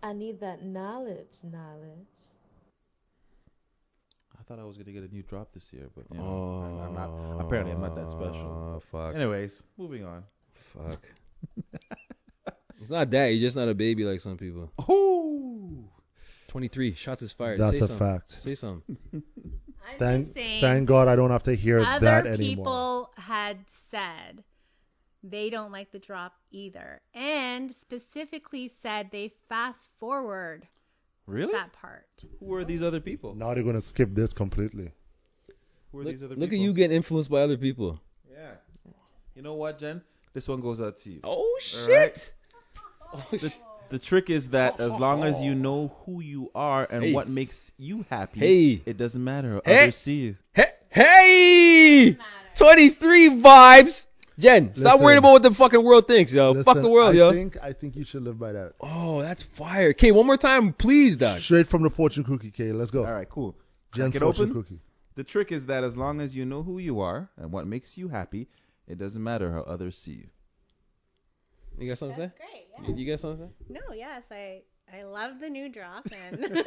L: I need that knowledge, knowledge.
F: I thought I was gonna get a new drop this year, but you know,
D: Oh,
F: I'm not. Apparently, I'm not that special.
D: fuck.
F: Anyways, moving on.
D: Fuck. it's not that. You're just not a baby like some people.
F: Oh,
D: 23 shots is fired.
A: That's
D: Say
A: a
D: something.
A: fact.
D: Say something.
C: I'm
A: Thank,
C: just saying,
A: thank God I don't have to hear
C: other
A: that anymore.
C: people had said they don't like the drop either, and specifically said they fast forward
F: really?
C: that part.
F: Who are these other people?
A: Now they're gonna skip this completely.
F: Who are
D: Look,
F: these other
D: look at
F: people?
D: you getting influenced by other people.
F: Yeah. You know what, Jen? This one goes out to you.
D: Oh
F: All right.
D: shit. Oh,
F: The,
D: shit.
F: the trick is that as long as you know who you are and
D: Hey.
F: what makes you happy,
D: Hey.
F: it doesn't matter.
D: Hey.
F: Others see you.
D: Hey, hey! 23 vibes. Jen, stop
A: Listen.
D: worrying about what the fucking world thinks, yo. Oh, Fuck
A: Listen,
D: the world,
A: I
D: yo.
A: think I think you should live by that.
D: Oh, that's fire. Okay, one more time, please, Doc.
A: Straight from the fortune cookie, Kay. Let's go.
F: All right, cool.
A: Jen's
F: Crack it
A: fortune
F: open.
A: cookie.
F: The trick is that as long as you know who you are and what makes you happy, it doesn't matter how others see you.
D: You got something to
C: great.
D: say? You got something to say?
C: No, yes, I I love the new drop and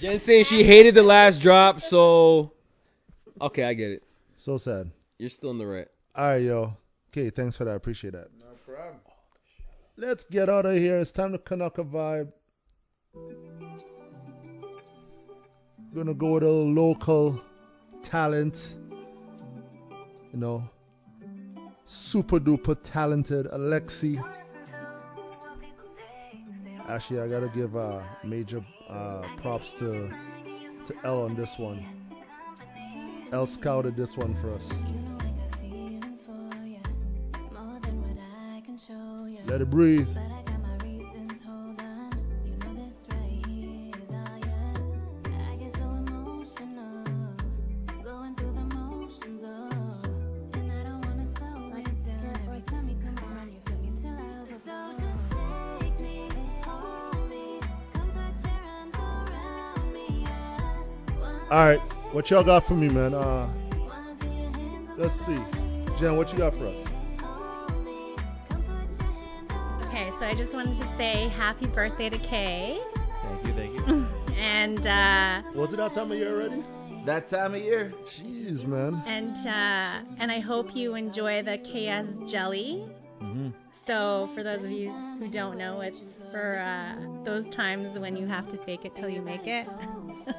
D: Jen saying she hated the last drop, so okay, I get it.
A: So sad.
D: You're still in the right.
A: All right, yo. Okay, thanks for that. Appreciate that.
F: No problem.
A: Let's get out of here. It's time to Kanaka vibe. gonna go with a local talent, you know, super duper talented Alexi. Actually, I gotta give uh, major uh, props to to L on this one. L scouted this one for us. Let it breathe.
B: oh.
A: All right, what y'all got for me, man? Uh, let's see, Jen, what you got for us?
C: Okay, so I just wanted to say happy birthday to Kay.
F: Thank you, thank you.
C: And uh,
A: Was it that time of year already?
F: It's that time of year.
A: Jeez, man.
C: and uh, and I hope you enjoy the KS jelly.
D: Mm-hmm.
C: So for those of you who don't know, it's for uh, those times when you have to fake it till you make it. so,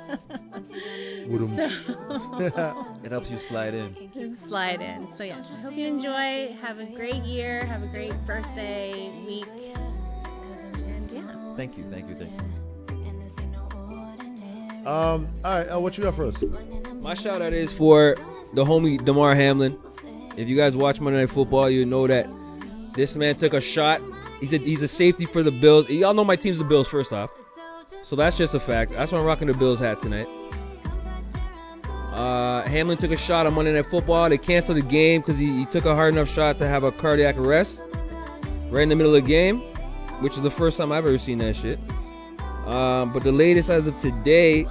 F: It helps you slide in.
C: just slide in. So yes, I hope you enjoy. Have a great year. Have a great birthday week. And yeah.
F: Thank you, thank you, thank you.
A: Um, all right, L, what you got for us?
D: My shout out is for the homie Damar Hamlin. If you guys watch Monday Night Football, you know that this man took a shot. He's a, he's a safety for the Bills. Y'all know my team's the Bills, first off. So that's just a fact. That's why I'm rocking the Bills hat tonight. Uh, Hamlin took a shot on Monday Night Football. They canceled the game because he, he took a hard enough shot to have a cardiac arrest right in the middle of the game, which is the first time I've ever seen that shit. Um, but the latest as of today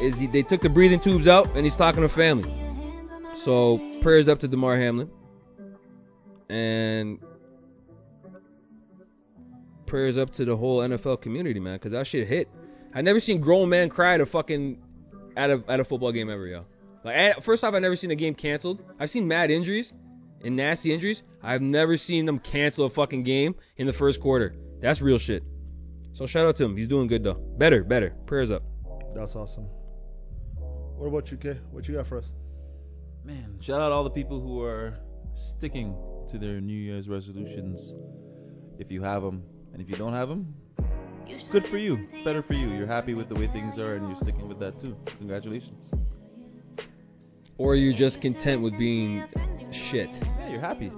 D: is he, they took the breathing tubes out and he's talking to family. So prayers up to Demar Hamlin and prayers up to the whole NFL community, man, because that shit hit. I never seen grown man cry at a fucking at a at a football game ever, yo. Like I, first off, I've never seen a game canceled. I've seen mad injuries and nasty injuries. I've never seen them cancel a fucking game in the first quarter. That's real shit. So shout out to him. He's doing good though. Better, better. Prayers up.
A: That's awesome. What about you, Kay? What you got for us?
J: Man, shout out all the people who are sticking to their New Year's resolutions. If you have them, and if you don't have them, good for you. Better for you. You're happy with the way things are, and you're sticking with that too. Congratulations.
D: Or you're just content with being shit.
J: Yeah, you're happy.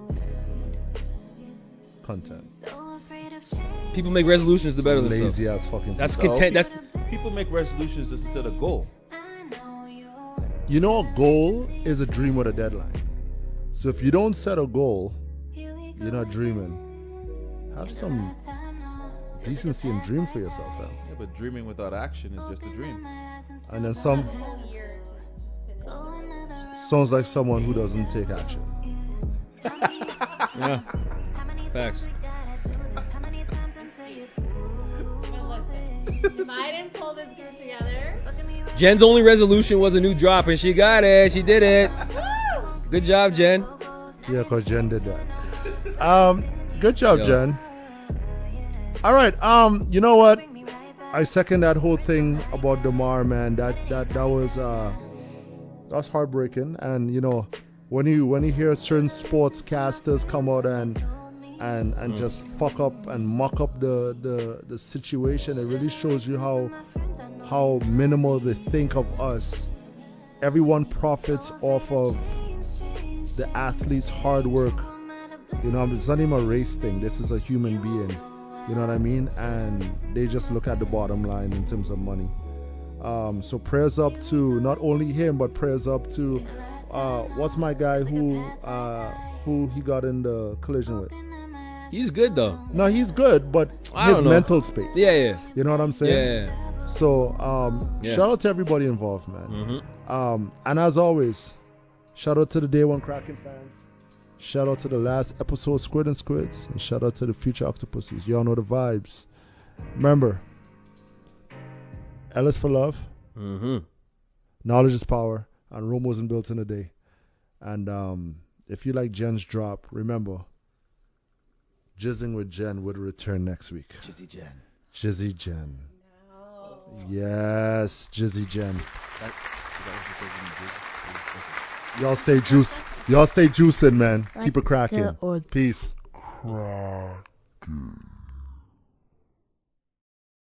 A: Content.
D: People make resolutions to better themselves.
A: Lazy ass Oh. fucking.
D: That's
J: So,
D: content. That's
J: people make resolutions just to set a goal.
A: You know, a goal is a dream with a deadline. So if you don't set a goal, you're not dreaming. Have some decency and dream for yourself, Al.
J: Yeah, but dreaming without action is just a dream.
A: And then some sounds like someone who doesn't take action.
D: yeah. Facts.
C: If I didn't pull this group together,
D: Jen's only resolution was a new drop, and she got it. She did it. Good job, Jen.
A: Yeah, 'cause Jen did that. Um, good job,
D: Yeah.
A: Jen. All right. Um, you know what? I second that whole thing about Demar, man. That that that was uh, that's heartbreaking. And you know, when you when you hear certain sportscasters come out and and and just fuck up and mock up the the the situation, it really shows you how how minimal they think of us. Everyone profits off of the athlete's hard work you know, it's not even a race thing. This is a human being. You know what I mean? And they just look at the bottom line in terms of money. Um, so prayers up to not only him, but prayers up to uh, what's my guy who uh, who he got in the collision with.
D: He's good though.
A: No, he's good, but
D: I
A: his
D: don't know.
A: mental space.
D: Yeah, yeah.
A: You know what I'm
D: Yeah,
A: saying?
D: yeah. yeah.
A: So um,
D: Yeah.
A: shout out to everybody involved, man.
D: Mhm.
A: Um, and as always, shout out to the Day One Kraken fans. Shout out to the last episode, Squid and Squids, and shout out to the future Octopuses. Y'all know the vibes. Remember, L is for love,
D: Mhm.
A: knowledge is power, and Rome wasn't built in a day. And um, if you like Jen's drop, remember, jizzing with Jen would return next week.
F: Jizzy Jen.
A: Jizzy Jen. Yes, Jizzy Jen. Y'all stay juice. Y'all stay juicing, man. Keep it cracking.
M: Like the
A: Peace. Cracking.